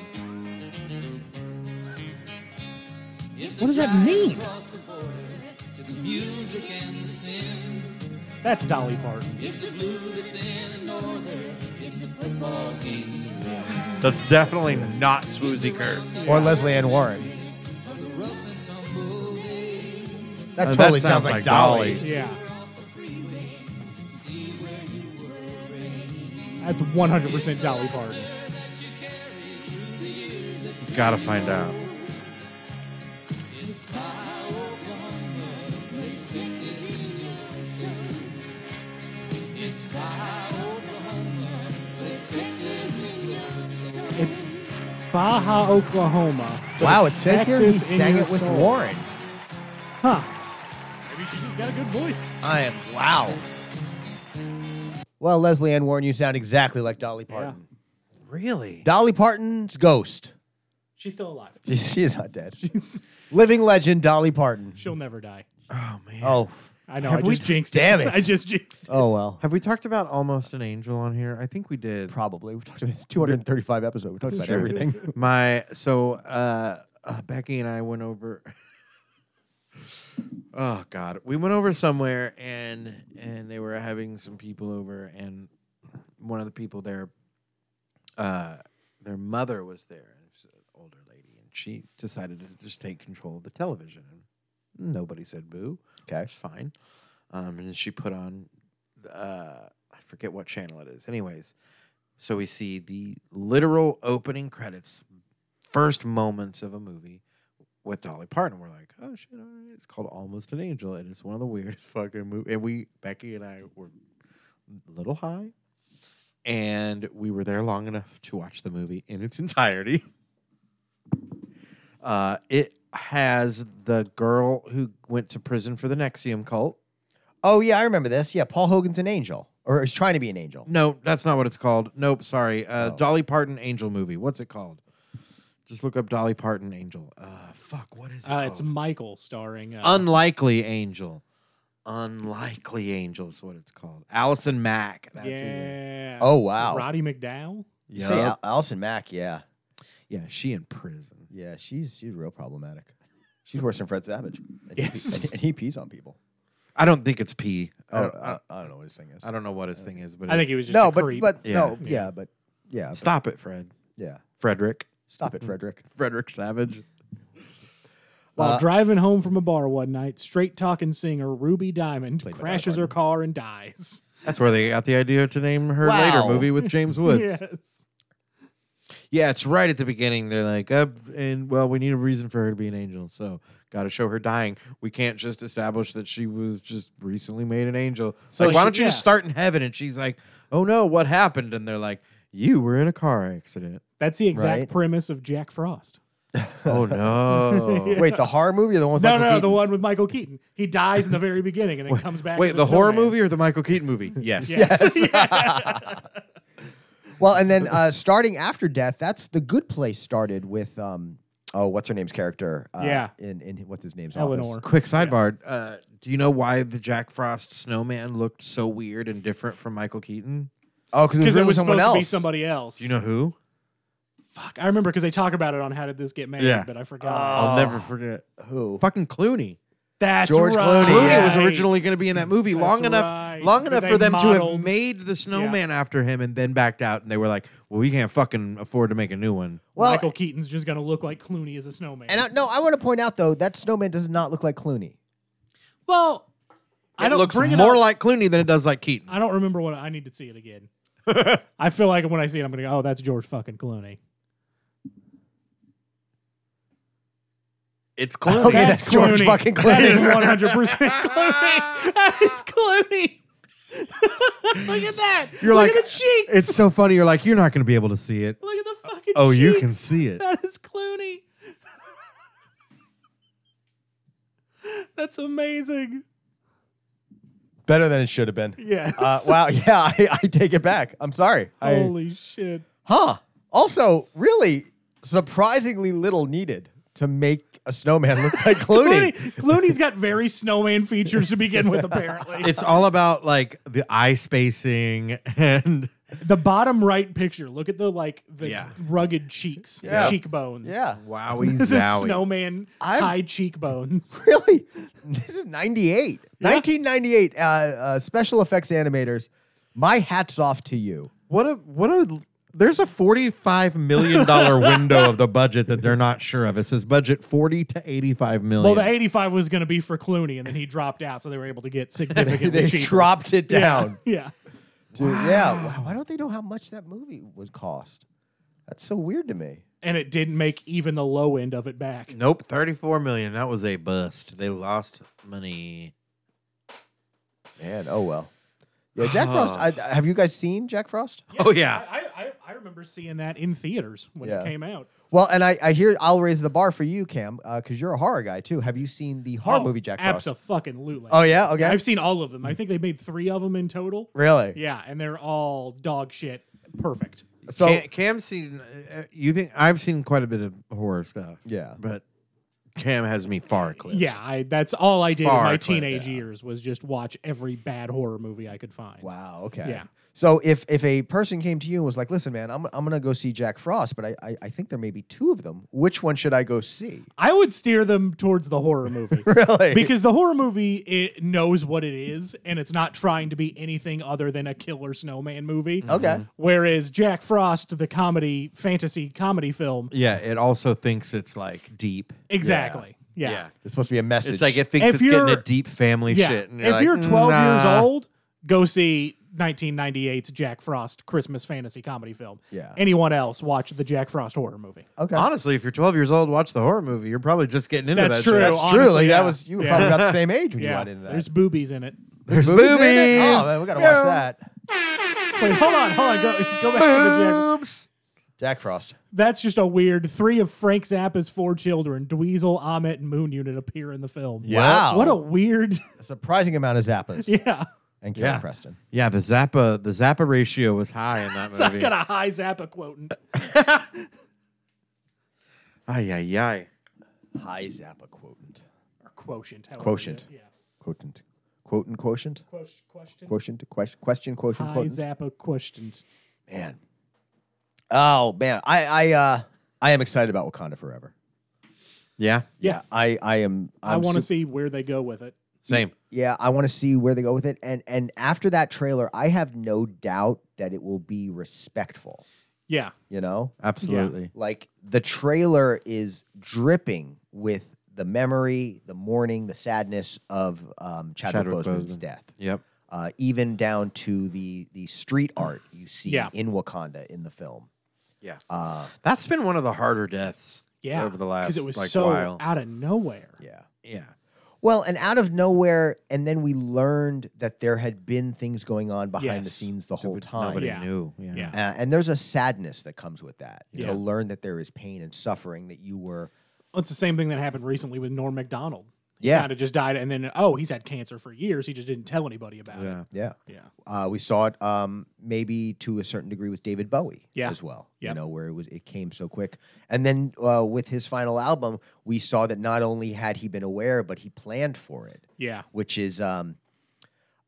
Speaker 5: It's
Speaker 3: What
Speaker 5: a
Speaker 3: does that
Speaker 5: drive
Speaker 3: mean?
Speaker 5: across the border to the music and the sin.
Speaker 3: That's Dolly Parton.
Speaker 5: It's the blues that's in the northern. It's the football games that win.
Speaker 1: That's definitely not Swoozy Kurtz.
Speaker 2: or Leslie Ann Warren.
Speaker 5: Of the rough and tumble days.
Speaker 2: Oh, That
Speaker 1: Uh, that
Speaker 2: totally
Speaker 1: sounds
Speaker 2: sounds, like
Speaker 1: like
Speaker 2: Dolly.
Speaker 1: Dolly.
Speaker 3: Yeah.
Speaker 5: Off the freeway, see where you were raised.
Speaker 3: That's 100% Dolly Parton.
Speaker 5: That you carry through the years that
Speaker 1: Gotta find out.
Speaker 5: it's by Oklahoma. It's Texas in your soul. It's by Oklahoma. It's Texas in your soul.
Speaker 3: It's Baja, Oklahoma. but
Speaker 2: Wow, it
Speaker 3: it's
Speaker 2: says
Speaker 3: Texas
Speaker 2: here he
Speaker 3: in
Speaker 2: sang
Speaker 3: your
Speaker 2: it with
Speaker 3: soul.
Speaker 2: Warren.
Speaker 3: Huh. Maybe she just got a good voice.
Speaker 2: I am wow. Well, Leslie Ann Warren, you sound exactly like Dolly Parton.
Speaker 1: Really?
Speaker 2: Dolly Parton's ghost. (laughs)
Speaker 3: She's still alive. (laughs)
Speaker 2: She's, she's not dead.
Speaker 3: She's,
Speaker 2: Living legend, Dolly Parton.
Speaker 3: she'll never die.
Speaker 1: Oh, man.
Speaker 2: Oh,
Speaker 3: I know.
Speaker 1: Have
Speaker 3: I
Speaker 1: we
Speaker 3: just
Speaker 1: t-
Speaker 3: jinxed
Speaker 2: damn it.
Speaker 3: (laughs) I just jinxed it.
Speaker 2: oh well.
Speaker 1: Have we talked about Almost an Angel on here? I think we did.
Speaker 2: Probably. We've talked about 235 episodes. We've talked about
Speaker 1: Sure.
Speaker 2: (laughs) everything.
Speaker 1: My so uh, uh, Becky and I went over. (laughs) oh God, we went over somewhere and and they were having some people over and one of the people there, uh, their mother was there. It was an older lady and she decided to just take control of the television. And nobody said boo.
Speaker 2: Okay.
Speaker 1: It's fine. Um, and then she put on, uh, I forget what channel it is. Anyways, so we see the literal opening credits, first moments of a movie with Dolly Parton. We're like, oh shit, all right. It's called Almost an Angel, and it's one of the weirdest (laughs) fucking movies. And we, Becky and I, were a little high, and we were there long enough to watch the movie in its (laughs) entirety. Uh, it has the girl who went to prison for the Nexium cult.
Speaker 2: Oh yeah, I remember this. Yeah, Paul Hogan's an angel, or is trying to be an angel.
Speaker 1: No, that's not what it's called. Nope, sorry.
Speaker 3: Oh.
Speaker 1: Uh, Dolly Parton Angel movie. What's it called? Just look up Dolly Parton Angel. Uh, fuck, what is it?
Speaker 2: Oh.
Speaker 3: Uh, it's
Speaker 1: called?
Speaker 3: Michael starring. Uh,
Speaker 1: Unlikely Angel. Unlikely Angel is what it's called. Allison Mack. That's who the-
Speaker 3: yeah.
Speaker 2: Oh wow.
Speaker 3: Roddy McDowell.
Speaker 2: You say Al- Allison Mack, yeah.
Speaker 1: yeah, she in prison.
Speaker 2: Yeah, she's she's real problematic. She's worse than Fred Savage. And he-
Speaker 3: Yes.
Speaker 2: and, and he pees on people.
Speaker 1: I don't think it's P. I
Speaker 2: I
Speaker 1: don't,
Speaker 2: don't,
Speaker 1: I,
Speaker 2: I don't know what his thing is.
Speaker 1: I don't know what his thing is, but
Speaker 3: I think he was just
Speaker 2: no,
Speaker 3: a
Speaker 2: but
Speaker 3: creep.
Speaker 2: but
Speaker 1: Yeah.
Speaker 2: no, yeah, but yeah, but-
Speaker 1: stop it, Fred.
Speaker 2: yeah.
Speaker 1: Frederick.
Speaker 2: Stop
Speaker 3: Mm-hmm.
Speaker 2: it,
Speaker 3: (laughs)
Speaker 2: Frederick.
Speaker 1: Frederick Savage.
Speaker 3: While
Speaker 2: uh,
Speaker 3: driving home from a bar one night, straight talking singer Ruby Diamond
Speaker 2: Played by
Speaker 3: crashes
Speaker 2: Dolly
Speaker 3: her car and
Speaker 2: (laughs)
Speaker 3: dies.
Speaker 1: That's where they got the idea to name her
Speaker 2: Wow.
Speaker 1: later movie with
Speaker 3: (laughs)
Speaker 1: James Woods. yeah.
Speaker 3: Yes.
Speaker 1: it's right at the beginning. They're like, uh, and well, we need a reason for her to be an angel, so got to show her dying. We can't just establish that she was just recently made an angel. So
Speaker 3: So
Speaker 1: like, why
Speaker 3: she-
Speaker 1: don't you just
Speaker 3: yeah.
Speaker 1: start in heaven? And she's like, oh no, what happened? And they're like, you were in a car
Speaker 3: (laughs)
Speaker 1: accident.
Speaker 3: That's the exact
Speaker 2: Right.
Speaker 3: premise of Jack Frost.
Speaker 1: Oh no.
Speaker 2: Wait, the horror movie or the one? With
Speaker 3: No,
Speaker 2: Michael
Speaker 3: no, the
Speaker 2: Keaton?
Speaker 3: one with Michael Keaton. He dies in the very beginning and then (laughs) comes back.
Speaker 1: Wait,
Speaker 3: as a
Speaker 1: the horror
Speaker 3: snowman.
Speaker 1: movie or the Michael Keaton
Speaker 3: (laughs)
Speaker 1: movie? Yes.
Speaker 3: Yes.
Speaker 2: Well, and then uh, starting after death, that's the good place started with um oh what's her name's character uh,
Speaker 3: Yeah.
Speaker 2: in in what's his name's
Speaker 3: Eleanor.
Speaker 2: office.
Speaker 1: Quick sidebar. Uh, do you know why the Jack Frost snowman looked so weird and different from Michael Keaton?
Speaker 2: Oh, because it was,
Speaker 3: Because it
Speaker 2: written with
Speaker 3: was
Speaker 2: someone
Speaker 3: supposed
Speaker 2: else.
Speaker 3: to be somebody else.
Speaker 1: Do you know who?
Speaker 3: Fuck, I remember because they talk about it on How Did This Get Made,
Speaker 1: Yeah.
Speaker 3: but I forgot.
Speaker 2: Uh,
Speaker 1: I'll never forget.
Speaker 2: Who?
Speaker 1: Fucking Clooney.
Speaker 3: That's
Speaker 2: George
Speaker 3: right.
Speaker 2: Clooney,
Speaker 1: Clooney
Speaker 2: yeah.
Speaker 1: was originally going to be in that movie long
Speaker 3: That's
Speaker 1: enough,
Speaker 3: right.
Speaker 1: long
Speaker 3: That
Speaker 1: enough
Speaker 3: they
Speaker 1: for them to have
Speaker 3: modeled-
Speaker 1: made the snowman after him, and then backed out, and they were like, "Well, we can't fucking afford to make a new one."
Speaker 2: Well,
Speaker 3: Michael Keaton's just going to look like Clooney as a snowman.
Speaker 2: and I, no, I want to point out though that snowman does not look like Clooney.
Speaker 3: well, I
Speaker 1: It
Speaker 3: don't
Speaker 1: looks
Speaker 3: bring it
Speaker 1: more
Speaker 3: up-
Speaker 1: like Clooney than it does like Keaton.
Speaker 3: I don't remember what I need to see
Speaker 2: (laughs)
Speaker 3: it again. I feel like when I see it, I'm going to go, "Oh, that's George fucking Clooney."
Speaker 1: It's Clooney.
Speaker 2: Okay, that's George
Speaker 3: Clooney.
Speaker 2: fucking
Speaker 3: That is
Speaker 2: Clooney.
Speaker 3: 100
Speaker 2: (laughs)
Speaker 3: percent Clooney. That is Clooney. (laughs) Look at that.
Speaker 1: You're
Speaker 3: Look
Speaker 1: like,
Speaker 3: at the cheeks.
Speaker 1: It's so funny. You're like, you're not going to be able to see it.
Speaker 3: Look at the fucking.
Speaker 1: Oh, you
Speaker 3: cheeks.
Speaker 1: can see it.
Speaker 3: That is Clooney. (laughs) That's amazing.
Speaker 2: Better than it should have been.
Speaker 3: Yes.
Speaker 2: Uh, wow. (laughs) Yeah, I, I take it back. I'm sorry. I,
Speaker 3: Holy shit.
Speaker 2: huh. Also, really surprisingly little needed to make a snowman look
Speaker 3: (laughs)
Speaker 2: like
Speaker 3: Clooney,
Speaker 2: Clooney.
Speaker 3: Clooney's got very snowman features to begin with,
Speaker 2: (laughs)
Speaker 3: apparently.
Speaker 1: It's all about like the eye spacing and
Speaker 3: the bottom right picture. Look at the like the
Speaker 1: Yeah.
Speaker 3: rugged cheeks, the
Speaker 2: Yeah.
Speaker 3: cheekbones.
Speaker 2: yeah.
Speaker 1: (laughs) wowie
Speaker 3: (laughs) The
Speaker 1: zowie.
Speaker 3: snowman
Speaker 2: I'm-
Speaker 3: high
Speaker 2: (laughs)
Speaker 3: cheekbones.
Speaker 2: Really? This is 98. 1998. Uh, uh, special effects animators. My hat's off to you.
Speaker 1: What a what a there's a forty-five million dollar window of the budget that they're not sure of. It says budget forty to eighty-five
Speaker 3: Well,
Speaker 1: million.
Speaker 3: the 85 was going to be for Clooney, and then he dropped out, so they were able to get significantly
Speaker 2: (laughs) They
Speaker 3: cheaper.
Speaker 2: dropped it
Speaker 3: (laughs) Yeah.
Speaker 2: down.
Speaker 3: Yeah.
Speaker 2: Dude, yeah. Wow, Why don't they know how much that movie would cost? That's so weird to me.
Speaker 3: And it didn't make even the low end of it back.
Speaker 1: nope, thirty-four million. That was a bust. They lost money.
Speaker 2: Man, oh well. Yeah, Jack Frost. I, I- have you guys seen Jack Frost?
Speaker 1: Oh yeah.
Speaker 3: I, I, I remember seeing that in theaters when
Speaker 2: Yeah.
Speaker 3: it came out.
Speaker 2: Well, and I, I hear I'll raise the bar for you, Cam, because you're a horror guy too. Have you seen the horror movie Jack Frost?
Speaker 3: fucking Oh, Absolutely.
Speaker 2: Oh yeah, okay.
Speaker 3: I've seen all of them. I think they made three of them in total.
Speaker 2: really?
Speaker 3: Yeah, and they're all dog shit perfect.
Speaker 2: So
Speaker 1: Cam, Cam's seen. Uh, you think I've seen quite a bit of horror stuff.
Speaker 2: Yeah.
Speaker 1: but Cam has me far eclipsed.
Speaker 3: Yeah, I that's all I did in
Speaker 1: Far
Speaker 3: my
Speaker 1: eclipse,
Speaker 3: teenage
Speaker 1: yeah.
Speaker 3: years was just watch every bad horror movie I could find.
Speaker 2: wow, okay.
Speaker 3: Yeah.
Speaker 2: So if if a person came to you and was like, "Listen, man, I'm I'm gonna go see Jack Frost, but I I, I think there may be two of them. Which one should I go see?"
Speaker 3: I would steer them towards the horror movie.
Speaker 2: Really?
Speaker 3: Because the horror movie it knows what it is and it's not trying to be anything other than a killer snowman movie.
Speaker 2: Okay.
Speaker 3: Whereas Jack Frost, the comedy fantasy comedy film,
Speaker 1: yeah. It also thinks it's like deep.
Speaker 3: exactly. Yeah.
Speaker 2: It's supposed to be a message.
Speaker 1: It's like it thinks
Speaker 3: If
Speaker 1: it's getting
Speaker 3: you're-
Speaker 1: a deep family
Speaker 3: Yeah.
Speaker 1: shit. And
Speaker 3: if
Speaker 1: like,
Speaker 3: you're 12 years
Speaker 1: "Nah."
Speaker 3: old, go see 1998's Jack Frost Christmas fantasy comedy film.
Speaker 2: Yeah.
Speaker 3: Anyone else, watch the Jack Frost horror movie.
Speaker 2: okay.
Speaker 1: Honestly, if you're 12 years old, watch the horror movie. You're probably just getting into
Speaker 3: That's
Speaker 1: that.
Speaker 3: true.
Speaker 1: shit.
Speaker 2: That's
Speaker 3: honestly,
Speaker 2: true. Like
Speaker 3: yeah.
Speaker 2: that was you were
Speaker 3: Yeah.
Speaker 2: probably about the
Speaker 3: (laughs)
Speaker 2: same age when you
Speaker 3: Yeah.
Speaker 2: got into that.
Speaker 3: There's boobies in it. (laughs)
Speaker 1: There's
Speaker 2: Boobies in it?
Speaker 1: boobies.
Speaker 2: Oh, man, we gotta watch that.
Speaker 3: Wait, hold on, hold on. Go, go back to the Jack.
Speaker 1: Boobs.
Speaker 2: Jack Frost.
Speaker 3: That's just a weird. Three of Frank Zappa's four children, Dweezil, Amit, and Moon Unit, appear in the film.
Speaker 2: Wow.
Speaker 3: What a weird. (laughs)
Speaker 2: A surprising amount of Zappas
Speaker 3: yeah.
Speaker 2: and Karen
Speaker 1: Yeah.
Speaker 2: Preston.
Speaker 1: Yeah, the Zappa the Zappa ratio was high in that
Speaker 3: (laughs) It's not
Speaker 1: movie.
Speaker 3: got a high Zappa quotient.
Speaker 1: Ay ay ay.
Speaker 2: High Zappa quotient.
Speaker 3: Or quotient. however
Speaker 2: Quotient.
Speaker 3: you- Yeah.
Speaker 2: Quotient. Quotient quotient?
Speaker 3: Quotient.
Speaker 2: Quotient question question quotient
Speaker 3: High
Speaker 2: quotient.
Speaker 3: Zappa quotient.
Speaker 2: Man. Oh man, I I uh I am excited about Wakanda Forever.
Speaker 1: Yeah,
Speaker 3: Yeah.
Speaker 2: I I am. I'm
Speaker 3: I want to
Speaker 2: sup-
Speaker 3: see where they go with it.
Speaker 1: same.
Speaker 2: Yeah, I want to see where they go with it, and and after that trailer, I have no doubt that it will be respectful.
Speaker 3: Yeah.
Speaker 2: You know,
Speaker 1: Absolutely.
Speaker 2: like the trailer is dripping with the memory, the mourning, the sadness of um, Chadwick,
Speaker 1: Chadwick
Speaker 2: Boseman's
Speaker 1: Boseman.
Speaker 2: death.
Speaker 1: Yep.
Speaker 2: uh, even down to the the street art you see
Speaker 3: Yeah.
Speaker 2: in Wakanda in the film.
Speaker 1: Yeah.
Speaker 2: Uh,
Speaker 1: That's been one of the harder deaths.
Speaker 3: Yeah.
Speaker 1: Over the last
Speaker 3: it was
Speaker 1: like
Speaker 3: so
Speaker 1: while.
Speaker 3: out of nowhere.
Speaker 2: yeah.
Speaker 1: yeah.
Speaker 2: Well, and out of nowhere, and then we learned that there had been things going on behind the
Speaker 3: Yes.
Speaker 2: scenes the whole
Speaker 1: But
Speaker 2: time.
Speaker 1: Nobody
Speaker 3: Yeah.
Speaker 1: knew. Yeah.
Speaker 3: Yeah.
Speaker 2: Uh, and there's a sadness that comes with that
Speaker 3: Yeah.
Speaker 2: to learn that there is pain and suffering that you were.
Speaker 3: Well, it's the same thing that happened recently with Norm Macdonald.
Speaker 2: Yeah.
Speaker 3: Kind of just died, and then oh, he's had cancer for years. He just didn't tell anybody about
Speaker 1: Yeah.
Speaker 3: it.
Speaker 2: Yeah.
Speaker 3: Yeah.
Speaker 2: Uh, we saw it um, maybe to a certain degree with David Bowie
Speaker 3: Yeah.
Speaker 2: as well. You
Speaker 3: Yep.
Speaker 2: know, where it was it came so quick. And then uh, with his final album, we saw that not only had he been aware, but he planned for it,
Speaker 3: Yeah.
Speaker 2: which is um,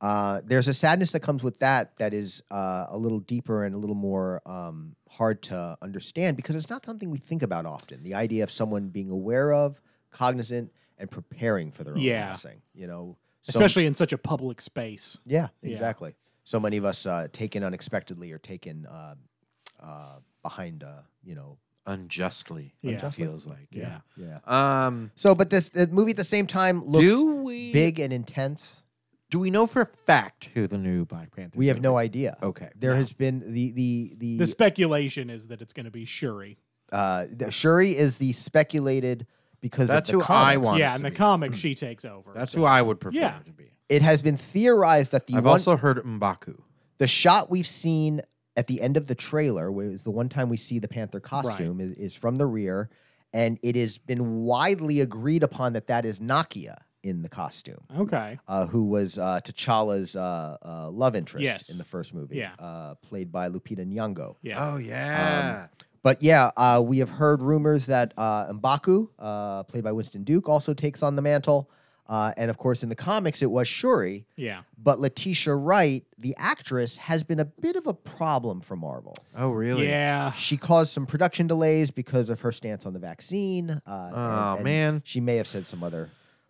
Speaker 2: uh, there's a sadness that comes with that that is uh, a little deeper and a little more um, hard to understand because it's not something we think about often. The idea of someone being aware of, cognizant, and preparing for their own
Speaker 3: Yeah.
Speaker 2: passing. You know, So-
Speaker 3: Especially in such a public space.
Speaker 2: yeah,
Speaker 3: Yeah.
Speaker 2: exactly. So many of us uh, taken unexpectedly or taken uh, uh, behind, uh, you know.
Speaker 1: Unjustly.
Speaker 3: Yeah.
Speaker 1: It feels like. Yeah.
Speaker 3: Yeah.
Speaker 2: Yeah.
Speaker 1: Um.
Speaker 2: So, but this the movie at the same time looks
Speaker 1: do we
Speaker 2: big and intense.
Speaker 1: Do we know for a fact who the new Black Panther?
Speaker 2: We have no
Speaker 1: idea.
Speaker 2: idea.
Speaker 1: Okay.
Speaker 2: There has been the the the,
Speaker 3: The speculation is that it's going to be Shuri.
Speaker 2: uh, the Shuri is the speculated because of
Speaker 1: That's
Speaker 2: the
Speaker 1: who I
Speaker 2: comics.
Speaker 1: want. it
Speaker 3: yeah,
Speaker 1: to
Speaker 3: in the
Speaker 1: be.
Speaker 3: comic, she takes over.
Speaker 1: That's
Speaker 3: So-
Speaker 1: who I would prefer
Speaker 3: Yeah.
Speaker 1: to be.
Speaker 2: It has been theorized that the
Speaker 1: I've
Speaker 2: one,
Speaker 1: also heard Mbaku.
Speaker 2: the shot we've seen at the end of the trailer where is the one time we see the panther costume is, is from the rear and it has been widely agreed upon that that is nakia in the costume
Speaker 3: Okay.
Speaker 2: uh, who was uh, t'challa's uh, uh, love interest
Speaker 3: Yes.
Speaker 2: in the first movie
Speaker 3: Yeah.
Speaker 2: uh, played by lupita nyong'o
Speaker 3: Yeah.
Speaker 1: Um, yeah.
Speaker 2: but Oh, yeah uh, we have heard rumors that uh, mbaku uh, played by winston duke also takes on the mantle uh, and of course in the comics it was shuri
Speaker 3: Yeah.
Speaker 2: but Letitia Wright, the actress, has been a bit of a problem for Marvel.
Speaker 1: oh really?
Speaker 3: Yeah.
Speaker 2: She caused some production delays because of her stance on the vaccine. Uh,
Speaker 1: Oh, man.
Speaker 2: she may have said some other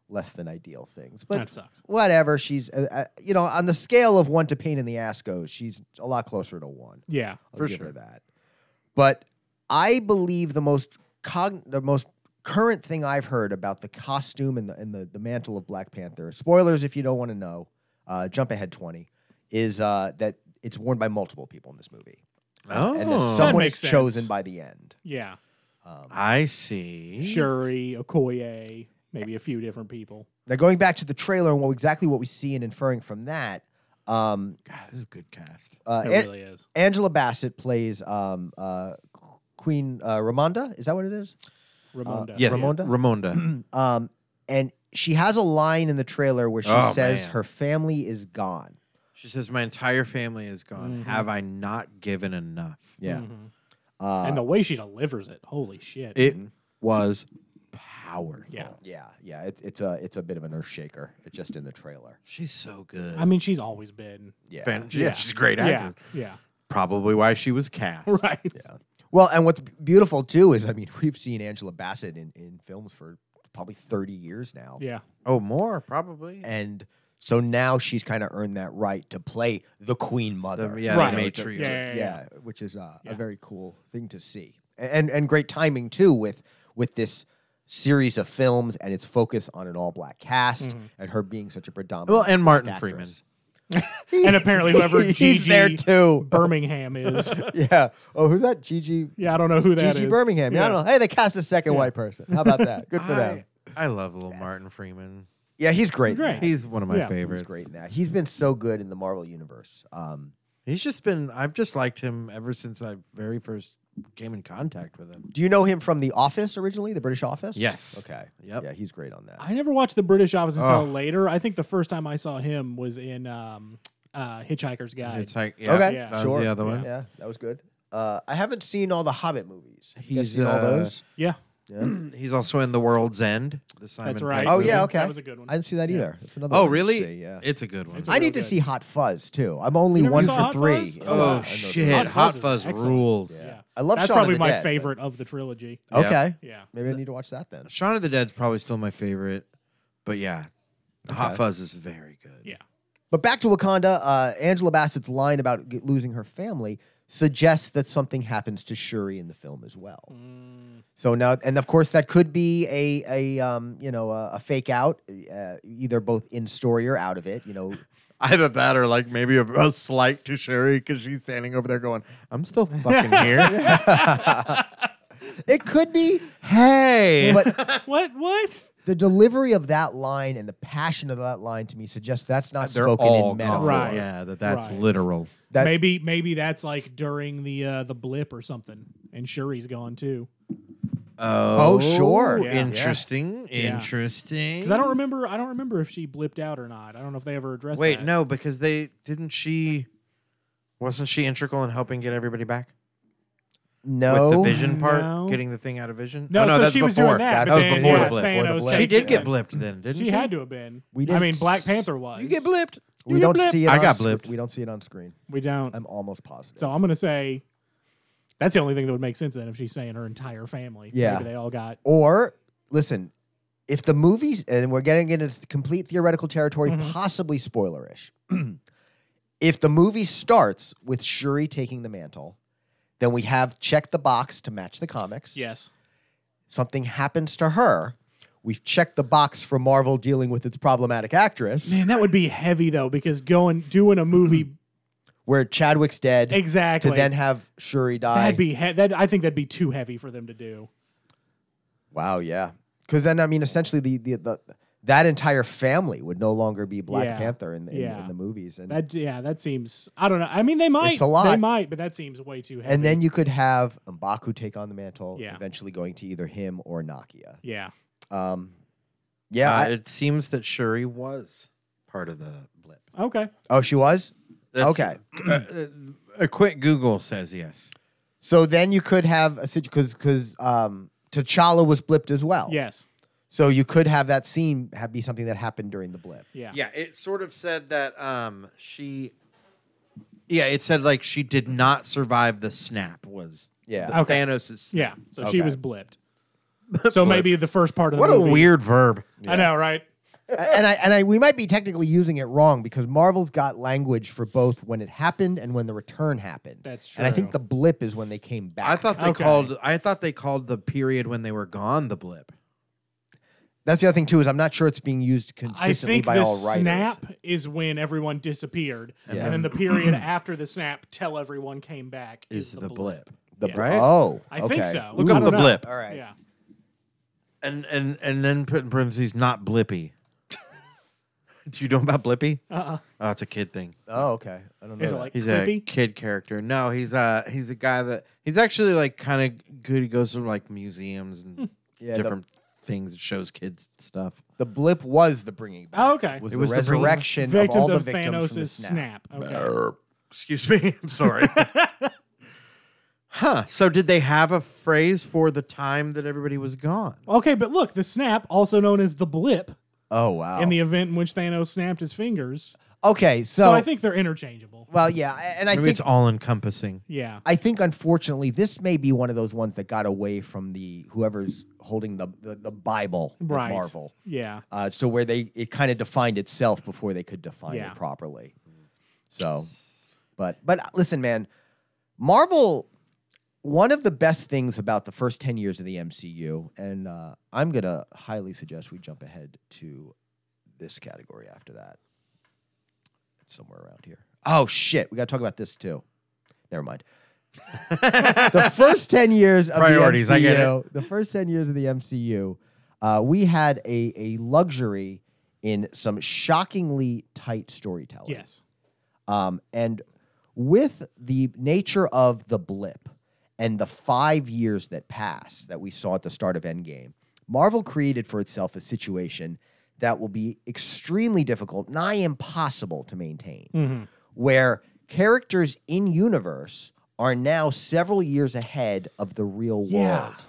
Speaker 2: less than ideal things, but
Speaker 3: That sucks.
Speaker 2: whatever. She's uh, uh, you know on the scale of one to pain in the ass goes, she's a lot closer to one.
Speaker 3: Yeah.
Speaker 2: I'll
Speaker 1: For
Speaker 2: give her
Speaker 1: sure.
Speaker 2: that. But I believe the most cogn- the most current thing I've heard about the costume and the and the, the mantle of Black Panther. Spoilers if you don't want to know. Uh, jump ahead twenty is uh, that it's worn by multiple people in this movie,
Speaker 1: Oh,
Speaker 2: and that someone is
Speaker 3: makes sense.
Speaker 2: chosen by the end.
Speaker 3: Yeah.
Speaker 1: I see.
Speaker 3: Shuri, Okoye, maybe a few different people.
Speaker 2: Now going back to the trailer and what exactly what we see and inferring from that. Um,
Speaker 1: God, this is a good cast.
Speaker 2: uh,
Speaker 3: It
Speaker 2: An-
Speaker 3: really is.
Speaker 2: Angela Bassett plays um, uh, Qu- Queen uh, Ramonda. Is that what it is? Uh,
Speaker 3: Ramonda.
Speaker 1: Yeah.
Speaker 2: Ramonda? (clears throat)
Speaker 1: Ramonda.
Speaker 2: Um, and she has a line in the trailer where she
Speaker 1: Oh,
Speaker 2: says
Speaker 1: man.
Speaker 2: her family is gone.
Speaker 1: she says, "My entire family is gone.
Speaker 3: Mhm.
Speaker 1: Have I not given enough?"
Speaker 2: Yeah.
Speaker 3: Mhm.
Speaker 2: Uh,
Speaker 3: and the way she delivers it, holy shit.
Speaker 1: It
Speaker 2: Mm-hmm.
Speaker 1: was powerful.
Speaker 3: yeah.
Speaker 2: yeah, yeah. It's it's a it's a bit of an earth shaker. It's just in the trailer.
Speaker 1: She's so good.
Speaker 3: I mean, she's always been.
Speaker 2: Yeah.
Speaker 1: Fan- yeah, she's a great
Speaker 3: Yeah.
Speaker 1: actress.
Speaker 3: Yeah.
Speaker 2: (laughs)
Speaker 1: Probably why she was cast.
Speaker 3: (laughs) Right.
Speaker 2: Well, and what's beautiful too is I mean (laughs) we've seen Angela Bassett in, in films for probably thirty years now.
Speaker 3: Yeah.
Speaker 1: Oh, more probably.
Speaker 2: And so now she's kind of earned that right to play the queen mother.
Speaker 1: The- yeah,
Speaker 3: Right.
Speaker 1: the
Speaker 3: Yeah,
Speaker 1: matriarch.
Speaker 3: yeah, yeah.
Speaker 2: yeah, which is uh,
Speaker 3: Yeah.
Speaker 2: a very cool thing to see, and and great timing too with with this series of films and its focus on an all black cast and her being such a predominant
Speaker 1: Well, and Martin
Speaker 2: black (laughs)
Speaker 1: Freeman.
Speaker 2: actress.
Speaker 3: And apparently
Speaker 2: (laughs)
Speaker 3: whoever
Speaker 2: he's
Speaker 3: Gigi
Speaker 2: there (laughs) too.
Speaker 3: Birmingham is.
Speaker 2: Oh, yeah. Oh, who's that? Gigi.
Speaker 3: Yeah, I don't know who that is.
Speaker 2: Gigi Birmingham. Yeah. I don't know. Hey, they cast a second white person. How about that? Good for them.
Speaker 1: I, I love little Martin Freeman.
Speaker 2: Yeah, he's great. in
Speaker 3: Great.
Speaker 2: that.
Speaker 1: He's one of my
Speaker 3: Yeah. He's
Speaker 1: favorites.
Speaker 2: He's great in that. He's been so good in the Marvel universe. Um,
Speaker 1: He's just been. I've just liked him ever since I very first came in contact with him.
Speaker 2: do you know him from The Office originally, the British Office?
Speaker 1: Yes.
Speaker 2: Okay.
Speaker 1: Yep.
Speaker 2: Yeah, he's great on that.
Speaker 3: I never watched the British Office until
Speaker 1: Oh.
Speaker 3: later. I think the first time I saw him was in um, uh, Hitchhiker's Guide.
Speaker 1: It's like yeah,
Speaker 2: okay,
Speaker 1: that was
Speaker 2: sure.
Speaker 1: the other one.
Speaker 2: Yeah, that was good. Uh, I haven't seen all the Hobbit movies. You guys
Speaker 1: He's,
Speaker 2: seen all
Speaker 1: uh,
Speaker 2: those.
Speaker 3: yeah,
Speaker 1: (clears throat) He's also in The World's End. The Simon
Speaker 3: That's right.
Speaker 1: Pegg
Speaker 2: Oh
Speaker 1: movie.
Speaker 2: yeah,
Speaker 3: That
Speaker 2: okay.
Speaker 3: was a good one.
Speaker 2: I didn't see that either. That's another.
Speaker 1: Oh
Speaker 2: one to
Speaker 1: really?
Speaker 2: see, yeah.
Speaker 1: It's a good one.
Speaker 3: It's a
Speaker 2: I need
Speaker 3: really
Speaker 2: to
Speaker 3: good.
Speaker 2: see Hot Fuzz too. I'm only
Speaker 3: You never
Speaker 2: one
Speaker 3: saw
Speaker 2: for
Speaker 3: Hot
Speaker 2: three.
Speaker 3: Fuzz?
Speaker 2: in the-
Speaker 1: oh
Speaker 2: in those
Speaker 1: shit!
Speaker 2: movies.
Speaker 1: Hot
Speaker 3: Hot Fuzz
Speaker 1: Fuzz
Speaker 3: is excellent.
Speaker 1: rules.
Speaker 3: Yeah.
Speaker 2: I love
Speaker 3: That's
Speaker 2: Shaun of
Speaker 3: probably
Speaker 2: the
Speaker 3: my
Speaker 2: Dead, but- Oh.
Speaker 3: favorite of the trilogy.
Speaker 2: Okay.
Speaker 3: Yeah.
Speaker 2: Maybe I need to watch that then.
Speaker 1: Shaun of the Dead's probably still my favorite, but yeah, Hot Fuzz is very good.
Speaker 3: Yeah.
Speaker 2: But back to Wakanda, uh, Angela Bassett's line about g- losing her family suggests that something happens to Shuri in the film as well.
Speaker 3: Mm.
Speaker 2: So now, and of course, that could be a a um, you know a, a fake out, uh, either both in story or out of it. You know,
Speaker 1: Either that or like maybe a, a slight to Sherry because she's standing over there going, I'm (laughs) still fucking here.
Speaker 2: it could be,
Speaker 1: (laughs) hey.
Speaker 2: but
Speaker 3: What? What?
Speaker 2: the delivery of that line and the passion of that line to me suggests that's not
Speaker 1: They're
Speaker 2: spoken
Speaker 1: all
Speaker 2: in
Speaker 1: gone.
Speaker 2: metaphor.
Speaker 3: Right.
Speaker 1: Yeah, that, that's
Speaker 3: Right.
Speaker 1: literal.
Speaker 2: That-
Speaker 3: maybe maybe that's like during the uh, the blip or something, and Shuri's gone too.
Speaker 2: Oh, sure.
Speaker 3: Yeah.
Speaker 1: Interesting.
Speaker 3: Yeah.
Speaker 1: Interesting.
Speaker 3: Because I don't remember I don't remember if she blipped out or not. I don't know if they ever addressed.
Speaker 1: Wait,
Speaker 3: that.
Speaker 1: no, because they didn't she wasn't she integral in helping get everybody back?
Speaker 2: No,
Speaker 1: With the vision part,
Speaker 3: No.
Speaker 1: getting the thing out of vision?
Speaker 3: No,
Speaker 1: oh, no
Speaker 3: so
Speaker 1: that's
Speaker 3: she was
Speaker 1: before.
Speaker 3: doing that,
Speaker 1: that
Speaker 2: but
Speaker 1: was
Speaker 2: then,
Speaker 1: before
Speaker 2: yeah,
Speaker 1: the blip.
Speaker 2: Thanos
Speaker 1: Before the blip.
Speaker 2: takes
Speaker 1: She did
Speaker 2: it.
Speaker 1: get blipped then, didn't she?
Speaker 3: she, had to have been.
Speaker 2: We
Speaker 3: I
Speaker 2: didn't
Speaker 3: mean, Black
Speaker 2: s-
Speaker 3: Panther was.
Speaker 1: You get blipped.
Speaker 2: we don't see it.
Speaker 1: I
Speaker 2: on
Speaker 1: got
Speaker 2: sc-
Speaker 1: blipped.
Speaker 2: We don't see it on screen.
Speaker 3: We don't.
Speaker 2: I'm almost positive.
Speaker 3: so I'm gonna say that's the only thing that would make sense then if she's saying her entire family.
Speaker 2: Yeah.
Speaker 3: maybe they all got.
Speaker 2: Or listen, if the movies and we're getting into th- complete theoretical territory,
Speaker 1: Mm-hmm.
Speaker 2: possibly spoilerish. (clears throat) if the movie starts with Shuri taking the mantle, then we have checked the box to match the comics.
Speaker 3: Yes.
Speaker 2: Something happens to her. We've checked the box for Marvel dealing with its problematic actress,
Speaker 3: Man, that would be heavy though, because going doing
Speaker 2: (clears throat)
Speaker 3: a movie
Speaker 2: where Chadwick's dead.
Speaker 3: exactly
Speaker 2: To then have Shuri die.
Speaker 3: that'd be he- that I think that'd be too heavy for them to do.
Speaker 2: Wow, yeah. Because then, I mean, essentially, the, the the that entire family would no longer be Black
Speaker 3: Yeah.
Speaker 2: Panther in, the- in,
Speaker 3: Yeah.
Speaker 2: in the movies, and
Speaker 3: That yeah, that seems I don't know. I mean, they might.
Speaker 2: a lot.
Speaker 3: They might, but that seems way too heavy.
Speaker 2: and then you could have Mbaku take on the mantle,
Speaker 3: Yeah.
Speaker 2: eventually going to either him or Nakia.
Speaker 3: yeah,
Speaker 2: Um, yeah.
Speaker 1: Uh,
Speaker 2: I-
Speaker 1: it seems that Shuri was part of the blip.
Speaker 3: okay.
Speaker 2: oh, she was.
Speaker 1: That's-
Speaker 2: Okay.
Speaker 1: A quick Google says yes.
Speaker 2: So then you could have a situation because because um, T'Challa was blipped as well.
Speaker 3: Yes.
Speaker 2: So you could have that scene have be something that happened during the blip.
Speaker 3: Yeah.
Speaker 1: Yeah, it sort of said that um she Yeah, it said like she did not survive the snap was
Speaker 2: Yeah.
Speaker 1: the
Speaker 3: Okay.
Speaker 1: Thanos'
Speaker 3: Yeah. So
Speaker 2: Okay.
Speaker 3: she
Speaker 2: (laughs)
Speaker 3: was blipped. So maybe the first part of the
Speaker 1: What a
Speaker 3: movie-
Speaker 1: weird verb.
Speaker 3: I know, right?
Speaker 2: A- and I and I we might be technically using it wrong because Marvel's got language for both when it happened and when the return happened.
Speaker 3: That's
Speaker 2: And I think the
Speaker 3: true.
Speaker 2: blip is when they came back.
Speaker 1: I thought they
Speaker 3: Okay.
Speaker 1: called I thought they called the period when they were gone the blip.
Speaker 2: that's the other thing too is I'm not sure it's being used
Speaker 3: I
Speaker 2: consistently
Speaker 3: think
Speaker 2: by
Speaker 3: the
Speaker 2: all writers.
Speaker 3: snap is when everyone disappeared,
Speaker 2: Yeah.
Speaker 3: and then the
Speaker 2: (clears throat)
Speaker 3: period after the snap, till everyone came back,
Speaker 1: Is the blip.
Speaker 2: the
Speaker 3: Yeah.
Speaker 2: bl-
Speaker 1: Right?
Speaker 2: Oh,
Speaker 3: I
Speaker 2: okay.
Speaker 3: think so.
Speaker 1: Look
Speaker 3: I
Speaker 1: up
Speaker 3: don't
Speaker 1: the
Speaker 3: know.
Speaker 1: blip.
Speaker 2: All right.
Speaker 3: Yeah.
Speaker 1: And and and then put in parentheses not blippy. (laughs) Do you know about blippy? Uh-uh. Oh, it's a kid thing.
Speaker 2: Oh, okay. I don't know.
Speaker 3: Is it
Speaker 2: that.
Speaker 3: like
Speaker 1: He's a
Speaker 3: creepy?
Speaker 1: kid character. No, he's a he's a guy that he's actually like kind of good. He goes to like museums and
Speaker 2: Yeah, the-
Speaker 1: different things and shows kids stuff.
Speaker 2: the blip was the bringing back?
Speaker 3: Oh, okay.
Speaker 2: Was
Speaker 1: It
Speaker 2: the
Speaker 1: was the bringing-
Speaker 2: resurrection of
Speaker 3: victims
Speaker 2: all the
Speaker 3: of
Speaker 2: victims from the
Speaker 3: Thanos'
Speaker 2: snap.
Speaker 3: snap. Okay.
Speaker 1: Excuse me. (laughs) I'm sorry. huh. So did they have a phrase for the time that everybody was gone?
Speaker 3: okay, but look, the snap, also known as the blip,
Speaker 2: Oh wow.
Speaker 3: in the event in which Thanos snapped his fingers.
Speaker 2: okay, so,
Speaker 3: So, I think they're interchangeable.
Speaker 2: well, yeah, a- and I
Speaker 1: Maybe
Speaker 2: think
Speaker 1: it's all encompassing.
Speaker 3: Yeah.
Speaker 2: I think unfortunately this may be one of those ones that got away from the whoever's holding the the, the Bible at
Speaker 3: Right.
Speaker 2: Marvel.
Speaker 3: Yeah.
Speaker 2: uh, so where they it kind of defined itself before they could define
Speaker 3: Yeah.
Speaker 2: it properly. So, but but uh, listen, man, Marvel. One of the best things about the first ten years of the MCU, and uh, I'm gonna highly suggest we jump ahead to this category after that. It's somewhere around here. Oh shit, we gotta talk about this too. Never mind. (laughs) the first ten years of
Speaker 1: Priorities,
Speaker 2: the MCU,
Speaker 1: I get it.
Speaker 2: the first 10 years of the MCU, uh, we had a, a luxury in some shockingly tight storytelling.
Speaker 3: Yes.
Speaker 2: Um, and with the nature of the blip and the five years that passed that we saw at the start of Endgame, Marvel created for itself a situation that will be extremely difficult, nigh impossible to maintain,
Speaker 3: Mm-hmm.
Speaker 2: where characters in universe are now several years ahead of the real
Speaker 3: Yeah.
Speaker 2: world.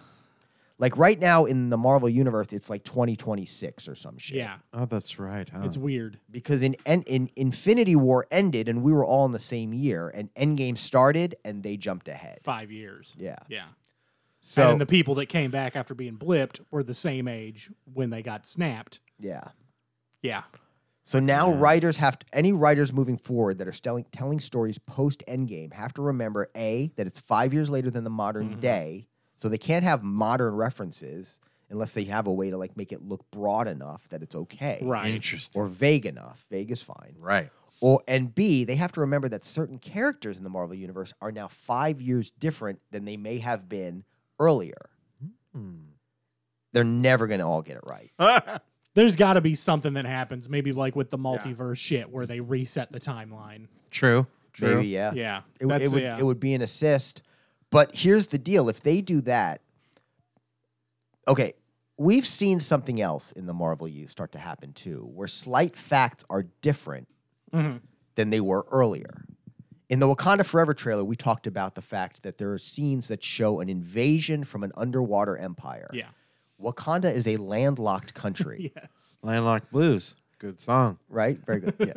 Speaker 2: Like right now in the Marvel universe, it's like 2026 or some shit.
Speaker 3: Yeah,
Speaker 1: Oh, that's right. Huh?
Speaker 3: it's weird.
Speaker 2: Because in, in in Infinity War ended and we were all in the same year, and Endgame started and they jumped ahead.
Speaker 3: Five years.
Speaker 2: Yeah.
Speaker 3: Yeah.
Speaker 2: So
Speaker 3: and then the people that came back after being blipped were the same age when they got snapped.
Speaker 2: yeah.
Speaker 3: Yeah.
Speaker 2: So now writers have to, any writers moving forward that are telling telling stories post Endgame have to remember a that it's five years later than the modern day, so they can't have modern references unless they have a way to like make it look broad enough that it's okay,
Speaker 3: Right.
Speaker 1: interesting.
Speaker 2: Or vague enough. Vague is fine.
Speaker 1: right.
Speaker 2: Or and B, they have to remember that certain characters in the Marvel universe are now five years different than they may have been earlier. They're never going to all get it right.
Speaker 3: There's got to be something that happens, maybe like with the multiverse shit where they reset the timeline.
Speaker 1: True. True.
Speaker 2: Maybe, yeah.
Speaker 3: Yeah.
Speaker 2: It, w- it
Speaker 3: That's-
Speaker 2: would
Speaker 3: yeah.
Speaker 2: it would be an assist. But here's the deal: if they do that, okay, we've seen something else in the Marvel U start to happen too, where slight facts are different
Speaker 3: Mm-hmm.
Speaker 2: than they were earlier. In the Wakanda Forever trailer, we talked about the fact that there are scenes that show an invasion from an underwater empire.
Speaker 3: Yeah. (laughs)
Speaker 2: Wakanda is a landlocked country,
Speaker 3: Yes.
Speaker 1: Landlocked Blues. Good song. Uh,
Speaker 2: right? Very good. Yeah.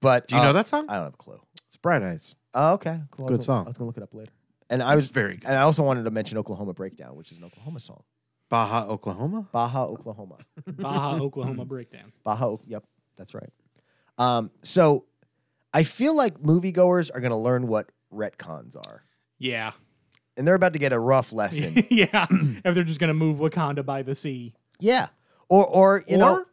Speaker 2: But uh,
Speaker 1: Do you know that song?
Speaker 2: I don't have a clue.
Speaker 1: It's Bright Eyes.
Speaker 2: Oh, okay, cool. I was
Speaker 1: Good
Speaker 2: gonna-
Speaker 1: song.
Speaker 2: I was gonna look it up later. And I was
Speaker 1: very good.
Speaker 2: And I also wanted to mention Oklahoma Breakdown, which is an Oklahoma song.
Speaker 1: Baja, Oklahoma. (laughs)
Speaker 2: Baja, Oklahoma. (laughs)
Speaker 3: Baja Oklahoma breakdown.
Speaker 2: Baja. O- Yep, that's right. Um, so I feel like moviegoers are gonna learn what retcons are,
Speaker 3: Yeah.
Speaker 2: and they're about to get a
Speaker 1: (laughs)
Speaker 2: rough lesson.
Speaker 3: (laughs) yeah. if they're just going to move Wakanda by the sea.
Speaker 2: yeah. Or, or you
Speaker 3: or
Speaker 2: know,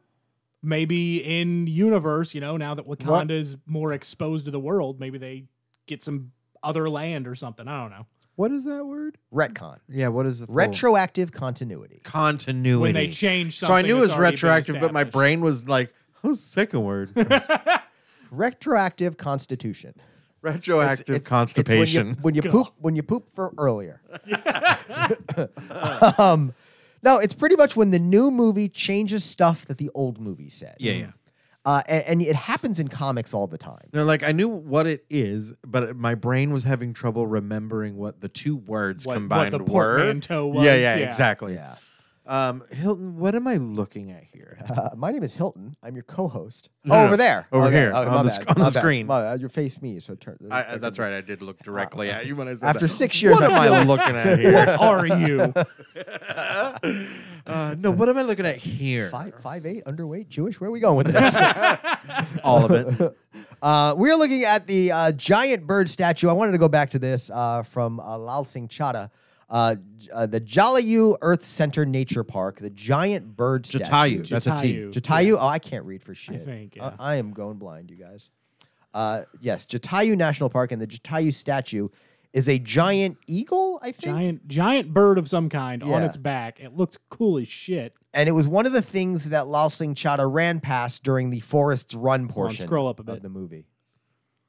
Speaker 3: maybe in universe, you know, now that Wakanda is more exposed to the world, maybe they get some other land or something. I don't know.
Speaker 1: What is that word?
Speaker 2: retcon,
Speaker 1: Yeah. What is the full-
Speaker 2: retroactive continuity.
Speaker 1: continuity?
Speaker 3: When they change
Speaker 1: So I
Speaker 3: something
Speaker 1: knew it
Speaker 3: that's
Speaker 1: was
Speaker 3: already been
Speaker 1: retroactive, but my
Speaker 3: established.
Speaker 1: brain was like, "Who's the second (laughs) word?"
Speaker 2: Retroactive constitution.
Speaker 1: retroactive
Speaker 2: It's- it's
Speaker 1: constipation. (laughs)
Speaker 2: when you, when you poop when you poop for earlier. (laughs) um, no, it's pretty much when the new movie changes stuff that the old movie said.
Speaker 1: yeah, yeah.
Speaker 2: Uh, and, and it happens in comics all the time.
Speaker 1: No, like I knew what it is, but my brain was having trouble remembering what the two words
Speaker 3: What- what
Speaker 1: combined
Speaker 3: the
Speaker 1: were.
Speaker 3: portmanteau was,
Speaker 1: Yeah, Oh, yeah,
Speaker 3: yeah.
Speaker 1: exactly.
Speaker 2: Yeah.
Speaker 1: Um, Hilton, what am I looking at here?
Speaker 2: Uh, my name is Hilton. I'm your co-host.
Speaker 1: No,
Speaker 2: oh,
Speaker 1: no,
Speaker 2: over there.
Speaker 1: over
Speaker 2: Okay,
Speaker 1: here,
Speaker 2: okay,
Speaker 1: on
Speaker 2: my
Speaker 1: the
Speaker 2: bad,
Speaker 1: sc- on the
Speaker 2: my bad,
Speaker 1: screen.
Speaker 2: my bad, Your face me. So turn.
Speaker 1: I, Uh, I- that's right. I did look directly at you when I said
Speaker 2: After
Speaker 1: that.
Speaker 2: six years,
Speaker 1: What am
Speaker 2: I feel
Speaker 1: I
Speaker 2: like-
Speaker 1: looking (laughs) at here?
Speaker 3: Are
Speaker 2: (laughs)
Speaker 3: you?
Speaker 1: Uh, no, what am I looking at here?
Speaker 2: Five, five, eight, underweight, Jewish. Where are we going
Speaker 1: (laughs)
Speaker 2: with this?
Speaker 1: All of (laughs) it.
Speaker 2: Uh, we're looking at the uh, giant bird statue. I wanted to go back to this uh, from uh, Lal Singh Chada. Uh, j- uh, the Jalayu Earth Center Nature Park, the giant bird statue.
Speaker 1: Jatayu. That's a T.
Speaker 3: Jatayu.
Speaker 2: Jatayu? Oh, I can't read for shit.
Speaker 3: think,
Speaker 2: I-
Speaker 3: yeah.
Speaker 2: I, am going blind, you guys. Uh, yes, Jatayu National Park, and the Jatayu statue is a giant eagle, I think.
Speaker 3: Giant giant bird of some kind on
Speaker 2: Yeah.
Speaker 3: its back. It looked cool as shit.
Speaker 2: And it was one of the things that Lal Singh Chada ran past during the Forest's Run portion
Speaker 3: scroll up a bit.
Speaker 2: of the movie.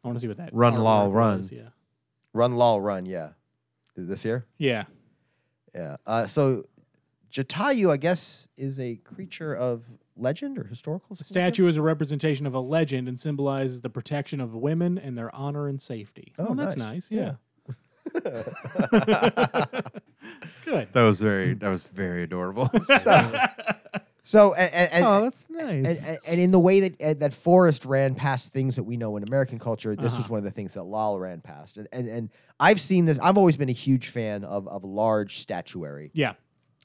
Speaker 3: I want to see what that
Speaker 1: Run,
Speaker 3: artwork
Speaker 1: lol, run.
Speaker 3: was, Yeah.
Speaker 2: Run, Lal, Run, yeah. Is this here?
Speaker 3: Yeah.
Speaker 2: Yeah. Uh, so Jatayu, I guess, is a creature of legend or historical
Speaker 3: The statue is a representation of a legend and symbolizes the protection of women and their honor and safety.
Speaker 2: Oh,
Speaker 3: that's
Speaker 2: nice.
Speaker 3: nice. Yeah. (laughs) Good.
Speaker 1: That was very. That was very (laughs) adorable.
Speaker 2: So, and, and,
Speaker 3: Oh,
Speaker 2: and,
Speaker 1: oh, that's
Speaker 2: and,
Speaker 1: nice.
Speaker 2: and- and in the way that uh, that Forrest ran past things that we know in American culture, this
Speaker 1: Uh-huh.
Speaker 2: was one of the things that Lal ran past. And, and and I've seen this. I've always been a huge fan of of large statuary.
Speaker 3: Yeah.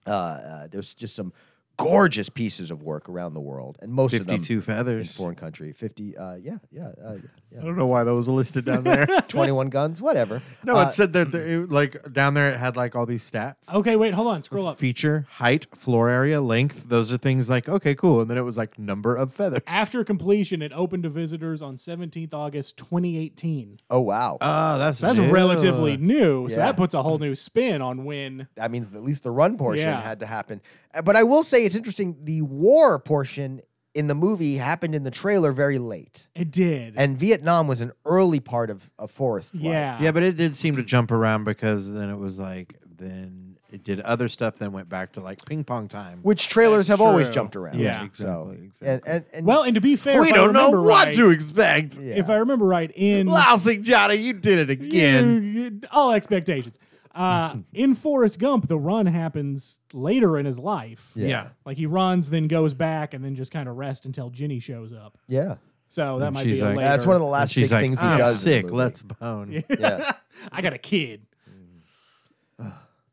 Speaker 2: Uh, uh, there's just some gorgeous pieces of work around the world, and most of them
Speaker 1: Fifty-two
Speaker 2: in
Speaker 1: feathers.
Speaker 2: foreign country. Fifty, uh, yeah, yeah, uh, yeah,
Speaker 1: I don't know why that was listed down there. mm.
Speaker 2: twenty one guns, whatever.
Speaker 1: (laughs) No,
Speaker 2: Uh,
Speaker 1: it said that there, it, like down there it had like all these stats.
Speaker 3: Okay, wait, hold on. Scroll
Speaker 1: It's
Speaker 3: up.
Speaker 1: feature, height, floor area, length. Those are things like okay, cool. And then it was like number of feathers.
Speaker 3: After completion, it opened to visitors on 17th August 2018.
Speaker 2: oh wow,
Speaker 1: Oh, that's
Speaker 3: So that's relatively new. So
Speaker 2: Yeah.
Speaker 3: that puts a whole new spin on when
Speaker 2: that means at least the run portion
Speaker 3: Yeah.
Speaker 2: had to happen. Uh, But I will say it's interesting. The war portion in the movie happened in the trailer very late,
Speaker 3: it did.
Speaker 2: and Vietnam was an early part of of Forest.
Speaker 3: yeah.
Speaker 1: Yeah, but it did (laughs) seem to jump around because then it was like then it did other stuff, then went back to like ping pong time.
Speaker 2: which trailers have
Speaker 3: That's
Speaker 2: always
Speaker 3: true.
Speaker 2: jumped around.
Speaker 3: Yeah.
Speaker 2: so
Speaker 1: Exactly,
Speaker 2: and
Speaker 1: exactly.
Speaker 2: and, and
Speaker 3: well, and to be fair,
Speaker 1: we
Speaker 3: if I
Speaker 1: don't know
Speaker 3: remember
Speaker 1: what
Speaker 3: right-
Speaker 1: to expect.
Speaker 2: yeah.
Speaker 3: If I remember right, in
Speaker 1: Lousy Johnny, you did it again.
Speaker 3: You- you- all expectations.
Speaker 1: (laughs)
Speaker 3: Uh, in Forrest Gump, the run happens later in his life.
Speaker 1: Yeah.
Speaker 3: Like he runs, then goes back, and then just kind of rests until Ginny shows up. (laughs)
Speaker 2: Yeah.
Speaker 3: So that might
Speaker 1: she's
Speaker 3: be a
Speaker 1: like-
Speaker 3: later.
Speaker 2: That's one of the last big
Speaker 1: She's like,
Speaker 2: things he
Speaker 1: I'm
Speaker 2: does. in the
Speaker 1: sick.
Speaker 2: movie.
Speaker 1: Let's bone.
Speaker 2: Yeah.
Speaker 3: I got a kid.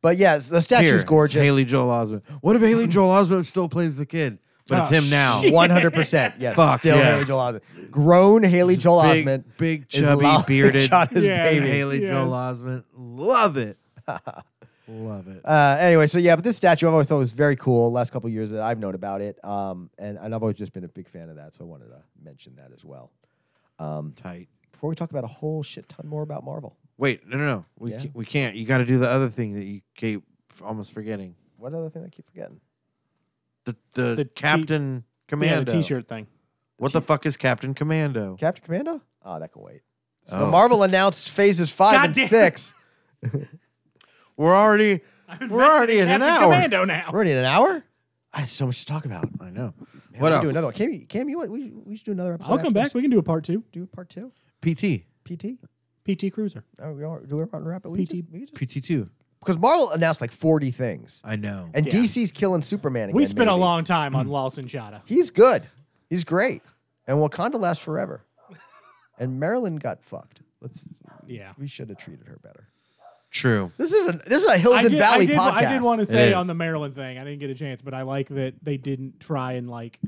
Speaker 2: But yeah, the statue's
Speaker 1: Here, it's
Speaker 2: gorgeous. (laughs)
Speaker 1: Haley Joel Osment. What if Haley Joel Osment still plays the kid, but it's
Speaker 3: Oh,
Speaker 1: him now?
Speaker 3: shit.
Speaker 2: One hundred percent. Yes.
Speaker 1: Fuck,
Speaker 2: Still
Speaker 1: yeah.
Speaker 2: Haley Joel Osment. Grown Haley Joel
Speaker 1: Big,
Speaker 2: Osment.
Speaker 1: big,
Speaker 2: is
Speaker 1: chubby,
Speaker 2: allowed to
Speaker 1: bearded
Speaker 2: shot his
Speaker 3: Yeah.
Speaker 2: baby.
Speaker 1: Haley
Speaker 3: Yes.
Speaker 1: Joel Osment. Love
Speaker 2: (laughs)
Speaker 1: it. Love it.
Speaker 2: Uh, anyway, so yeah, but this statue I've always thought was very cool. Last couple years that I've known about it, um, and, and I've always just been a big fan of that, so I wanted to mention that as well.
Speaker 1: Tight.
Speaker 2: Before we talk about a whole shit ton more about Marvel,
Speaker 1: Wait, no, no, no. We,
Speaker 2: Yeah.
Speaker 1: ca- we can't. You got to do the other thing that you keep f- almost forgetting.
Speaker 2: what other thing I keep forgetting?
Speaker 1: The the,
Speaker 3: The T-
Speaker 1: Captain Commando.
Speaker 3: Yeah, the T-shirt thing.
Speaker 1: What the fuck is Captain Commando?
Speaker 2: Captain Commando? Oh, that can wait. So
Speaker 1: Oh.
Speaker 2: Marvel announced phases five
Speaker 3: God
Speaker 2: and
Speaker 3: damn it.
Speaker 2: six.
Speaker 1: We're already we're already in an
Speaker 3: Captain
Speaker 1: hour.
Speaker 3: Commando now.
Speaker 2: We're already in an hour. I have so much to talk about.
Speaker 1: I know.
Speaker 2: Man,
Speaker 1: what
Speaker 2: we
Speaker 1: else?
Speaker 2: Do another one. Cam, you- Cam, you want, we, we should do another episode.
Speaker 3: I'll come
Speaker 2: after
Speaker 3: back.
Speaker 2: this.
Speaker 3: We can do a part two.
Speaker 2: Do part two.
Speaker 1: PT
Speaker 2: PT.
Speaker 3: PT Cruiser.
Speaker 2: Oh, we are, do we want to wrap it? We
Speaker 3: PT.
Speaker 1: PT two.
Speaker 2: Because Marvel announced like forty things,
Speaker 1: I know.
Speaker 2: and
Speaker 3: Yeah.
Speaker 2: DC's killing Superman. Again,
Speaker 3: We spent a
Speaker 2: maybe.
Speaker 3: long time
Speaker 1: (clears throat)
Speaker 3: on Lawson Chata.
Speaker 2: He's good. He's great. And Wakanda lasts forever. (laughs) And Marilyn got fucked. Let's
Speaker 3: Yeah.
Speaker 2: we should have treated her better.
Speaker 1: True.
Speaker 2: This is a this is a Hills and
Speaker 3: did,
Speaker 2: Valley
Speaker 3: I did,
Speaker 2: podcast.
Speaker 3: I did want to say
Speaker 1: is.
Speaker 3: on the Maryland thing, I didn't get a chance, but I like that they didn't try and like,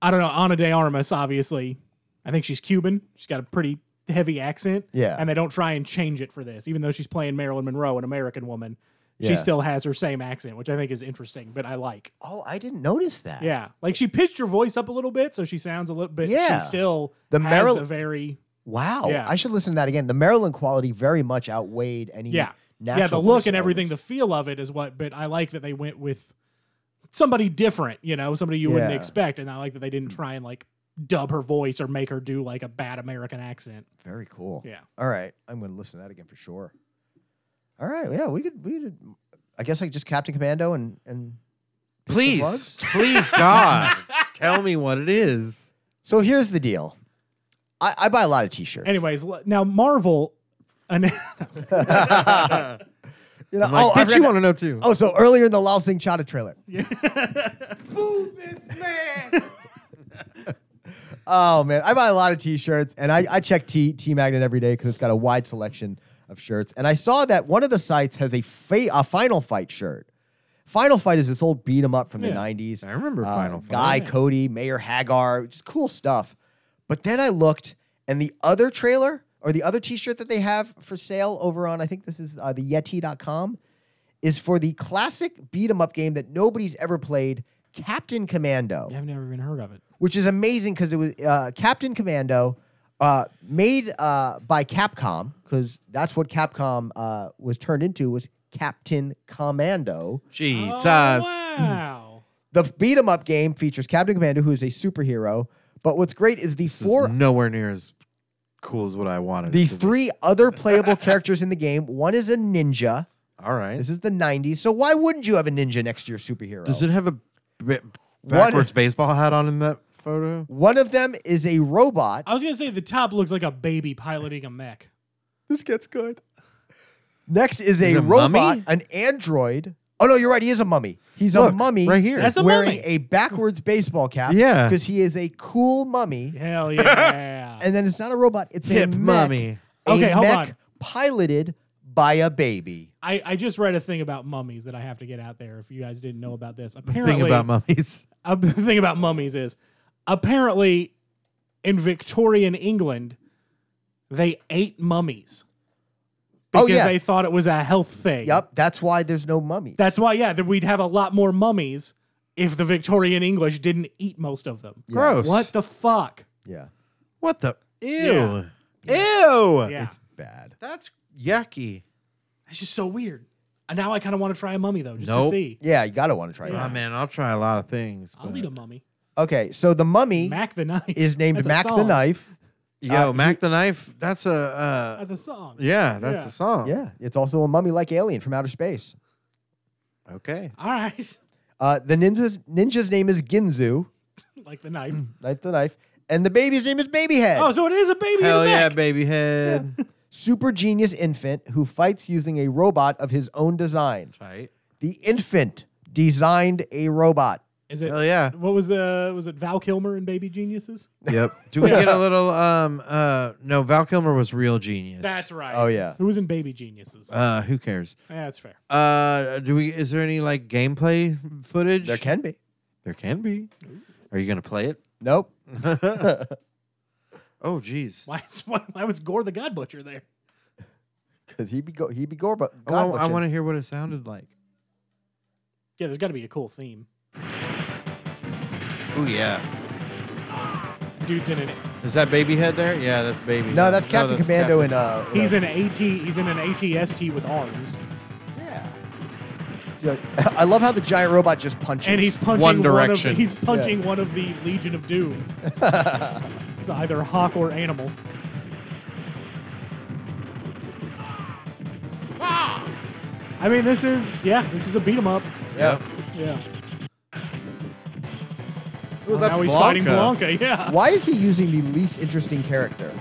Speaker 3: I don't know, Ana de Armas, obviously. I think she's Cuban. She's got a pretty heavy accent.
Speaker 2: Yeah.
Speaker 3: And they don't try and change it for this, even though she's playing Marilyn Monroe, an American woman.
Speaker 2: Yeah.
Speaker 3: She still has her same accent, which I think is interesting, but I like.
Speaker 2: oh, I didn't notice that.
Speaker 3: Yeah. Like she pitched her voice up a little bit, so she sounds a little bit,
Speaker 2: Yeah.
Speaker 3: she still
Speaker 2: The
Speaker 3: the has
Speaker 2: Maryl-
Speaker 3: a very,
Speaker 2: Wow.
Speaker 3: Yeah.
Speaker 2: I should listen to that again. The Marilyn quality very much outweighed any
Speaker 3: yeah.
Speaker 2: natural.
Speaker 3: yeah, the look
Speaker 2: voice
Speaker 3: and everything, the
Speaker 2: elements.
Speaker 3: feel of it is what, but I like that they went with somebody different, you know, somebody you wouldn't
Speaker 2: Yeah.
Speaker 3: expect. And I like that they didn't try and like dub her voice or make her do like a bad American accent.
Speaker 2: Very cool.
Speaker 3: Yeah.
Speaker 2: All right. I'm gonna listen to that again for sure. All right. Yeah, we could we could I guess I could just Captain Commando and and
Speaker 1: Please,
Speaker 2: plugs?
Speaker 1: (laughs) please, God, (laughs) tell me what it is.
Speaker 2: so here's the deal. I, I buy a lot of t-shirts.
Speaker 3: Anyways, l- now Marvel. An- (laughs)
Speaker 2: You know,
Speaker 1: I'm like,
Speaker 2: oh, I
Speaker 1: did you
Speaker 2: forgot-
Speaker 1: want to know too?
Speaker 2: Oh, so earlier in the Lao Sing Chata trailer. Oh man, I buy a lot of T-shirts, and I, I check T T Magnet every day because it's got a wide selection of shirts. And I saw that one of the sites has a fa- a Final Fight shirt. Final Fight is this old beat 'em up from the
Speaker 3: Yeah.
Speaker 2: '90s.
Speaker 1: I remember
Speaker 2: Uh,
Speaker 1: Final Fight.
Speaker 2: Guy Cody, Mayor Hagar, just cool stuff. But then I looked, and the other trailer or the other T-shirt that they have for sale over on I think this is uh, the Yeti.com is for the classic beat 'em up game that nobody's ever played, Captain Commando
Speaker 3: I've never even heard of it.
Speaker 2: which is amazing because it was uh, Captain Commando, uh, made uh, by Capcom, because that's what Capcom uh, was turned into was Captain Commando.
Speaker 1: Jesus.
Speaker 2: uh,
Speaker 3: Oh, wow.
Speaker 2: The beat 'em up game features Captain Commando, who is a superhero. But what's great is the
Speaker 1: This is
Speaker 2: four
Speaker 1: nowhere near as cool as what I wanted.
Speaker 2: the
Speaker 1: it to be.
Speaker 2: three other playable characters in the game. One is a ninja.
Speaker 1: All right.
Speaker 2: This is the '90s, so why wouldn't you have a ninja next to your superhero?
Speaker 1: Does it have a b- backwards baseball hat on in that photo?
Speaker 2: one of them is a robot.
Speaker 3: I was going to say the top looks like a baby piloting a mech.
Speaker 2: This gets good. Next is a,
Speaker 1: He's a
Speaker 2: robot,
Speaker 1: mummy?
Speaker 2: an android. Oh no, you're right. He is a mummy. He's a
Speaker 1: Look,
Speaker 2: mummy
Speaker 1: right here.
Speaker 3: That's a
Speaker 2: wearing
Speaker 3: mummy.
Speaker 2: a backwards baseball cap.
Speaker 1: Yeah.
Speaker 2: because he is a cool mummy. (laughs)
Speaker 3: Hell yeah.
Speaker 2: And then it's not a robot; it's a
Speaker 1: Hip
Speaker 2: mech,
Speaker 1: mummy.
Speaker 2: A
Speaker 3: Okay, hold
Speaker 2: mech
Speaker 3: on.
Speaker 2: piloted by a baby.
Speaker 3: I, I just read a thing about mummies that I have to get out there if you guys didn't know about this.
Speaker 1: The
Speaker 3: Apparently,
Speaker 1: thing about mummies.
Speaker 3: uh, (laughs) the thing about mummies is apparently in Victorian England, they ate mummies
Speaker 2: Oh,
Speaker 3: because
Speaker 2: yeah.
Speaker 3: they thought it was a health thing.
Speaker 2: Yep, that's why there's no mummy.
Speaker 3: That's why, yeah, that we'd have a lot more mummies if the Victorian English didn't eat most of them.
Speaker 1: Gross.
Speaker 3: What the fuck?
Speaker 2: yeah,
Speaker 1: What the? Ew. Ew.
Speaker 3: Yeah.
Speaker 2: it's bad.
Speaker 1: That's yucky.
Speaker 3: It's just so weird. And now I kind of want to try a mummy though, just to
Speaker 1: Nope.
Speaker 3: see.
Speaker 2: Yeah, you gotta want to try
Speaker 1: Oh
Speaker 2: that.
Speaker 1: man, I'll try a lot of things.
Speaker 3: I'll
Speaker 1: but-
Speaker 3: eat a mummy.
Speaker 2: Okay, so the mummy
Speaker 3: Mac the Knife
Speaker 2: is named
Speaker 3: That's a
Speaker 2: Mac the
Speaker 3: song.
Speaker 2: Knife.
Speaker 1: Yo, Mac the Knife. That's a. Uh,
Speaker 3: That's a song.
Speaker 1: yeah, that's
Speaker 3: yeah.
Speaker 1: a song.
Speaker 2: Yeah, it's also a mummy-like alien from outer space.
Speaker 1: Okay.
Speaker 3: All right, (laughs)
Speaker 2: Uh, the ninja's ninja's name is Ginzu.
Speaker 3: like the knife.
Speaker 1: Mm.
Speaker 2: Knife the knife. And the baby's name is Babyhead.
Speaker 3: Oh, so it is a baby. in
Speaker 1: Hell
Speaker 3: a
Speaker 1: yeah,
Speaker 3: mech.
Speaker 1: baby head.
Speaker 2: super genius infant who fights using a robot of his own design.
Speaker 1: Right.
Speaker 2: The infant designed a robot.
Speaker 3: Is it?
Speaker 1: Hell yeah.
Speaker 3: What was the? Was it Val Kilmer and Baby Geniuses?
Speaker 1: Yep. Do we get a little? Um. Uh. No. Val Kilmer was real genius.
Speaker 3: That's right.
Speaker 2: Oh, yeah.
Speaker 3: Who was in Baby Geniuses?
Speaker 1: Uh. Who cares?
Speaker 3: yeah, that's fair.
Speaker 1: Uh. Do we? Is there any like gameplay footage?
Speaker 2: There can be.
Speaker 1: There can be. Are you gonna play it?
Speaker 2: Nope.
Speaker 1: Oh, geez.
Speaker 3: Why, is, (laughs) why, why was Gore the God Butcher there?
Speaker 2: Because he'd be go- he'd be gore, but
Speaker 1: Oh, I, want to hear what it sounded like.
Speaker 3: Yeah, there's got to be a cool theme.
Speaker 1: Oh yeah.
Speaker 3: Dude's in an
Speaker 1: Is that baby head there? Yeah, that's baby.
Speaker 2: No, that's Captain Commando
Speaker 1: Captain-
Speaker 2: and uh.
Speaker 3: he's
Speaker 2: uh,
Speaker 3: in an AT he's in an ATST with arms,
Speaker 2: Yeah. Dude, I love how the giant robot just punches.
Speaker 3: and he's punching
Speaker 1: One
Speaker 3: One
Speaker 1: Direction.
Speaker 3: of, he's punching one of the Legion of Doom. it's either hawk or animal. I mean, this is yeah, this is a beat 'em up.
Speaker 2: yeah.
Speaker 3: Yeah.
Speaker 1: Well, that's
Speaker 3: now he's
Speaker 1: Blanca.
Speaker 3: fighting Blanca. Yeah.
Speaker 2: Why is he using the least interesting character?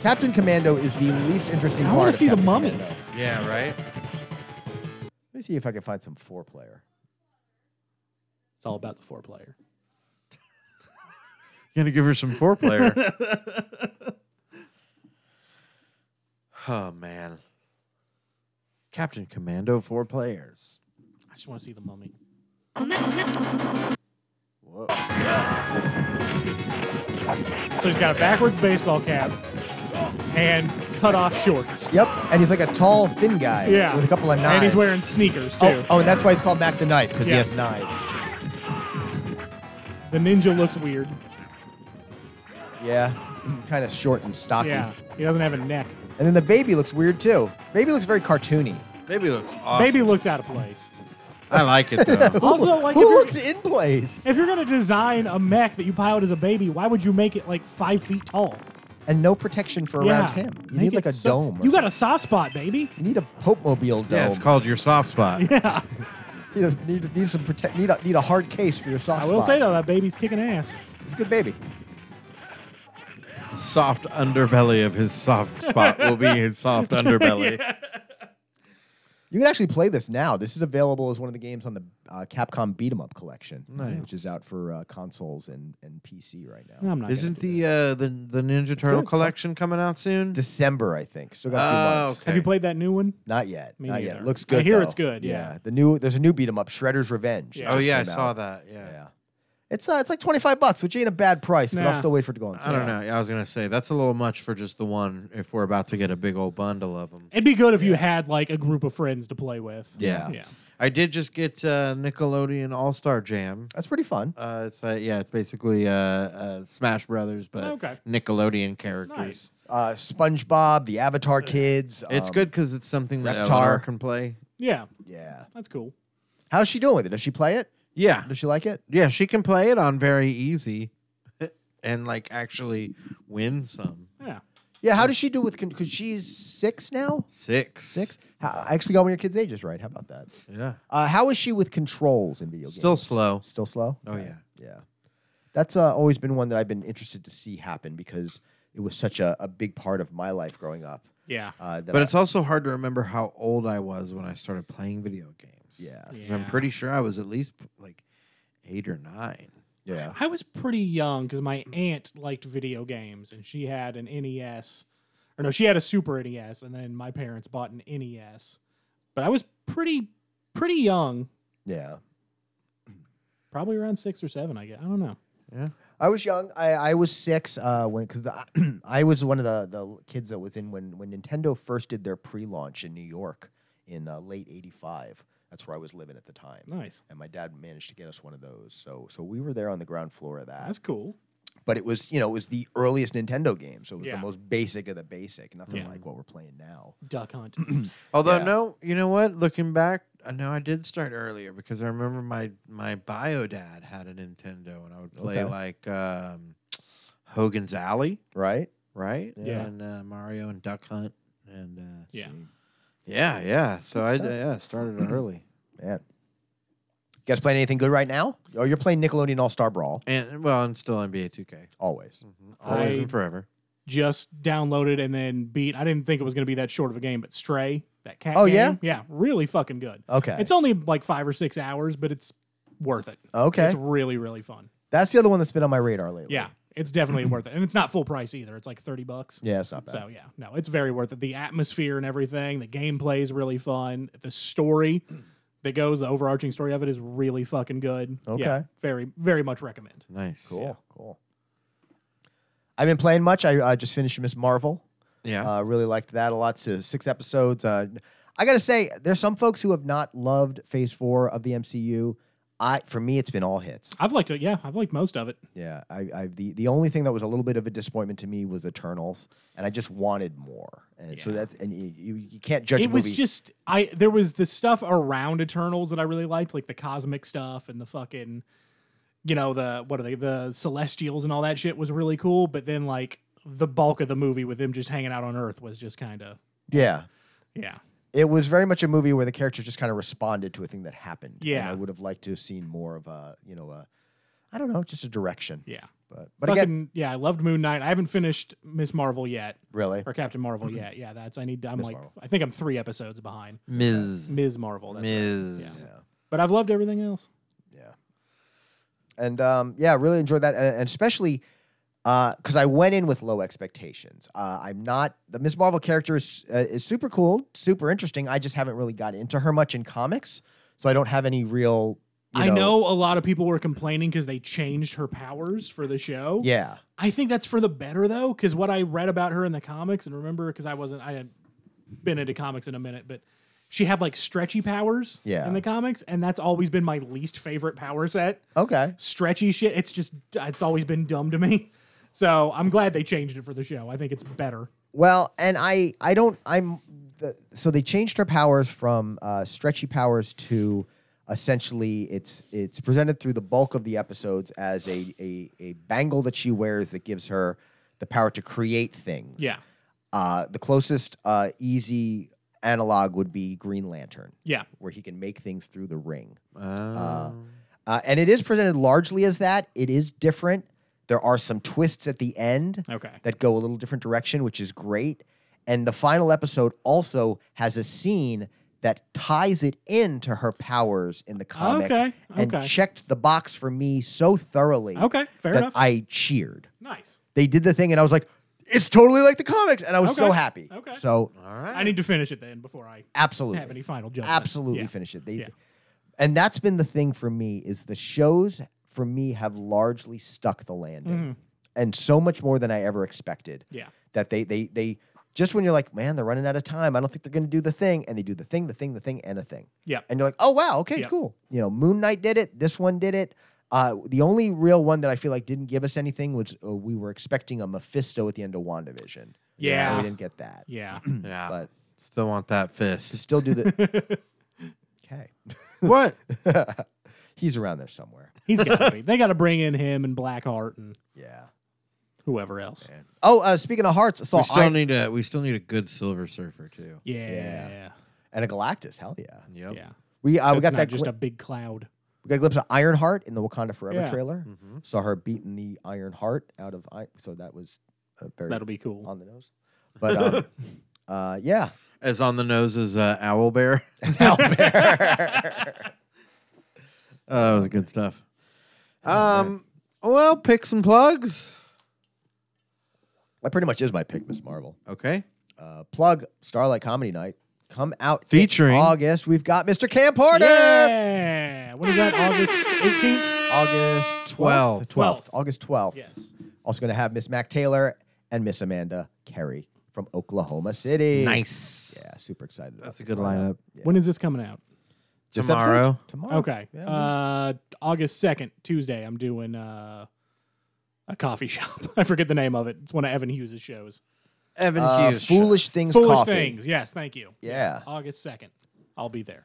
Speaker 2: Captain Commando is the least interesting
Speaker 3: I
Speaker 2: part.
Speaker 3: wanna
Speaker 2: of
Speaker 3: see the
Speaker 2: Captain
Speaker 3: mummy.
Speaker 2: Commando.
Speaker 1: Yeah, right.
Speaker 2: Let me see if I can find some four player.
Speaker 3: It's all about the four player.
Speaker 1: You gotta give her some foreplayer. (laughs) oh man. Captain Commando four players.
Speaker 3: I just want to see the mummy. So he's got a backwards baseball cap and cut off shorts.
Speaker 2: Yep, and he's like a tall, thin guy.
Speaker 3: Yeah.
Speaker 2: with a couple of knives.
Speaker 3: And he's wearing sneakers too.
Speaker 2: Oh, oh, and that's why he's called Mac the Knife because
Speaker 3: Yeah.
Speaker 2: he has knives.
Speaker 3: The ninja looks weird.
Speaker 2: Yeah, (clears throat) kind of short and stocky.
Speaker 3: Yeah. He doesn't have a neck.
Speaker 2: And then the baby looks weird too. Baby looks very cartoony.
Speaker 1: Baby looks awesome.
Speaker 3: Baby looks out of place.
Speaker 1: I like it (laughs) though.
Speaker 3: Also, like if
Speaker 2: Who
Speaker 3: you're,
Speaker 2: looks in place?
Speaker 3: if you're gonna design a mech that you pilot as a baby, why would you make it like five feet tall?
Speaker 2: And no protection for
Speaker 3: yeah.
Speaker 2: around him. You
Speaker 3: Make
Speaker 2: need like
Speaker 3: it
Speaker 2: a
Speaker 3: so-
Speaker 2: dome. or
Speaker 3: You got a soft spot, baby.
Speaker 2: You need a Pope Mobile dome.
Speaker 1: yeah, it's called your soft spot.
Speaker 2: You just need, need some protect. Need a, need a hard case for your soft
Speaker 3: I will
Speaker 2: spot.
Speaker 3: say though, that baby's kicking ass.
Speaker 2: he's a good baby.
Speaker 1: Soft underbelly of his soft spot will be his (laughs) soft underbelly.
Speaker 2: You can actually play this now. This is available as one of the games on the uh, Capcom Beat 'Em Up collection, which is out for uh, consoles and, and PC right now.
Speaker 3: I'm not.
Speaker 1: Isn't
Speaker 3: gonna-
Speaker 1: the uh, the the Ninja Turtle
Speaker 2: good.
Speaker 1: collection coming out soon?
Speaker 2: December, I think. Still got a few
Speaker 1: Oh,
Speaker 2: months.
Speaker 1: okay.
Speaker 3: Have you played that new one?
Speaker 2: Not yet.
Speaker 3: Me
Speaker 2: Not
Speaker 3: neither.
Speaker 2: yet. Looks
Speaker 3: I
Speaker 2: good.
Speaker 3: hear
Speaker 2: though.
Speaker 3: it's good, yeah.
Speaker 2: The new there's a new beat 'em up, Shredder's Revenge.
Speaker 3: Yeah.
Speaker 1: oh
Speaker 2: just
Speaker 1: yeah, I
Speaker 2: came
Speaker 1: saw
Speaker 2: out.
Speaker 1: that. Yeah.
Speaker 2: Yeah. It's uh, it's like twenty five bucks, which ain't a bad price, but
Speaker 3: Nah.
Speaker 2: I'll still wait for it to go on
Speaker 1: I
Speaker 2: sale.
Speaker 1: don't know. I was gonna say that's a little much for just the one. If we're about to get a big old bundle of them,
Speaker 3: It'd be good if you had like a group of friends to play with.
Speaker 1: Yeah.
Speaker 3: Yeah.
Speaker 1: I did just get uh, Nickelodeon All Star Jam.
Speaker 2: That's pretty fun.
Speaker 1: Uh, it's uh, yeah, it's basically uh, uh, Smash Brothers, but
Speaker 3: Okay.
Speaker 1: Nickelodeon characters.
Speaker 3: Nice.
Speaker 2: Uh, SpongeBob, the Avatar Kids.
Speaker 1: It's
Speaker 2: um,
Speaker 1: good because it's something that
Speaker 2: Reptar.
Speaker 1: Eleanor can play.
Speaker 3: Yeah.
Speaker 2: Yeah.
Speaker 3: That's cool.
Speaker 2: How's she doing with it? Does she play it?
Speaker 1: Yeah,
Speaker 2: Does she like it?
Speaker 1: yeah, she can play it on very easy, (laughs) and like actually win some
Speaker 3: Yeah.
Speaker 2: Yeah. How does she do with? Because she's six now.
Speaker 1: six
Speaker 2: Six. How, I actually got one of your kids' ages right. How about that?
Speaker 1: Yeah.
Speaker 2: Uh, how is she with controls in video games?
Speaker 1: Still slow.
Speaker 2: Still slow.
Speaker 1: Oh, yeah.
Speaker 2: yeah. That's uh, always been one that I've been interested to see happen because it was such a, a big part of my life growing up.
Speaker 3: Yeah.
Speaker 2: Uh, that
Speaker 1: But
Speaker 2: I-
Speaker 1: it's also hard to remember how old I was when I started playing video games.
Speaker 2: Yeah.
Speaker 1: 'Cause I'm
Speaker 3: Yeah.
Speaker 1: pretty sure I was at least like eight or nine.
Speaker 2: yeah.
Speaker 3: I was pretty young because my aunt liked video games and she had an NES, or no, she had a Super NES, and then my parents bought an NES. But I was pretty, pretty young,
Speaker 2: Yeah.
Speaker 3: probably around six or seven. I guess I don't know.
Speaker 2: I was young. I, I was six uh, when because I was one of the, (clears throat) the kids that was in when when Nintendo first did their pre-launch in New York in uh, late '85. That's where I was living at the time.
Speaker 3: Nice,
Speaker 2: And my dad managed to get us one of those. So so we were there on the ground floor of that.
Speaker 3: that's cool.
Speaker 2: but it was you know it was the earliest Nintendo game, so it was
Speaker 3: Yeah.
Speaker 2: the most basic of the basic. Nothing
Speaker 3: Yeah.
Speaker 2: like what we're playing now. (clears throat)
Speaker 3: Duck hunt.
Speaker 1: Although
Speaker 2: Yeah.
Speaker 1: no, you know what? Looking back, I know I did start earlier because I remember my my bio dad had a Nintendo and I would play
Speaker 2: Okay.
Speaker 1: like um, Hogan's Alley,
Speaker 2: Right?
Speaker 1: right?
Speaker 3: Yeah.
Speaker 1: And uh, Mario and Duck Hunt and uh,
Speaker 3: yeah,
Speaker 1: yeah, yeah. So I
Speaker 2: stuff.
Speaker 1: yeah
Speaker 2: (clears throat)
Speaker 1: started early.
Speaker 2: Man. You guys playing anything good right now? Oh, you're playing Nickelodeon All Star Brawl
Speaker 1: And well, I'm still NBA 2K,
Speaker 3: Mm-hmm.
Speaker 2: always.
Speaker 1: always
Speaker 3: I-
Speaker 1: and forever.
Speaker 3: just downloaded and then beat. I didn't think it was going to be that short of a game, but Stray, that cat.
Speaker 2: Oh,
Speaker 3: game,
Speaker 2: yeah? Oh,
Speaker 3: yeah, really fucking good.
Speaker 2: Okay.
Speaker 3: it's only like five or six hours, but it's worth it.
Speaker 2: Okay.
Speaker 3: it's really really fun.
Speaker 2: That's the other one that's been on my radar lately.
Speaker 3: Yeah, it's definitely
Speaker 2: (clears throat)
Speaker 3: worth it, and it's not full price either. It's like thirty bucks.
Speaker 2: Yeah, it's not bad.
Speaker 3: So yeah, no, it's very worth it. The atmosphere and everything, the gameplay is really fun. The story that goes, the overarching story of it is really fucking good. Yeah,
Speaker 2: Okay.
Speaker 3: very, very much recommend.
Speaker 1: Nice.
Speaker 2: Cool, cool. I've been playing much. I uh, just finished Miss Marvel.
Speaker 1: Yeah.
Speaker 2: Uh, really liked that a lot. So six episodes. Uh, I gotta say, there's some folks who have not loved Phase Four of the MCU. I, for me, it's been all hits.
Speaker 3: I've liked it. Yeah, I've liked most of it.
Speaker 2: Yeah, I, I the, the only thing that was a little bit of a disappointment to me was Eternals, and I just wanted more. And so that's and you, you, you can't judge a
Speaker 3: It was
Speaker 2: movie.
Speaker 3: just I. There was the stuff around Eternals that I really liked, like the cosmic stuff and the fucking, you know, the what are they, the Celestials and all that shit was really cool. But then like the bulk of the movie with them just hanging out on Earth was just kind of
Speaker 2: yeah,
Speaker 3: yeah.
Speaker 2: it was very much a movie where the characters just kind of responded to a thing that happened. and
Speaker 3: Yeah.
Speaker 2: I would have liked to have seen more of a you know a, I don't know, just a direction.
Speaker 3: Yeah.
Speaker 2: but but
Speaker 3: Fucking,
Speaker 2: again,
Speaker 3: yeah, I loved Moon Knight. I haven't finished Miss Marvel yet
Speaker 2: really,
Speaker 3: or Captain Marvel yet. Yeah, that's I need. I'm like
Speaker 2: Mm-hmm. Marvel.
Speaker 3: I think I'm three episodes behind
Speaker 1: Ms.
Speaker 3: Ms. Marvel. That's right.
Speaker 1: Ms.
Speaker 2: yeah.
Speaker 3: But I've loved everything else.
Speaker 2: Yeah. And um, yeah, really enjoyed that, and, and especially because I went in with low expectations. Uh, I'm not the Miss Marvel character is uh, is super cool, super interesting. I just haven't really got into her much in comics, so I don't have any real. You
Speaker 3: I know a lot of people were complaining because they changed her powers for the show.
Speaker 2: Yeah.
Speaker 3: I think that's for the better though, because what I read about her in the comics and remember because I wasn't I had been into comics in a minute, but she had like stretchy powers
Speaker 2: Yeah.
Speaker 3: in the comics, and that's always been my least favorite power set.
Speaker 2: Okay.
Speaker 3: stretchy shit. It's just it's always been dumb to me. So I'm glad they changed it for the show. I think it's better.
Speaker 2: Well, and I I don't I'm the, so they changed her powers from uh, stretchy powers to essentially it's it's presented through the bulk of the episodes as a a, a bangle that she wears that gives her the power to create things.
Speaker 3: Yeah.
Speaker 2: Uh, the closest uh, easy analog would be Green Lantern,
Speaker 3: Yeah.
Speaker 2: where he can make things through the ring.
Speaker 1: Uh,
Speaker 2: Uh, and it is presented largely as that. It is different. There are some twists at the end
Speaker 3: Okay.
Speaker 2: that go a little different direction, which is great. And the final episode also has a scene that ties it into her powers in the comic
Speaker 3: Okay,
Speaker 2: and
Speaker 3: okay.
Speaker 2: checked the box for me so thoroughly
Speaker 3: Okay. Fair
Speaker 2: that
Speaker 3: enough.
Speaker 2: I cheered.
Speaker 3: nice.
Speaker 2: They did the thing, and I was like, it's totally like the comics. And I was so
Speaker 3: Okay,
Speaker 2: happy.
Speaker 3: okay.
Speaker 2: So,
Speaker 1: all right.
Speaker 3: I need to finish it then before I
Speaker 2: absolutely
Speaker 3: have any final judgment.
Speaker 2: absolutely
Speaker 3: Yeah.
Speaker 2: finish it. They,
Speaker 3: Yeah.
Speaker 2: and that's been the thing for me is the shows for me have largely stuck the landing, and so much more than I ever expected.
Speaker 3: Mm-hmm. Yeah.
Speaker 2: that they they they just when you're like, man, they're running out of time. I don't think they're going to do the thing, and they do the thing, the thing, the thing, and a thing.
Speaker 3: Yeah.
Speaker 2: and you're like, oh wow, okay,
Speaker 3: Yeah.
Speaker 2: cool. You know, Moon Knight did it. This one did it. Uh, the only real one that I feel like didn't give us anything was uh, we were expecting a Mephisto at the end of Wandavision.
Speaker 3: Yeah.
Speaker 2: we didn't get that.
Speaker 3: Yeah.
Speaker 1: yeah.
Speaker 2: But
Speaker 1: Still want that
Speaker 2: to
Speaker 1: fist.
Speaker 2: still do the
Speaker 3: (laughs)
Speaker 2: okay.
Speaker 1: what?
Speaker 2: (laughs) He's around there somewhere.
Speaker 3: He's got to be. They got to bring in him and Blackheart and
Speaker 2: Yeah.
Speaker 3: whoever else.
Speaker 2: Oh, uh, speaking of hearts, I saw
Speaker 1: We still
Speaker 2: Iron-
Speaker 1: need a we still need a good Silver Surfer too.
Speaker 3: Yeah. Yeah.
Speaker 2: Yeah. and a Galactus. Hell yeah.
Speaker 1: Yep.
Speaker 2: We uh, we got
Speaker 3: That's not
Speaker 2: that
Speaker 3: just
Speaker 2: gli-
Speaker 3: a big cloud.
Speaker 2: we got a glimpse of Ironheart in the Wakanda Forever
Speaker 3: Yeah. Mm-hmm.
Speaker 2: trailer. Saw her beating the Ironheart out of I- so that was uh, very
Speaker 3: That'll be cool.
Speaker 2: on the nose. But um,
Speaker 3: (laughs)
Speaker 2: uh, yeah,
Speaker 1: As on the nose as uh, Owl Bear. (laughs) Oh, that was good stuff. Um, well, picks and plugs.
Speaker 2: that pretty much is my pick, Miss Marvel.
Speaker 1: Okay.
Speaker 2: Uh, plug Starlight Comedy Night. Come out in
Speaker 1: Featuring-
Speaker 2: August. We've got Mr. Camp Harder.
Speaker 3: Yeah. What is that? August 18th?
Speaker 2: August
Speaker 1: Twelfth.
Speaker 2: 12th. 12th.
Speaker 3: Twelfth.
Speaker 2: August 12th.
Speaker 3: Yes.
Speaker 2: Also going to have Miss Mac Taylor and Miss Amanda Carey from Oklahoma City.
Speaker 1: Nice.
Speaker 2: Yeah, super excited. about
Speaker 1: That's a
Speaker 2: this
Speaker 1: good lineup.
Speaker 3: When is this coming out?
Speaker 2: This episode?
Speaker 1: Tomorrow.
Speaker 2: Tomorrow.
Speaker 3: Okay.
Speaker 2: Yeah,
Speaker 3: uh, August 2nd, Tuesday, I'm doing uh, a coffee (laughs) shop. I forget the name of it. It's one of Evan Hughes' shows.
Speaker 1: Evan
Speaker 2: Uh,
Speaker 1: Hughes.
Speaker 2: Foolish Things
Speaker 3: Foolish
Speaker 2: Coffee.
Speaker 3: Things. Yes, thank you.
Speaker 2: Yeah.
Speaker 3: August 2nd. I'll be there.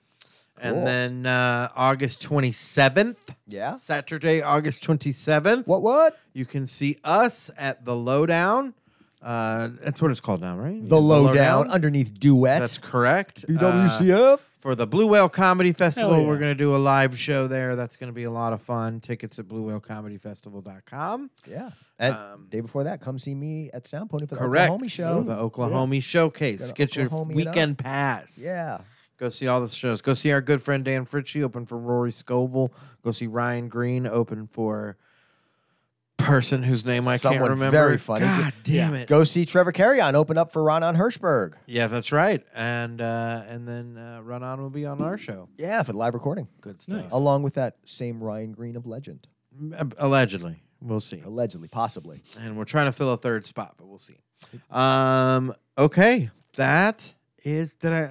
Speaker 1: And then uh, August 27th.
Speaker 2: Yeah.
Speaker 1: Saturday, August 27th.
Speaker 2: What, what?
Speaker 1: You can see us at the Lowdown Uh, that's what it's called now, right?
Speaker 2: The lowdown underneath duet.
Speaker 1: That's correct. Uh,
Speaker 2: BWCF.
Speaker 1: for the Blue Whale Comedy Festival,
Speaker 3: yeah.
Speaker 1: we're going to do a live show there. That's going to be a lot of fun. Tickets at bluewhalecomedyfestival.com.
Speaker 2: yeah. And day before that, come see me at Sound Pony for the
Speaker 1: um, Correct.
Speaker 2: Oklahoma show.
Speaker 1: For the Oklahoma Showcase.
Speaker 2: Gotta
Speaker 1: Get
Speaker 2: Oklahoma it
Speaker 1: your weekend pass.
Speaker 2: yeah.
Speaker 1: Go see all the shows. Go see our good friend Dan Fritchie, open for Rory Scovel. Go see Ryan Green, open for person whose name I
Speaker 2: Someone
Speaker 1: can't remember.
Speaker 2: very funny.
Speaker 1: God damn it.
Speaker 2: Go see Trevor Carrion open up for Ronan Hirschberg.
Speaker 1: Yeah, that's right. And uh, and then uh, Run On will be on our show.
Speaker 2: Yeah, for the live recording.
Speaker 1: Good stuff.
Speaker 2: Along with that same Ryan Green of legend.
Speaker 1: Allegedly. We'll see.
Speaker 2: Allegedly, possibly.
Speaker 1: and we're trying to fill a third spot, but we'll see. Um, okay, that is that. I,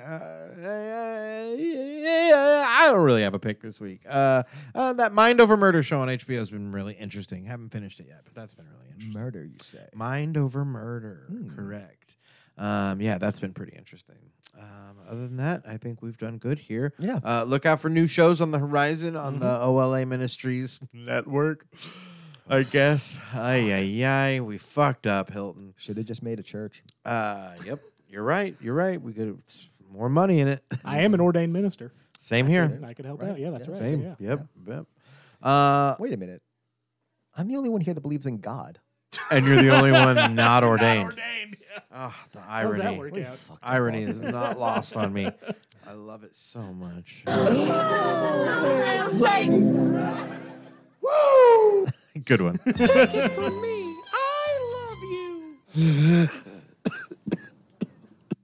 Speaker 1: uh, I don't really have a pick this week. Uh, uh, that Mind Over Murder show on HBO has been really interesting. Haven't finished it yet, but that's been really interesting.
Speaker 2: Murder, you say.
Speaker 1: Mind Over Murder,
Speaker 3: Hmm.
Speaker 1: correct. Um, yeah, that's been pretty interesting. Um, other than that, I think we've done good here.
Speaker 2: Yeah.
Speaker 1: Uh, look out for new shows on the horizon on the
Speaker 3: Mm-hmm.
Speaker 1: OLA Ministries network. I
Speaker 3: (sighs)
Speaker 1: guess. Ay, ay, ay. We fucked up, Hilton.
Speaker 2: Should have just made a church.
Speaker 1: Uh, yep. You're right. You're right. We could it's more money in it. (laughs)
Speaker 3: I am an ordained minister.
Speaker 1: Same here.
Speaker 3: And I could help
Speaker 2: Right.
Speaker 3: out. Yeah, that's
Speaker 2: Yeah.
Speaker 3: right.
Speaker 1: Same.
Speaker 3: Yeah.
Speaker 1: Yep. Yep. Uh,
Speaker 2: Wait a minute. I'm the only one here that believes in God.
Speaker 1: and you're the only one not
Speaker 3: (laughs)
Speaker 1: ordained.
Speaker 3: Ordained. Yeah.
Speaker 1: Ah, the
Speaker 3: How does
Speaker 1: irony.
Speaker 3: that work out?
Speaker 1: Irony is not lost on me. (laughs) I love it so much. Woo! Good one.
Speaker 3: For me, I love you.